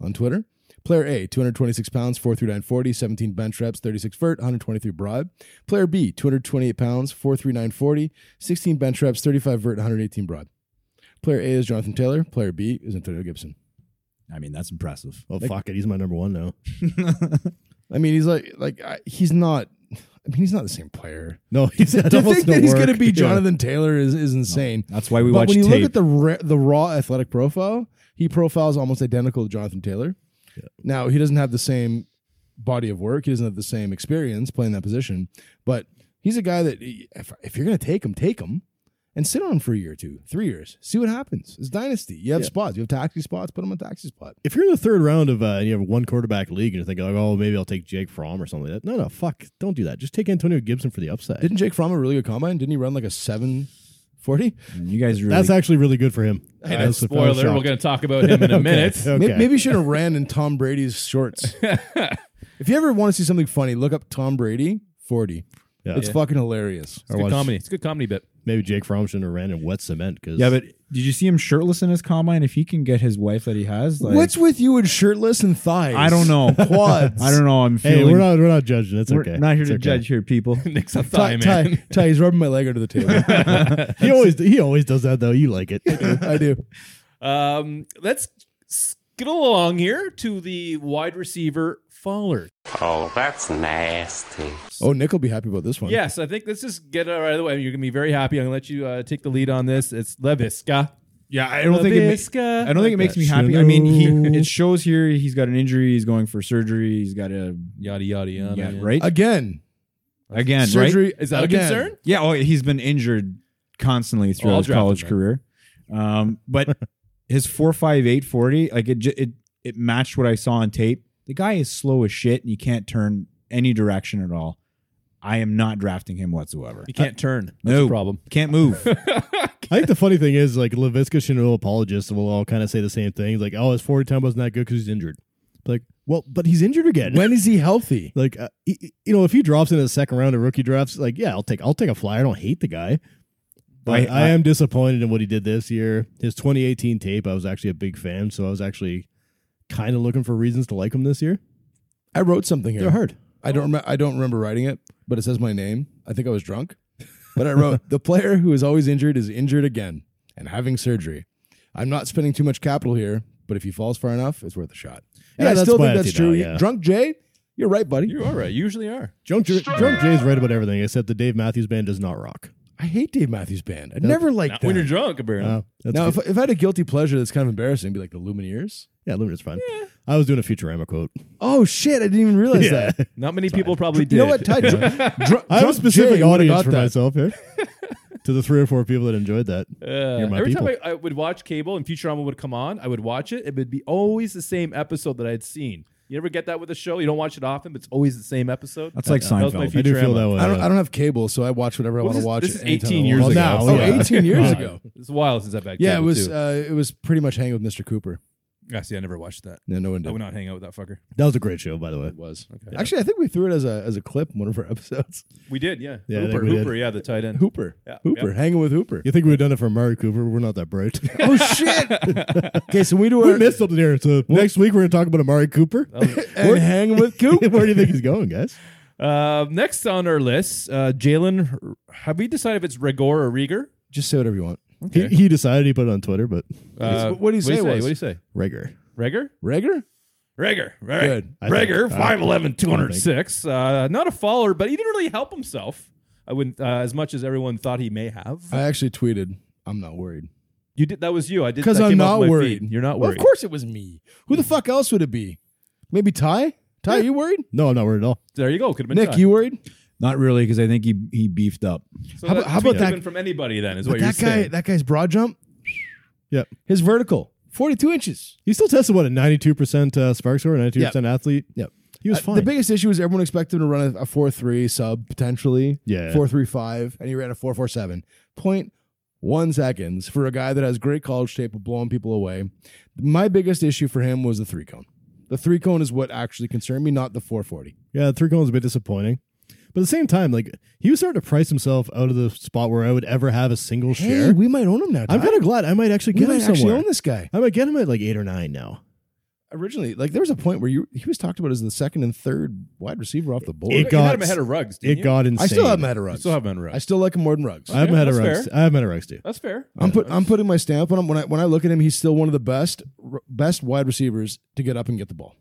Speaker 4: on Twitter. Player A, 226 pounds, 43940, 17 bench reps, 36 vert, 123 broad. Player B, 228 pounds, 43940, 16 bench reps, 35 vert, 118 broad. Player A is Jonathan Taylor. Player B is Antonio Gibson.
Speaker 6: I mean, that's impressive.
Speaker 5: Oh fuck it, he's my number one now.
Speaker 4: I mean, he's like, like I, he's not. I mean, he's not the same player.
Speaker 5: No, he's
Speaker 4: to think that he's going to be Jonathan Taylor is, is insane.
Speaker 6: That's why we
Speaker 4: but
Speaker 6: watch
Speaker 4: when you look
Speaker 6: tape.
Speaker 4: at the ra- the raw athletic profile, he profiles almost identical to Jonathan Taylor. Now he doesn't have the same body of work. He doesn't have the same experience playing that position. But he's a guy that he- if, if you're going to take him, take him and sit on him for a year or two, three years, see what happens. It's dynasty. You have spots. You have taxi spots. Put him on taxi spot.
Speaker 5: If you're in the third round of uh, and you have a one quarterback league and you're thinking, like, oh, maybe I'll take Jake Fromm or something like that. No, no, fuck, don't do that. Just take Antonio Gibson for the upside.
Speaker 4: Didn't Jake Fromm have a really good combine? Didn't he run like a seven forty?
Speaker 6: And you guys really.
Speaker 5: That's actually really good for him. I was- I was
Speaker 3: Spoiler. We're
Speaker 5: shocked.
Speaker 3: going to talk about him in a minute.
Speaker 5: Okay.
Speaker 4: May- Maybe you should have ran in Tom Brady's shorts. if you ever want to see something funny, look up Tom Brady 40.
Speaker 5: Yeah.
Speaker 4: It's fucking hilarious.
Speaker 3: It's
Speaker 5: Or
Speaker 3: good
Speaker 5: watch-
Speaker 3: comedy. It's a good comedy bit.
Speaker 5: Maybe Jake Fromm shouldn't have ran in wet cement because
Speaker 6: yeah, but did you see him shirtless in his combine? If he can get his wife that he has, like,
Speaker 4: What's with you and shirtless and thighs?
Speaker 6: I don't know.
Speaker 4: Quads.
Speaker 6: I don't know. I'm feeling.
Speaker 5: hey, we're not we're not judging. It's
Speaker 6: we're
Speaker 5: okay.
Speaker 6: not here
Speaker 5: It's
Speaker 6: to
Speaker 5: okay.
Speaker 6: judge here, people.
Speaker 3: Nick's a
Speaker 4: Ty,
Speaker 3: thigh
Speaker 4: Ty,
Speaker 3: man.
Speaker 4: Ty, he's rubbing my leg under the table.
Speaker 5: He always he always does that though. You like it.
Speaker 4: I do.
Speaker 3: Um, let's get along here to the wide receiver Fowler.
Speaker 10: Oh, that's nasty.
Speaker 4: Oh, Nick will be happy about this one.
Speaker 3: Yes, I think let's just get it right away. You're gonna be very happy. I'm gonna let you uh, take the lead on this. It's Leviska.
Speaker 6: Yeah, I don't think it makes.
Speaker 3: Leviska.
Speaker 6: I don't think it makes me
Speaker 5: that.
Speaker 6: happy. I mean,
Speaker 5: Chanel.
Speaker 6: he it shows here he's got an injury. He's going for surgery. He's got a
Speaker 3: yada yada yada.
Speaker 6: yeah, right
Speaker 4: Again,
Speaker 6: again. Right?
Speaker 4: surgery.
Speaker 3: Is that
Speaker 4: again.
Speaker 3: a concern?
Speaker 6: Yeah. Oh, he's been injured
Speaker 4: Oh,
Speaker 6: constantly throughout
Speaker 3: I'll
Speaker 6: his
Speaker 3: draft
Speaker 6: college
Speaker 3: him
Speaker 6: career. Um, but his four five eight forty, like it, ju- it, it matched what I saw on tape. The guy is slow as shit, and you can't turn any direction at all. I am not drafting him whatsoever.
Speaker 3: You can't turn. Uh, That's
Speaker 6: no
Speaker 3: a problem.
Speaker 6: Can't move.
Speaker 5: I think the funny thing is, like, LaVisca Chanel apologists will all kind of say the same thing. Like, oh, his 40 time wasn't that good because he's injured. Like, well, but he's injured again.
Speaker 4: When is he healthy?
Speaker 5: like, uh, he- you know, if he drops into the second round of rookie drafts, like, yeah, I'll take, I'll take a flyer. I don't hate the guy. But I,
Speaker 6: I- I-
Speaker 5: am disappointed in what he did this year. His 2018 tape, I was actually a big fan, so I was actually kind of looking for reasons to like him this year.
Speaker 4: I wrote something here.
Speaker 5: They're hard.
Speaker 4: I don't remember. I don't remember writing it, but it says my name. I think I was drunk, but I wrote the player who is always injured is injured again and having surgery. I'm not spending too much capital here, but if he falls far enough, it's worth a shot. And
Speaker 5: Yeah,
Speaker 4: I
Speaker 5: that's
Speaker 4: still
Speaker 5: my
Speaker 4: think that's
Speaker 5: attitude
Speaker 4: true.
Speaker 5: now, yeah.
Speaker 4: Drunk Jay, you're right, buddy.
Speaker 3: You are right. You usually are.
Speaker 5: Drunk, Jer- Drunk Jay's right about everything except the Dave Matthews Band does not rock.
Speaker 4: I hate Dave Matthews Band. I never liked
Speaker 3: Not when you're
Speaker 4: that.
Speaker 3: drunk, apparently.
Speaker 5: Uh, that's
Speaker 4: Now,
Speaker 5: good.
Speaker 4: if, if I had a guilty pleasure that's kind of embarrassing, it'd be like the Lumineers.
Speaker 5: yeah, Limited's fine. I was doing a Futurama quote.
Speaker 4: Oh shit! I didn't even realize
Speaker 5: Yeah.
Speaker 4: that.
Speaker 3: Not many people probably did.
Speaker 4: You know what? Ty, dr- dr-
Speaker 5: I have a
Speaker 4: Drunk
Speaker 5: specific
Speaker 4: Jay would've
Speaker 5: audience
Speaker 4: got
Speaker 5: for
Speaker 4: that.
Speaker 5: myself here. to the three or four people that enjoyed that.
Speaker 3: Uh,
Speaker 5: You're my
Speaker 3: every
Speaker 5: people.
Speaker 3: time I, I would watch cable and Futurama would come on, I would watch it. It would be always the same episode that I had seen. You ever get that with a show? You don't watch it often, but it's always the same episode.
Speaker 6: That's like
Speaker 3: That was my
Speaker 6: Seinfeld.
Speaker 5: I do
Speaker 3: Futurama.
Speaker 5: feel that way.
Speaker 4: I don't. I don't have cable, so I watch whatever I
Speaker 3: What
Speaker 4: want
Speaker 3: was
Speaker 4: to watch.
Speaker 3: this, this is
Speaker 4: anytime I
Speaker 3: 18
Speaker 4: want.
Speaker 3: years
Speaker 5: Well,
Speaker 3: ago.
Speaker 5: now,
Speaker 3: so
Speaker 4: Oh,
Speaker 5: yeah.
Speaker 4: 18 years
Speaker 5: Right.
Speaker 4: ago.
Speaker 3: It's a while since I've had
Speaker 4: Yeah, it
Speaker 3: cable,
Speaker 4: was.
Speaker 3: too.
Speaker 4: Uh, it was pretty much Hang with Mr. Cooper.
Speaker 3: I see. I never watched that.
Speaker 4: No, no
Speaker 3: I
Speaker 4: one did.
Speaker 3: would not hang out with that fucker.
Speaker 5: That was a great show, by the way.
Speaker 4: It was.
Speaker 3: Okay.
Speaker 4: Actually, I think we threw it as a as a clip in one of our episodes.
Speaker 3: We did, yeah.
Speaker 5: Yeah, I
Speaker 3: Hooper,
Speaker 5: think we did.
Speaker 3: Hooper, yeah, the tight end.
Speaker 4: Hooper.
Speaker 3: Yeah,
Speaker 4: Hooper.
Speaker 3: yeah.
Speaker 4: Hanging with Hooper.
Speaker 5: You think we've done it for Murray Cooper? We're not that bright.
Speaker 4: oh shit. okay, so we do
Speaker 5: we
Speaker 4: our
Speaker 5: missed something here. So next week we're going to talk about Amari Cooper.
Speaker 3: Oh.
Speaker 4: and hanging with Coop.
Speaker 5: Where do you think he's going, guys?
Speaker 3: Uh, next on our list, uh, Jalen. Have we decided if it's Rigor or Rieger?
Speaker 4: Just say whatever you want.
Speaker 5: He, he decided he put it on Twitter, but
Speaker 3: Uh,
Speaker 4: What do you say
Speaker 3: What
Speaker 4: was-
Speaker 3: do you say?
Speaker 5: Rager.
Speaker 3: Rager?
Speaker 4: Rager?
Speaker 3: Rager. Right.
Speaker 4: Good.
Speaker 5: I
Speaker 3: Rager,
Speaker 5: think- I-
Speaker 3: 5'11", 206. Uh, not a follower, but he didn't really help himself. I wouldn't, uh, as much as everyone thought he may have.
Speaker 4: I actually tweeted, I'm not worried.
Speaker 3: you did that was you. I did
Speaker 4: Because
Speaker 3: that
Speaker 4: I'm
Speaker 3: came off
Speaker 4: not
Speaker 3: my
Speaker 4: worried.
Speaker 3: feed. You're not
Speaker 4: Well,
Speaker 3: worried.
Speaker 4: of course it was me. Who
Speaker 5: Hmm.
Speaker 4: the fuck else would it be? Maybe Ty? Ty, you worried?
Speaker 5: No, I'm not worried at all.
Speaker 3: There you go. Could have been
Speaker 4: Nick,
Speaker 3: done.
Speaker 4: you worried?
Speaker 6: Not really, because I think he he beefed up.
Speaker 3: So
Speaker 4: how
Speaker 3: that
Speaker 4: about-
Speaker 3: tweet
Speaker 4: how about
Speaker 3: could have
Speaker 4: that-
Speaker 3: Been from anybody then is
Speaker 4: But
Speaker 3: what you're
Speaker 4: that guy,
Speaker 3: saying.
Speaker 4: that guy's broad jump,
Speaker 5: Yep.
Speaker 4: his vertical, 42 inches.
Speaker 5: He still tested what a 92% uh, spark score, 92% athlete.
Speaker 4: Yep.
Speaker 5: He was
Speaker 4: Uh,
Speaker 5: fine.
Speaker 4: The biggest issue is everyone expected him to run a, a 4 3 sub potentially.
Speaker 5: Yeah.
Speaker 4: 4 3 5, and he ran a 4 4 7. Point one seconds for a guy that has great college tape of blowing people away. My biggest issue for him was the three cone. The three cone is what actually concerned me, not the 440.
Speaker 5: yeah, three cones a bit disappointing. But at the same time, like he was starting to price himself out of the spot where I would ever have a single share.
Speaker 4: Hey, we might own him now.
Speaker 5: I'm
Speaker 4: Ty.
Speaker 5: kind of glad I might actually
Speaker 4: we
Speaker 5: get him
Speaker 4: might actually
Speaker 5: somewhere.
Speaker 4: own this guy.
Speaker 5: I might get him at like eight or nine now.
Speaker 4: Originally, like there was a point where you he was talked about as the second and third wide receiver off the board.
Speaker 5: It
Speaker 3: you
Speaker 5: got-
Speaker 3: had him ahead of Ruggs. Didn't
Speaker 5: It
Speaker 3: you?
Speaker 5: got insane.
Speaker 4: I still haven't had a
Speaker 3: You
Speaker 4: Ruggs.
Speaker 3: still have him in Ruggs.
Speaker 4: I still like him more than Ruggs.
Speaker 5: I haven't had a
Speaker 3: That's
Speaker 5: Ruggs.
Speaker 3: fair.
Speaker 5: I haven't had a Ruggs too.
Speaker 3: That's fair.
Speaker 4: I'm put I'm putting my stamp on him when I when I look at him. He's still one of the best r- best wide receivers to get up and get the ball.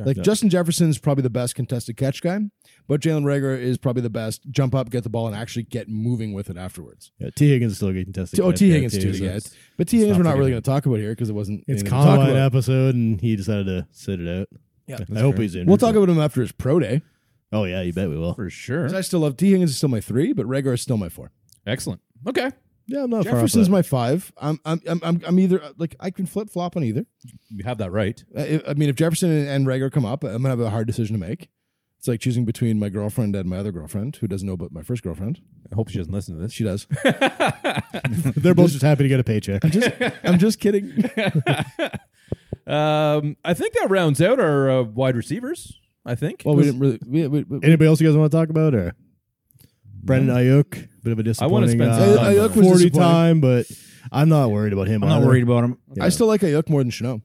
Speaker 4: Like Justin Jefferson is probably the best contested catch guy, but Jalen Rager is probably the best jump up, get the ball, and actually get moving with it afterwards.
Speaker 5: Yeah, T Higgins is still getting tested.
Speaker 4: oh, T Higgins too,
Speaker 5: so
Speaker 4: yeah.
Speaker 5: It's,
Speaker 4: But T Higgins,
Speaker 5: not
Speaker 4: we're not really
Speaker 5: forgetting.
Speaker 4: going to talk about here because it wasn't.
Speaker 5: it's
Speaker 4: anything to talk
Speaker 5: combine
Speaker 4: about.
Speaker 5: episode, and he decided to sit it out.
Speaker 4: Yeah,
Speaker 5: I hope he's in.
Speaker 4: We'll talk about him after his pro day.
Speaker 5: Oh yeah, you bet we will.
Speaker 3: for sure.
Speaker 4: 'Cause I still love T Higgins is still my three, but Rager is still my four.
Speaker 3: Excellent. Okay.
Speaker 5: Yeah, I'm not far off.
Speaker 4: Jefferson's
Speaker 5: that.
Speaker 4: my five. I'm I'm I'm I'm- I'm either uh, like I can flip flop on either.
Speaker 3: You have that right.
Speaker 4: I I mean, if Jefferson and- and Rager come up, I'm gonna have a hard decision to make. It's like choosing between my girlfriend and my other girlfriend, who doesn't know about my first girlfriend.
Speaker 3: I hope she doesn't listen to this.
Speaker 4: She does.
Speaker 5: They're both just happy to get a paycheck.
Speaker 4: I'm just kidding.
Speaker 3: Um, I think that rounds out our uh, wide receivers. I think.
Speaker 4: Well, we didn't really. We, we, we,
Speaker 5: Anybody else you guys want to talk about? Or Brendan Ayuk, bit of a disappointing.
Speaker 3: wanna spend some
Speaker 5: uh,
Speaker 3: time on Ayuk
Speaker 4: him. was
Speaker 5: forty
Speaker 4: disappointing.
Speaker 5: time, but I'm not worried about him.
Speaker 6: I'm not
Speaker 5: either.
Speaker 6: worried about him.
Speaker 4: I still like Ayuk more than Chanel.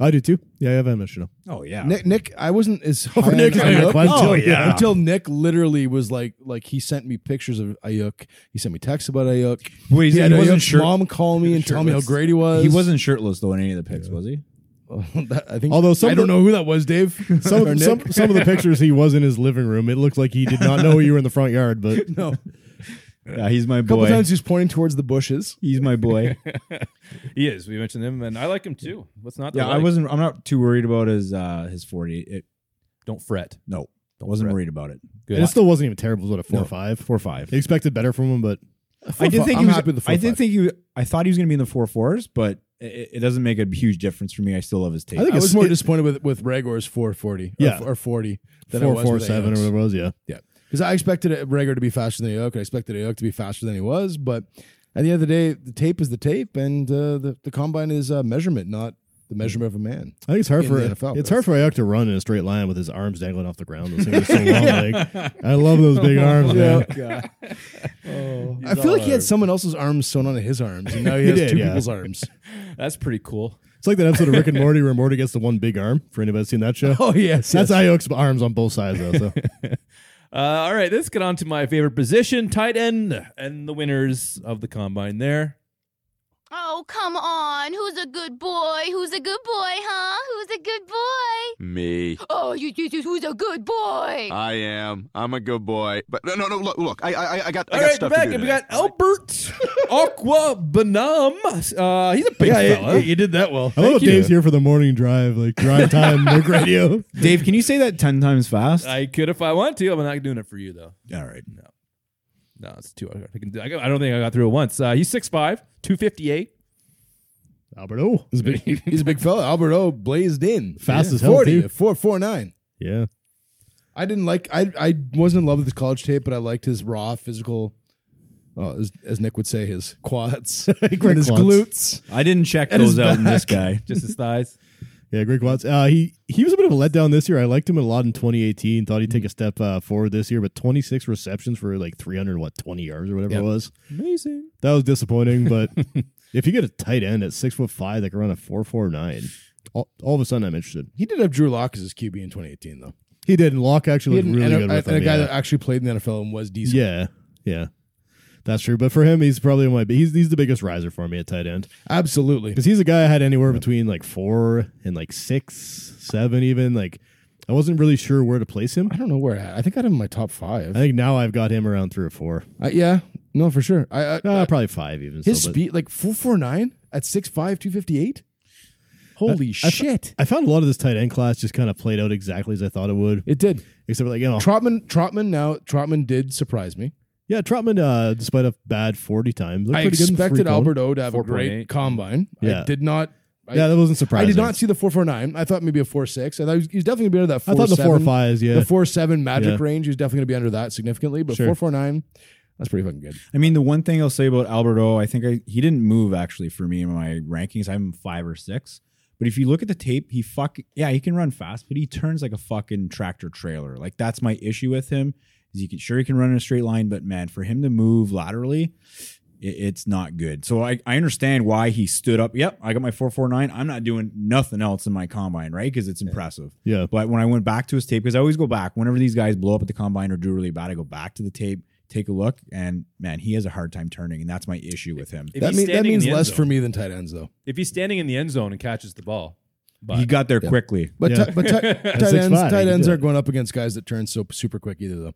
Speaker 5: I do too. Yeah, I have emotional.
Speaker 6: Oh yeah.
Speaker 4: Nick, Nick, I wasn't as high on
Speaker 5: Oh, Nick, yeah,
Speaker 4: Ayuk
Speaker 5: quite-
Speaker 4: until,
Speaker 5: oh, yeah.
Speaker 4: until Nick literally was like, like he sent me pictures of Ayuk. He sent me texts about Ayuk.
Speaker 6: Wait,
Speaker 4: He
Speaker 6: he,
Speaker 4: had
Speaker 6: wasn't
Speaker 4: Ayuk's
Speaker 6: shirt.
Speaker 4: mom call me and tell me how
Speaker 6: shirtless.
Speaker 4: great he was.
Speaker 6: He wasn't shirtless though in any of the picks, was he?
Speaker 4: That- I think.
Speaker 5: Although some
Speaker 4: I
Speaker 5: of
Speaker 4: don't
Speaker 5: the-
Speaker 4: know who that was, Dave.
Speaker 5: Some
Speaker 4: Or Nick.
Speaker 5: of, some, some of the pictures he was in his living room. It looked like he did not know you were in the front yard, but
Speaker 4: no.
Speaker 6: Yeah, he's my
Speaker 4: couple
Speaker 6: boy.
Speaker 4: times he was pointing towards the bushes.
Speaker 6: He's my boy.
Speaker 3: he is. We mentioned him, and I like him too. What's not? to
Speaker 6: yeah, I
Speaker 3: like?
Speaker 6: wasn't. I'm not too worried about his uh his forty. It,
Speaker 3: Don't fret.
Speaker 6: no, I wasn't
Speaker 3: fret.
Speaker 6: worried about it.
Speaker 3: Good.
Speaker 5: and it still wasn't even terrible. It was what a four
Speaker 6: No.
Speaker 5: or five.
Speaker 6: Four five.
Speaker 5: They expected better from him, but
Speaker 6: I did think
Speaker 4: I'm
Speaker 6: he was,
Speaker 4: happy with the four
Speaker 6: I did
Speaker 4: five.
Speaker 6: think he. was- I thought he was going to be in the four fours, but it, it doesn't make a huge difference for me. I still love his tape.
Speaker 5: I
Speaker 4: I
Speaker 5: think
Speaker 4: was
Speaker 5: it's-
Speaker 4: more
Speaker 5: it-
Speaker 4: disappointed with with Regor's 440,
Speaker 5: Yeah.
Speaker 4: or, or 40 than I
Speaker 5: four
Speaker 4: was
Speaker 5: four
Speaker 4: with
Speaker 5: seven or
Speaker 4: Ayuk's.
Speaker 5: whatever it was. Yeah,
Speaker 4: Yeah, because I expected Regor to be faster than Ayuk, and I expected Ayuk to be faster than he was. But at the end of the day, the tape is the tape, and uh, the the combine is uh, measurement, not the measurement of a man.
Speaker 5: I think it's hard
Speaker 4: In
Speaker 5: for
Speaker 4: the NFL,
Speaker 5: it's
Speaker 4: that's-
Speaker 5: hard for Ayuk to run in a straight line with his arms dangling off the ground. Those things are so long. Like, I love those big arms, man.
Speaker 4: I feel like he had someone else's arms sewn onto his arms, and now he,
Speaker 5: He
Speaker 4: has
Speaker 5: did,
Speaker 4: two
Speaker 5: yeah.
Speaker 4: people's arms.
Speaker 3: That's pretty cool.
Speaker 5: It's like that episode of Rick and Morty where Morty gets the one big arm. For anybody seen that show,
Speaker 4: Oh yes,
Speaker 5: that's
Speaker 4: yes.
Speaker 5: Ayuk's arms on both sides though. So
Speaker 3: Uh, all right, let's get on to my favorite position, tight end, and the winners of the combine. There,
Speaker 11: Oh, come on. Who's a good boy? Who's a good boy, huh? Who's a good boy?
Speaker 8: Me.
Speaker 11: Oh, you, you, you who's a good boy?
Speaker 8: I am. I'm a good boy. But no, no, no. Look, look. I, I, I got.
Speaker 3: All
Speaker 8: I got
Speaker 3: right,
Speaker 8: stuff
Speaker 3: back
Speaker 8: to do
Speaker 3: we
Speaker 8: today.
Speaker 3: got Albert Aqua Benam. Uh, he's a big fella.
Speaker 4: did that well.
Speaker 5: I love how
Speaker 3: you.
Speaker 5: Dave's here for the morning drive, like drive time, Rick radio.
Speaker 6: Dave, can you say that ten times fast?
Speaker 3: I could if I want to. I'm not doing it for you though.
Speaker 6: All right.
Speaker 3: No, it's too hard. I, can do, I, got- I don't think I got through it once. Uh, he's 6'5", 258.
Speaker 5: Albert O.
Speaker 4: He's a big, he's a big fella. Albert O blazed in.
Speaker 5: Fast
Speaker 4: Yeah.
Speaker 5: as hell,
Speaker 4: 40,
Speaker 5: too.
Speaker 4: 449.
Speaker 5: Yeah.
Speaker 4: I didn't like I I wasn't in love with his college tape, but I liked his raw physical uh, as, as Nick would say, his quads and his
Speaker 5: quads.
Speaker 4: glutes.
Speaker 6: I didn't check
Speaker 4: And
Speaker 6: those
Speaker 4: his
Speaker 6: out in this
Speaker 4: back.
Speaker 6: guy.
Speaker 3: Just his thighs.
Speaker 5: Yeah, Greg Watts. Uh, he he was a bit of a letdown this year. I liked him a lot in 2018. Thought he'd take a step uh, forward this year, but 26 receptions for like 300 what 20 yards or whatever
Speaker 4: Yep.
Speaker 5: it was.
Speaker 3: Amazing.
Speaker 5: That was disappointing. But if you get a tight end at six foot five that can run a four four nine, all, all of a sudden I'm interested.
Speaker 4: He did have Drew Lock as his QB in 2018, though.
Speaker 5: He did, and Locke
Speaker 4: He
Speaker 5: actually
Speaker 4: had
Speaker 5: looked really
Speaker 4: and a,
Speaker 5: good with
Speaker 4: and a
Speaker 5: him.
Speaker 4: guy
Speaker 5: yeah.
Speaker 4: that actually played in the NFL and was decent.
Speaker 5: yeah, yeah, that's true. But for him, he's probably my he's he's the biggest riser for me at tight end.
Speaker 4: absolutely.
Speaker 5: because he's a guy I had anywhere between like four and like six, seven, even like I wasn't really sure where to place him.
Speaker 4: I don't know where I, I think I had him in my top
Speaker 5: I
Speaker 4: five.
Speaker 5: think now I've got him around three or four,
Speaker 4: I- yeah, no, for sure. I, I,
Speaker 5: uh, probably five even.
Speaker 4: his
Speaker 5: still, but
Speaker 4: speed, like four four nine at 6'5", 258? Holy
Speaker 5: I-
Speaker 4: shit!
Speaker 5: I found a lot of this tight end class just kind of played out exactly as I thought it would,
Speaker 4: it did.
Speaker 5: except for like you know,
Speaker 4: Oh. Trotman, Trotman. Now Trotman did surprise me.
Speaker 5: yeah, Trotman, uh, despite a bad forty time, looked
Speaker 4: I
Speaker 5: pretty good in the free
Speaker 4: expected
Speaker 5: cone.
Speaker 4: Albert O to have a great
Speaker 3: 4.8.
Speaker 4: combine. I
Speaker 5: Yeah.
Speaker 4: did not. I,
Speaker 5: yeah, that wasn't surprising.
Speaker 4: I did not see the four four nine. I thought maybe a four six. I thought he was, he was definitely going to be under that.
Speaker 5: I
Speaker 4: Four,
Speaker 5: thought the
Speaker 4: seven,
Speaker 5: four fives, yeah,
Speaker 4: the four seven magic
Speaker 5: Yeah.
Speaker 4: range. He was definitely going to be under that significantly. But
Speaker 5: Sure.
Speaker 4: four four nine, that's pretty fucking good.
Speaker 6: I mean, the one thing I'll say about Alberto, I think I, he didn't move actually for me in my rankings. I'm five or six. But if you look at the tape, he fuck yeah, he can run fast, but he turns like a fucking tractor trailer. Like that's my issue with him. Is he can sure he can run in a straight line, but man, for him to move laterally, it, it's not good. So I, I understand why he stood up. Yep, I got my four four nine. I'm not doing nothing else in my combine, right? Because it's impressive.
Speaker 5: yeah,
Speaker 6: But when I went back to his tape, because I always go back whenever these guys blow up at the combine or do really bad, I go back to the tape, take a look, and man, he has a hard time turning, and that's my issue with him.
Speaker 3: If
Speaker 4: that
Speaker 3: he's
Speaker 4: means that
Speaker 3: standing in
Speaker 4: means
Speaker 3: the end
Speaker 4: less
Speaker 3: zone-
Speaker 4: for me than tight ends though.
Speaker 3: If he's standing in the end zone and catches the ball, but
Speaker 6: he got there quickly.
Speaker 4: But
Speaker 5: Yeah.
Speaker 4: ti- but ti- tight
Speaker 5: 6'5",
Speaker 4: ends
Speaker 5: he
Speaker 4: tight
Speaker 5: can
Speaker 4: ends
Speaker 5: do it.
Speaker 4: aren't going up against guys that turn so super quick either though.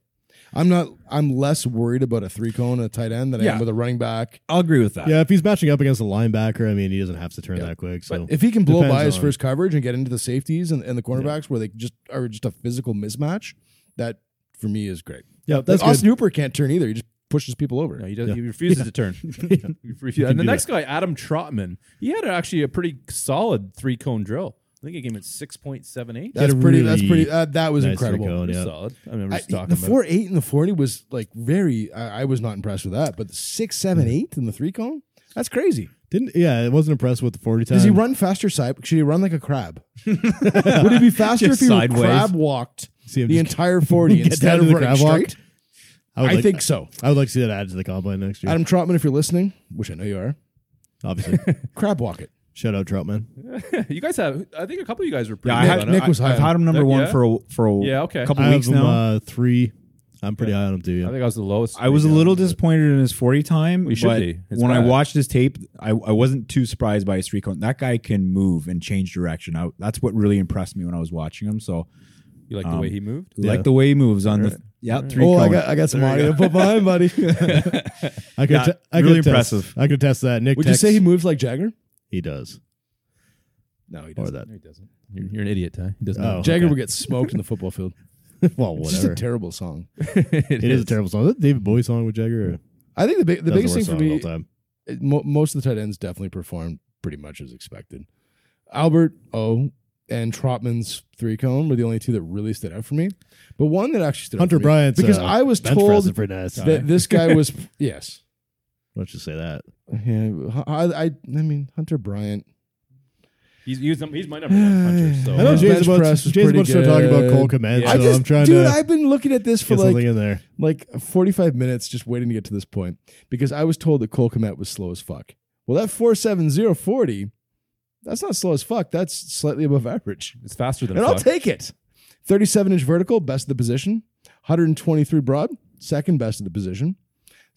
Speaker 4: I'm not. I'm less worried about a three cone and a tight end than I
Speaker 6: Yeah.
Speaker 4: am with a running back.
Speaker 5: Oh.
Speaker 6: I'll agree with that.
Speaker 5: yeah. If he's matching up against a linebacker, I mean, he doesn't have to turn that quick. So
Speaker 4: If he can blow
Speaker 5: Depends
Speaker 4: by his
Speaker 5: on-
Speaker 4: first coverage and get into the safeties and, and the cornerbacks where they just are just a physical mismatch, that for me is great.
Speaker 5: yeah, that's good.
Speaker 4: Austin Hooper can't turn either. He just pushes people over.
Speaker 3: No, he, does, he refuses to turn. He refuses-
Speaker 5: can
Speaker 3: And the
Speaker 5: do
Speaker 3: next guy, Adam Trotman, he had actually a pretty solid three cone drill. I think he came at six point seven eight.
Speaker 4: that's
Speaker 5: He had a
Speaker 4: pretty. that's
Speaker 5: really
Speaker 4: pretty. Uh, that was
Speaker 5: nice
Speaker 4: incredible.
Speaker 5: recall, yeah.
Speaker 3: solid. I remember
Speaker 4: I,
Speaker 3: just talking
Speaker 4: the
Speaker 3: about
Speaker 4: four eight and the forty was like very. I, I was not impressed with that, but the six seven eight and the three cone. That's crazy.
Speaker 5: Didn't yeah, I wasn't impressed with the forty time.
Speaker 4: Does he run faster side? Should he run like a crab? Would it be faster if
Speaker 6: Just
Speaker 4: he
Speaker 6: sideways.
Speaker 4: crab walked
Speaker 5: See him
Speaker 4: the
Speaker 5: just
Speaker 4: entire forty
Speaker 5: get
Speaker 4: instead
Speaker 5: down
Speaker 4: of
Speaker 5: to the
Speaker 4: running
Speaker 5: crab walk?
Speaker 4: straight?
Speaker 5: would
Speaker 4: I
Speaker 5: like-
Speaker 4: think so.
Speaker 5: I would like to see that added to the combine next year.
Speaker 4: Adam Trotman, if you're listening, which I know you are,
Speaker 5: Obviously,
Speaker 4: crab walk it.
Speaker 5: shout out Troutman.
Speaker 3: it. You guys have, I think a couple of you guys were pretty
Speaker 6: Yeah,
Speaker 3: yeah,
Speaker 6: I have,
Speaker 4: Nick- Nick was high
Speaker 6: I've
Speaker 4: on
Speaker 6: had him number
Speaker 3: That-
Speaker 6: one
Speaker 3: yeah?
Speaker 6: for a for a
Speaker 3: Yeah, okay.
Speaker 6: couple
Speaker 5: I have
Speaker 6: weeks
Speaker 5: him,
Speaker 6: now.
Speaker 5: uh, three. I'm pretty high on him too.
Speaker 3: I
Speaker 5: Yeah.
Speaker 3: think I was the lowest.
Speaker 6: I was a little disappointed in his 40 time.
Speaker 3: We should
Speaker 6: but
Speaker 3: be. It's
Speaker 6: when I
Speaker 3: bad.
Speaker 6: watched his tape, I, I wasn't too surprised by his three cone. That guy can move and change direction. I, that's what really impressed me when I was watching him. So,
Speaker 3: You like the
Speaker 6: Um,
Speaker 3: way he moved?
Speaker 6: like the way he moves on the yeah three
Speaker 4: Oh, I
Speaker 6: cone.
Speaker 4: got, I got some audio to put behind, buddy.
Speaker 5: I could.
Speaker 6: Yeah,
Speaker 5: te- I
Speaker 6: really
Speaker 5: could test-
Speaker 6: impressive.
Speaker 5: I could test that. Nick,
Speaker 4: Would you
Speaker 5: texts-
Speaker 4: say he moves like Jagger?
Speaker 5: He does.
Speaker 4: No, he
Speaker 5: Or
Speaker 4: doesn't.
Speaker 5: that.
Speaker 3: No, he doesn't. You're, you're an idiot, Ty. He doesn't.
Speaker 5: Oh,
Speaker 4: Jagger
Speaker 5: okay.
Speaker 4: would get smoked in the football field.
Speaker 5: well,
Speaker 4: It's just a
Speaker 5: whatever.
Speaker 4: terrible song.
Speaker 5: It is a terrible song. Is that a David Bowie song with Jagger. or-
Speaker 4: I think the, big, the
Speaker 5: That was
Speaker 4: biggest
Speaker 5: worst
Speaker 4: thing for
Speaker 5: song of
Speaker 4: me,
Speaker 5: all time.
Speaker 4: it- mo- most of the tight ends definitely performed pretty much as expected. Albert O and Trotman's three cone were the only two that really stood out for me. But one that actually stood
Speaker 5: Hunter
Speaker 4: out for me,
Speaker 5: Bryant's
Speaker 4: because
Speaker 5: uh,
Speaker 4: I was
Speaker 5: bench press is
Speaker 4: told
Speaker 5: pretty nice.
Speaker 4: that this guy was yes.
Speaker 5: Let's just say that.
Speaker 4: Yeah, I, I I mean Hunter Bryant.
Speaker 3: He's, he's, he's my number one puncher. So uh,
Speaker 5: I know
Speaker 4: His
Speaker 5: Jay's
Speaker 4: bench
Speaker 5: about,
Speaker 4: press was
Speaker 5: Jay's
Speaker 4: pretty
Speaker 5: about to start talking about
Speaker 4: good.
Speaker 5: Cole Komet,
Speaker 3: Yeah.
Speaker 5: so
Speaker 4: I just,
Speaker 5: I'm trying
Speaker 4: dude,
Speaker 5: to
Speaker 4: I've been looking at this for
Speaker 5: get something
Speaker 4: like
Speaker 5: in there.
Speaker 4: like 45 minutes just waiting to get to this point because I was told that Cole Komet was slow as fuck. Well, that 47040, that's not slow as fuck. That's slightly above average.
Speaker 3: it's faster than
Speaker 4: And I'll
Speaker 3: fuck.
Speaker 4: take it. 37 inch vertical, best of the position. 123 broad, second best of the position.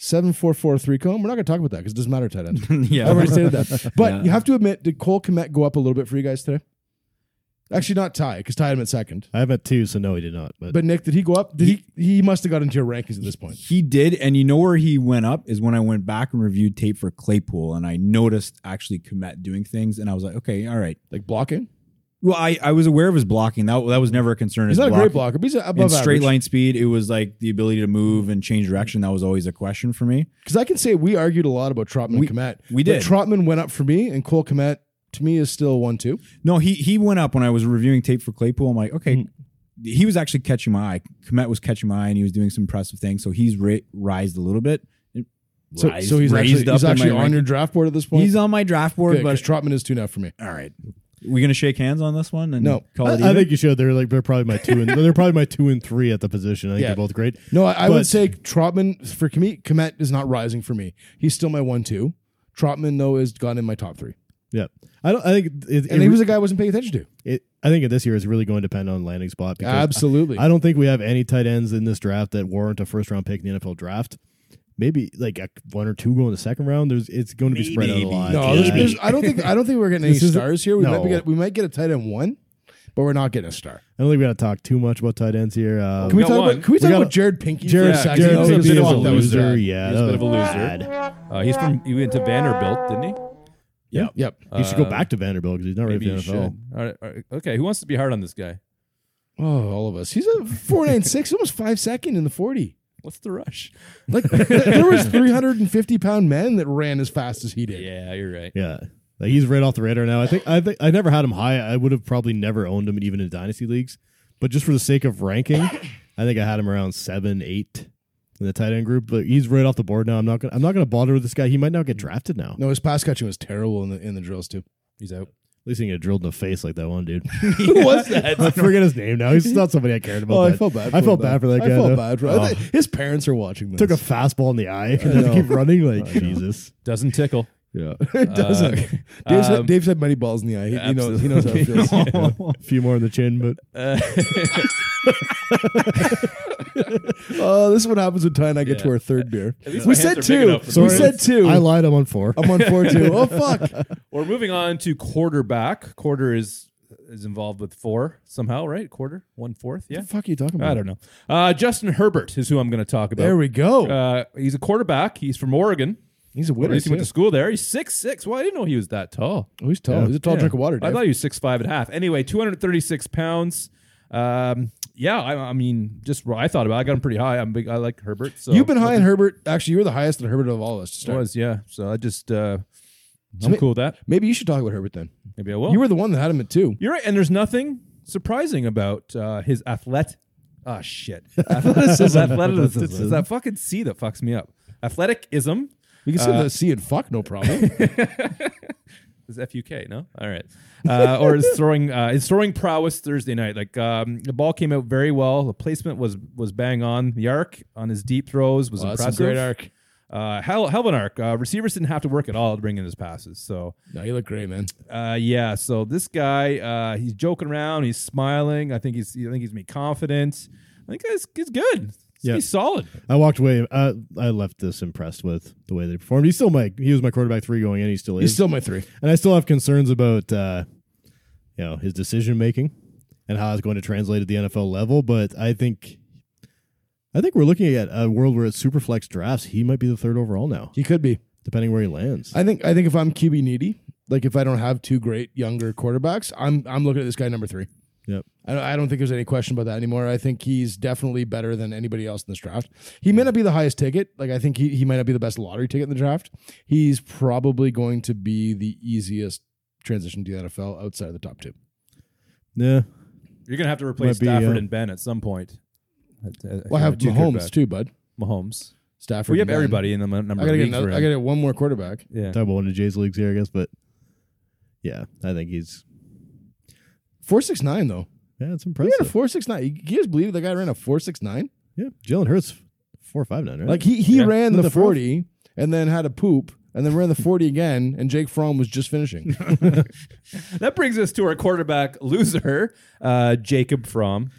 Speaker 4: 7443 comb. We're not going to talk about that because it doesn't matter tight end.
Speaker 6: yeah,
Speaker 4: I've already stated that. But
Speaker 6: Yeah.
Speaker 4: you have to admit, did Cole Komet go up a little bit for you guys today? Actually, not Ty, because Ty had him at second.
Speaker 5: I have at two, so no, he did not. But,
Speaker 4: But Nick, did he go up? Did he? He, must have got into your rankings at this point.
Speaker 6: He did, and you know where he went up is when I went back and reviewed tape for Claypool, and I noticed actually Komet doing things, and I was like, okay, all right.
Speaker 4: Like blocking.
Speaker 6: Well, I, I was aware of his blocking. That that was never a concern.
Speaker 4: He's
Speaker 6: his
Speaker 4: not a great blocker,
Speaker 6: blocking.
Speaker 4: but he's above
Speaker 6: In straight
Speaker 4: average.
Speaker 6: line speed, it was like the ability to move and change direction. That was always a question for me.
Speaker 4: Because I can say we argued a lot about Trotman
Speaker 6: We-
Speaker 4: and Komet.
Speaker 6: we
Speaker 4: but
Speaker 6: did.
Speaker 4: Trotman went up for me, and Cole Komet to me is still one two.
Speaker 6: No, he he went up when I was reviewing tape for Claypool. I'm like, okay,
Speaker 4: Hmm.
Speaker 6: he was actually catching my eye. Komet was catching my eye, and he was doing some impressive things. So he's ra- rised a little bit.
Speaker 4: So,
Speaker 6: Rised-
Speaker 4: so he's
Speaker 6: raised
Speaker 4: actually,
Speaker 6: up
Speaker 4: he's
Speaker 6: in my
Speaker 4: actually on
Speaker 6: ranking.
Speaker 4: your draft board at this point.
Speaker 6: He's on my draft board,
Speaker 4: Okay, 'cause
Speaker 6: but
Speaker 4: Trotman is two now for me.
Speaker 6: all right. We gonna shake hands on this one? And
Speaker 4: No.
Speaker 6: call
Speaker 5: I,
Speaker 6: it
Speaker 5: I
Speaker 6: even?
Speaker 5: think you should. They're like they're probably my two and they're probably my two and three at the position. I think
Speaker 4: Yeah.
Speaker 5: they're both great.
Speaker 4: No, I, I
Speaker 5: But-
Speaker 4: would say Trotman for Komet, Komet is not rising for me. He's still my one two. Trotman though is gone in my top three,
Speaker 5: Yeah, I don't. I think it,
Speaker 4: and
Speaker 5: it,
Speaker 4: he was a guy I wasn't paying attention to.
Speaker 5: it- I think this year is really going to depend on landing spot. Because I-
Speaker 4: Absolutely.
Speaker 5: I, don't think we have any tight ends in this draft that warrant a first round pick in the NFL draft. Maybe like a, one or two go in the second round. There's it's going to be spread out a lot.
Speaker 4: No,
Speaker 5: Yeah.
Speaker 4: there's, there's, I don't think I don't think we're getting any
Speaker 5: This isn't-
Speaker 4: stars here. We might
Speaker 5: no.
Speaker 4: be get, we might get a tight end one, but we're not getting a star.
Speaker 5: I don't think we got to talk too much about tight ends here. Uh,
Speaker 4: Can we,
Speaker 3: got
Speaker 4: talk
Speaker 3: one.
Speaker 4: about Can we,
Speaker 5: We
Speaker 4: talk
Speaker 5: got a-
Speaker 4: about Jared Pinky?
Speaker 5: Jared,
Speaker 4: for a second?
Speaker 5: Jared
Speaker 4: That was
Speaker 3: Pinky
Speaker 4: a
Speaker 3: is a
Speaker 4: fuck, that was
Speaker 5: loser.
Speaker 4: bad.
Speaker 5: Yeah,
Speaker 3: He was a
Speaker 5: that
Speaker 3: bit of a
Speaker 5: was
Speaker 3: loser.
Speaker 5: bad.
Speaker 3: Uh, he's from he went to Vanderbilt, didn't he?
Speaker 4: Yep.
Speaker 5: He should go
Speaker 3: Uh,
Speaker 5: back to Vanderbilt because he's not ready
Speaker 3: Maybe
Speaker 5: for the
Speaker 3: you should. All
Speaker 5: NFL.
Speaker 3: right, all right. Okay, who wants to be hard on this guy?
Speaker 4: Oh, all of us. He's a four nine six, almost five second in the forty.
Speaker 3: What's the rush?
Speaker 4: Like th- there was three hundred and fifty pound men that ran as fast as he did.
Speaker 3: Yeah, you're right.
Speaker 5: Yeah. Like he's right off the radar now. I think I think I never had him high. I would have probably never owned him even in dynasty leagues. But just for the sake of ranking, I think I had him around seven, eight in the tight end group. But he's right off the board now. I'm not gonna I'm not gonna bother with this guy. He might not get drafted now.
Speaker 4: No, his pass catching was terrible in the in the drills too. He's out.
Speaker 5: At least he can get drilled in the face like that one dude. Who was that? I forget his name now. He's not somebody I cared about.
Speaker 4: Oh, I
Speaker 5: but
Speaker 4: felt bad. For
Speaker 5: I
Speaker 4: him,
Speaker 5: felt
Speaker 4: though.
Speaker 5: bad for that guy.
Speaker 4: I felt
Speaker 5: though.
Speaker 4: bad for
Speaker 5: Oh,
Speaker 4: him. His parents are watching this.
Speaker 5: took a fastball in the eye. and had to keep running like Jesus.
Speaker 3: Doesn't tickle.
Speaker 5: Yeah.
Speaker 4: it doesn't. Dave's, had,
Speaker 3: um,
Speaker 4: Dave's had many balls in the eye. He, he knows. He knows how it feels.
Speaker 5: a few more in the chin, but
Speaker 3: Uh,
Speaker 4: Oh, this is what happens when Ty and I get to
Speaker 3: Yeah.
Speaker 4: our third beer.
Speaker 3: least
Speaker 4: We
Speaker 3: my
Speaker 4: said
Speaker 3: hands are big
Speaker 4: two.
Speaker 3: enough.
Speaker 4: We
Speaker 3: Sorry.
Speaker 4: said two.
Speaker 5: I lied. I'm on four.
Speaker 4: I'm on four two. Oh fuck.
Speaker 3: We're moving on to quarterback. Quarter is is involved with four somehow, right? Quarter, one fourth. Yeah,
Speaker 4: The fuck are you talking about?
Speaker 3: I don't know. Uh, Justin Herbert is who I'm going to talk about.
Speaker 4: There we go.
Speaker 3: Uh, he's a quarterback. He's from Oregon.
Speaker 4: he's a
Speaker 3: At
Speaker 4: winner.
Speaker 3: least he went
Speaker 4: too.
Speaker 3: to school there. He's six six. Well, I didn't know he was that tall.
Speaker 4: Oh, he's tall. He's a tall
Speaker 3: Yeah.
Speaker 4: drink of water.
Speaker 3: I
Speaker 4: Dave.
Speaker 3: thought he was six five and a half. Anyway, two hundred thirty six pounds. Um, yeah, I, I mean, just I thought about. It. I got him pretty high. I'm big. I like Herbert. So
Speaker 4: You've been high on Herbert. Actually, you were the highest on Herbert of all of us. to
Speaker 3: I
Speaker 4: start.
Speaker 3: was yeah. So I just uh, I'm
Speaker 4: ma-
Speaker 3: cool with that.
Speaker 4: Maybe you should talk about Herbert then.
Speaker 3: Maybe I will.
Speaker 4: You were the one that had him at two.
Speaker 3: You're right, and there's nothing surprising about uh, his athlet. Ah, shit. Athleticism. athleticism. It's that fucking C that fucks me up. Athleticism
Speaker 4: We can sit uh, the C and fuck, no problem.
Speaker 3: is FUK, no? All right. Uh, or is throwing uh, is throwing prowess Thursday night. Like um, the ball came out very well. The placement was was bang on. The arc on his deep throws was
Speaker 4: Wow, that's a
Speaker 3: impressive.
Speaker 4: great arc.
Speaker 3: Uh, hell, hell of an arc. Uh, receivers didn't have to work at all to bring in his passes. So
Speaker 4: no, you look great, man.
Speaker 3: Uh, yeah. So this guy, uh, he's joking around. He's smiling. I think he's. I think he's me confident. I think he's, he's good.
Speaker 5: Yeah.
Speaker 3: He's solid.
Speaker 5: I walked away. I, I left this impressed with the way they performed. He's still my he was my quarterback three going in. He still is.
Speaker 4: He's still my three.
Speaker 5: and I still have concerns about uh, you know his decision making and how it's going to translate at the NFL level. But I think I think we're looking at a world where it's super flex drafts. He might be the third overall now,
Speaker 4: He could be.
Speaker 5: depending where he lands.
Speaker 4: I think. I think if I'm QB needy, like if I don't have two great younger quarterbacks, I'm I'm looking at this guy number three.
Speaker 5: yep.
Speaker 4: I don't, I don't think there's any question about that anymore. I think he's definitely better than anybody else in this draft. He may not be the highest ticket. Like, I think he, he might not be the best lottery ticket in the draft. He's probably going to be the easiest transition to the NFL outside of the top two.
Speaker 5: Yeah.
Speaker 3: You're gonna have to replace
Speaker 5: Might be,
Speaker 3: Stafford
Speaker 5: uh,
Speaker 3: and Ben at some point. At- at- if
Speaker 4: Well, I
Speaker 3: you
Speaker 4: have
Speaker 3: two
Speaker 4: Mahomes
Speaker 3: quarterbacks.
Speaker 4: too, bud.
Speaker 3: Mahomes.
Speaker 4: Stafford.
Speaker 3: We have
Speaker 4: and Allen.
Speaker 3: everybody in the m- number.
Speaker 4: I gotta
Speaker 3: of
Speaker 4: get
Speaker 3: leagues
Speaker 4: another,
Speaker 3: we're
Speaker 4: I
Speaker 3: in.
Speaker 4: gotta get one more quarterback.
Speaker 3: yeah.
Speaker 5: Talk about one of Jay's leagues here, I guess. But yeah, I think he's
Speaker 4: Four six nine though.
Speaker 5: yeah, it's
Speaker 4: He had a
Speaker 5: impressive.
Speaker 4: four six nine. You you guys believe the guy ran a four six nine?
Speaker 5: Yeah, Jalen Hurts four five nine, right?
Speaker 4: Like he he
Speaker 3: Yeah.
Speaker 4: ran
Speaker 5: Isn't
Speaker 4: the
Speaker 5: the fourth?
Speaker 4: forty and then had a poop and then ran the forty again and Jake Fromm was just finishing.
Speaker 3: That brings us to our quarterback loser, uh, Jacob Fromm.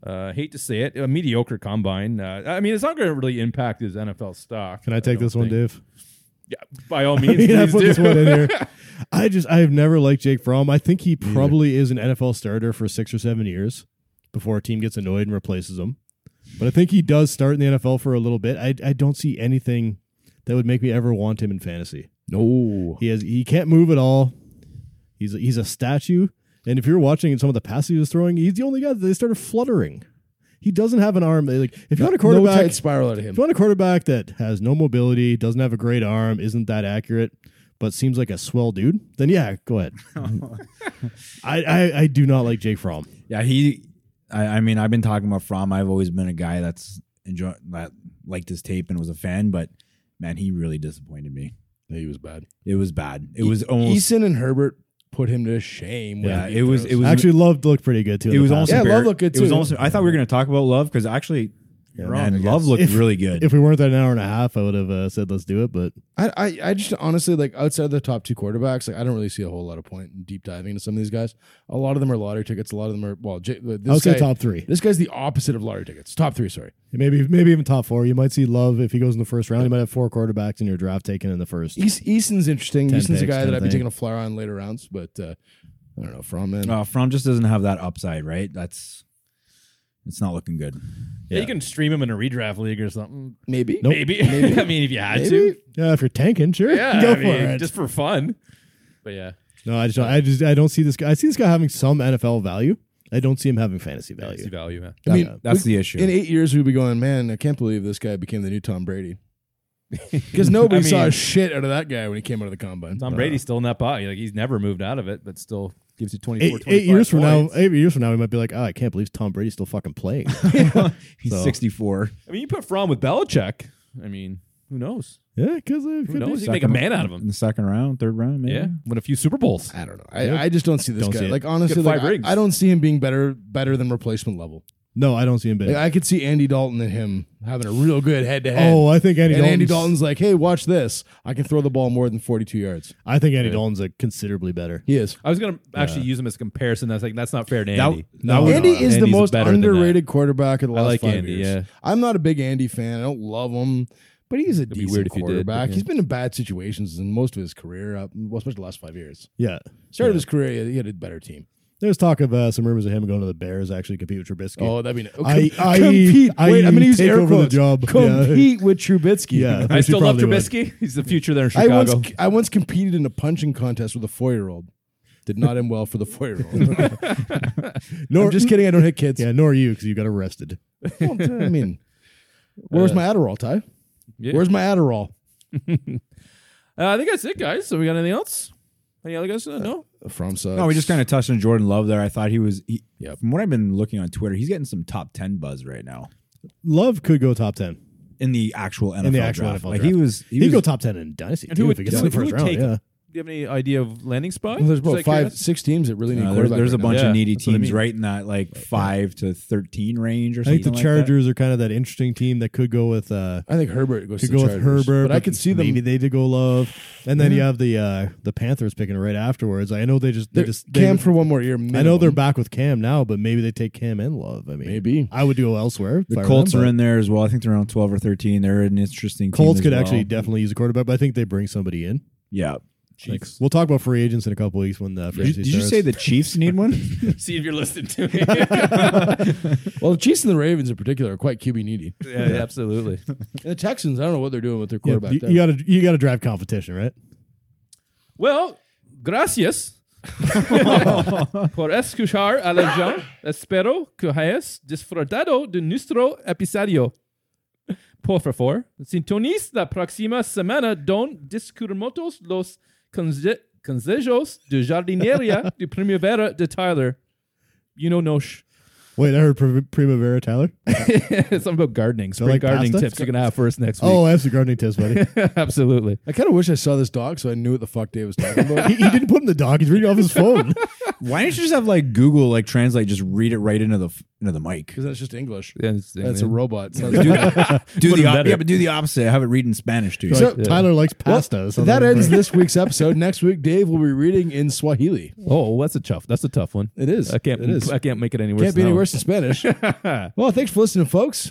Speaker 3: Uh, hate to say it, a mediocre combine. Uh, I mean, it's not going to really impact his NFL stock.
Speaker 5: Can I take
Speaker 3: don't
Speaker 5: this one,
Speaker 3: think.
Speaker 5: Dave?
Speaker 3: By all means,
Speaker 5: yeah,
Speaker 3: please
Speaker 5: put
Speaker 3: do.
Speaker 5: this one in here. I just I have never liked Jake Fromm. I think he probably is an NFL starter for six or seven years before a team gets annoyed and replaces him. But I think he does start in the NFL for a little bit. I I don't see anything that would make me ever want him in fantasy.
Speaker 4: no.
Speaker 5: He has he can't move at all. He's a, he's a statue. And if you're watching some of the passes he was throwing, he's the only guy that they started fluttering. He doesn't have an arm. Like if you want a quarterback,
Speaker 4: no tight spiral out of him.
Speaker 5: if you want a quarterback that has no mobility, doesn't have a great arm, isn't that accurate, but seems like a swell dude, then yeah, go ahead. I, I I do not like Jake Fromm.
Speaker 6: Yeah, he. I, I mean, I've been talking about Fromm. I've always been a guy that's enjoy that liked his tape and was a fan, but man, he really disappointed me.
Speaker 4: Yeah, he was bad.
Speaker 6: It was bad. It was almost.
Speaker 4: Eason and Herbert put him to shame. with
Speaker 6: Yeah,
Speaker 4: deep
Speaker 6: it was-
Speaker 4: throws.
Speaker 6: it was-
Speaker 5: Actually, Love looked pretty good too. in
Speaker 6: It
Speaker 5: the
Speaker 6: was almost.
Speaker 5: past.
Speaker 4: Yeah,
Speaker 6: embar-
Speaker 4: Love looked good
Speaker 6: It was
Speaker 4: too.
Speaker 6: almost. I thought we were going to talk about love because actually,
Speaker 4: You're
Speaker 6: man,
Speaker 4: wrong, I
Speaker 6: love
Speaker 4: guess.
Speaker 6: looked
Speaker 5: If-
Speaker 6: really good.
Speaker 5: If we weren't at an hour and a half, I would have uh, said let's do it. But
Speaker 4: I, I I just honestly like outside of the top two quarterbacks, like I don't really see a whole lot of point in deep diving into some of these guys. A lot of them are lottery tickets. A lot of them are well. J, this
Speaker 5: I would
Speaker 4: guy,
Speaker 5: say top three,
Speaker 4: This guy's the opposite of lottery tickets. Top three, sorry.
Speaker 5: maybe maybe even top four. You might see Love if he goes in the first round. You might have four quarterbacks in your draft taken in the first.
Speaker 4: East, Easton's interesting.
Speaker 5: Ten
Speaker 4: Easton's a
Speaker 5: picks,
Speaker 4: guy
Speaker 5: kinda
Speaker 4: that I'd be
Speaker 5: thing.
Speaker 4: taking a flyer on later rounds, but uh, I don't know. From man,
Speaker 5: Oh,
Speaker 6: Uh, Fromm just doesn't have that upside, right? That's it's not looking good.
Speaker 3: Yeah, you can stream him in a redraft league or something.
Speaker 4: maybe
Speaker 3: Maybe. I mean, if you had to.
Speaker 4: Maybe.
Speaker 5: Yeah, if you're tanking, sure,
Speaker 3: Yeah,
Speaker 5: go
Speaker 3: I
Speaker 5: for
Speaker 3: mean,
Speaker 5: it.
Speaker 3: just for fun. But yeah,
Speaker 5: no, I just don't, I just I don't see this guy. I see this guy having some NFL value. I don't see him having fantasy value.
Speaker 3: fantasy value, man.
Speaker 4: I mean,
Speaker 6: That's the issue.
Speaker 4: in eight years we'd be going, man. I can't believe this guy became the new Tom Brady because nobody
Speaker 3: I
Speaker 4: saw
Speaker 3: mean-
Speaker 4: shit out of that guy when he came out of the combine.
Speaker 5: Uh,
Speaker 3: Tom Brady's still in that body. Like he's never moved out of it, but still gives you 24,
Speaker 5: Eight, eight
Speaker 3: 25
Speaker 5: years from now,
Speaker 3: points.
Speaker 5: eight years from now, we might be like, oh, I can't believe Tom Brady's still fucking playing.
Speaker 6: He's
Speaker 5: So-
Speaker 6: 64.
Speaker 3: I mean, you put Fromm with Belichick. I mean, who knows?
Speaker 5: yeah, because
Speaker 3: Who knows? You can
Speaker 5: uh,
Speaker 3: make a man out of
Speaker 6: In
Speaker 3: him.
Speaker 6: the second round, third round, maybe.
Speaker 3: Yeah, win a few Super Bowls.
Speaker 4: I don't know. I, I just don't see this
Speaker 5: Don't
Speaker 4: guy.
Speaker 5: see it.
Speaker 4: like honestly,
Speaker 3: Get
Speaker 4: like,
Speaker 3: five
Speaker 4: I,
Speaker 3: rings.
Speaker 4: I don't see him being better better than replacement level.
Speaker 5: no, I don't see him big.
Speaker 4: Like, I could see Andy Dalton and him having a real good head to head.
Speaker 5: oh, I think Andy
Speaker 4: and
Speaker 5: Dalton's,
Speaker 4: Andy Dalton's like, hey, watch this. I can throw the ball more than 42 yards.
Speaker 5: I think Andy Dalton's a considerably better.
Speaker 4: He is.
Speaker 3: I was gonna actually use him as a comparison. I was like, that's not fair to
Speaker 6: That-
Speaker 3: Andy.
Speaker 6: that was-
Speaker 4: Andy is the
Speaker 3: Andy's
Speaker 4: most
Speaker 3: better than that.
Speaker 4: underrated quarterback of the
Speaker 3: I
Speaker 4: last
Speaker 3: like
Speaker 4: five
Speaker 3: Andy,
Speaker 4: years.
Speaker 3: yeah.
Speaker 4: I'm not a big Andy fan. I don't love him, but he's a
Speaker 3: be
Speaker 4: decent
Speaker 3: weird if you did, but
Speaker 4: quarterback.
Speaker 3: yeah.
Speaker 4: He's been in bad situations in most of his career, uh, well, especially the last five years.
Speaker 5: Yeah.
Speaker 4: Started his career, he had a better team.
Speaker 5: There's talk of uh, some rumors of him going to the Bears actually compete with Trubisky.
Speaker 4: Oh, that'd be
Speaker 5: I- I-
Speaker 4: compete.
Speaker 5: I
Speaker 4: Wait, I'm going to use
Speaker 5: take
Speaker 4: air
Speaker 5: over the
Speaker 4: quotes.
Speaker 5: job. Yeah.
Speaker 4: Compete with Trubisky.
Speaker 5: Yeah.
Speaker 3: I
Speaker 5: He
Speaker 3: still love
Speaker 5: probably would.
Speaker 3: Trubisky. He's the future there in
Speaker 4: I
Speaker 3: Chicago.
Speaker 4: once I once competed in a punching contest with a four year old. Did not end well for the four year old.
Speaker 5: Nor,
Speaker 4: I'm just kidding. I don't hit kids.
Speaker 5: Yeah, nor you because you got arrested.
Speaker 4: Well, I mean, where's my Adderall, Ty?
Speaker 3: Yeah.
Speaker 4: Where's my Adderall?
Speaker 3: Uh, I think that's it, guys. So we got anything else? Any other guys? Uh, no.
Speaker 4: From sucks.
Speaker 6: No, we Oh, just kind of touched on Jordan Love there. I thought he was. He,
Speaker 4: Yep.
Speaker 6: From what I've been looking on Twitter, he's getting some top ten buzz right now
Speaker 5: Love could go top ten.
Speaker 6: in the actual NFL
Speaker 5: In the actual
Speaker 6: draft.
Speaker 5: NFL
Speaker 6: like
Speaker 5: draft.
Speaker 6: he was, he
Speaker 5: He would
Speaker 6: was
Speaker 5: go top ten in dynasty.
Speaker 3: And
Speaker 5: too,
Speaker 3: who
Speaker 5: if he
Speaker 3: would-
Speaker 5: gets in
Speaker 3: who
Speaker 5: the first
Speaker 3: would
Speaker 5: round?
Speaker 3: take-
Speaker 5: Yeah.
Speaker 3: Do you have any idea of landing spot?
Speaker 4: Well, there's about
Speaker 3: Just out of
Speaker 4: five,
Speaker 3: curiosity.
Speaker 4: six teams that really need
Speaker 6: uh, there's,
Speaker 4: quarterback.
Speaker 6: there's a
Speaker 4: right now.
Speaker 6: bunch
Speaker 3: Yeah,
Speaker 6: of needy
Speaker 3: that's what I
Speaker 6: teams
Speaker 3: mean.
Speaker 6: right in that like five to thirteen range or
Speaker 5: I
Speaker 6: something.
Speaker 5: think the
Speaker 6: like that.
Speaker 5: Chargers are kind of that interesting team that could go with uh,
Speaker 4: I think Herbert goes to,
Speaker 5: could go with
Speaker 4: Chargers.
Speaker 5: Herbert,
Speaker 4: but I could see them.
Speaker 5: Maybe they did go Love, and then you have the uh, the Panthers picking right afterwards. I know they just they
Speaker 4: they're-
Speaker 5: just they-
Speaker 4: Cam for one more year.
Speaker 5: I know they're
Speaker 4: minimum.
Speaker 5: back with Cam now, but maybe they take Cam and Love. I mean,
Speaker 4: Maybe.
Speaker 5: I would go elsewhere. if
Speaker 6: The
Speaker 5: I were
Speaker 6: Colts
Speaker 5: them,
Speaker 6: are
Speaker 5: but
Speaker 6: in there as well. I think they're around twelve or thirteen. They're an interesting. team
Speaker 5: Colts
Speaker 6: as
Speaker 5: could
Speaker 6: well.
Speaker 5: actually definitely use a quarterback, but I think they bring somebody in.
Speaker 6: yeah.
Speaker 5: Like, we'll talk about free agents in a couple weeks when the free
Speaker 6: Did you,
Speaker 5: agency
Speaker 6: did you
Speaker 5: starts.
Speaker 6: say the Chiefs need one?
Speaker 3: See if you're listening to me. yeah,
Speaker 4: Well, the Chiefs and the Ravens in particular are quite QB needy.
Speaker 3: yeah, absolutely.
Speaker 4: And the Texans, I don't know what they're doing with their
Speaker 5: Yeah,
Speaker 4: quarterback.
Speaker 5: you,
Speaker 4: there.
Speaker 5: you gotta you gotta drive competition, right?
Speaker 3: Well, gracias. por escuchar a la gente. Espero que hayas disfrutado de nuestro episodio. Por favor, sintoniz la próxima semana donde discutiremos los conse- consejos de jardinería de primavera de Tyler. You know, Nosh.
Speaker 5: Wait, I heard Pri- Primavera Tyler.
Speaker 3: Something about gardening, spring
Speaker 5: like
Speaker 3: gardening
Speaker 5: pasta?
Speaker 3: tips you're going to have for us next week.
Speaker 5: Oh, I have some gardening tips, buddy.
Speaker 3: absolutely.
Speaker 4: I kind of wish I saw this dog so I knew what the fuck Dave was talking about.
Speaker 5: he, he didn't put in the dog. He's reading off his phone.
Speaker 6: Why don't you just have like Google like translate, just read it right into the f- into the mic?
Speaker 4: Because that's just English.
Speaker 3: Yeah, interesting,
Speaker 4: That's a
Speaker 3: man.
Speaker 4: robot. Sounds
Speaker 6: Do the, do the
Speaker 3: Would've
Speaker 6: op-
Speaker 3: better.
Speaker 6: yeah, but do the opposite. Have it read in Spanish too.
Speaker 5: He's like, Tyler likes pasta.
Speaker 4: Well,
Speaker 5: so
Speaker 4: that
Speaker 5: then-
Speaker 4: ends this week's episode. Next week, Dave will be reading in Swahili.
Speaker 3: Oh, well, that's a tough. That's a tough one.
Speaker 4: It is.
Speaker 3: I can't.
Speaker 4: It is.
Speaker 3: I can't make it any worse.
Speaker 4: Can't be
Speaker 3: than
Speaker 4: any
Speaker 3: that one.
Speaker 4: worse than Spanish. well, thanks for listening, folks.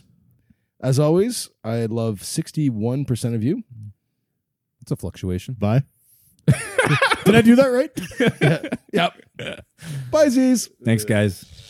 Speaker 4: As always, I love 61% of you.
Speaker 3: It's a fluctuation.
Speaker 5: Bye. Did I do that right?
Speaker 4: Bye, Z's.
Speaker 6: Thanks, guys.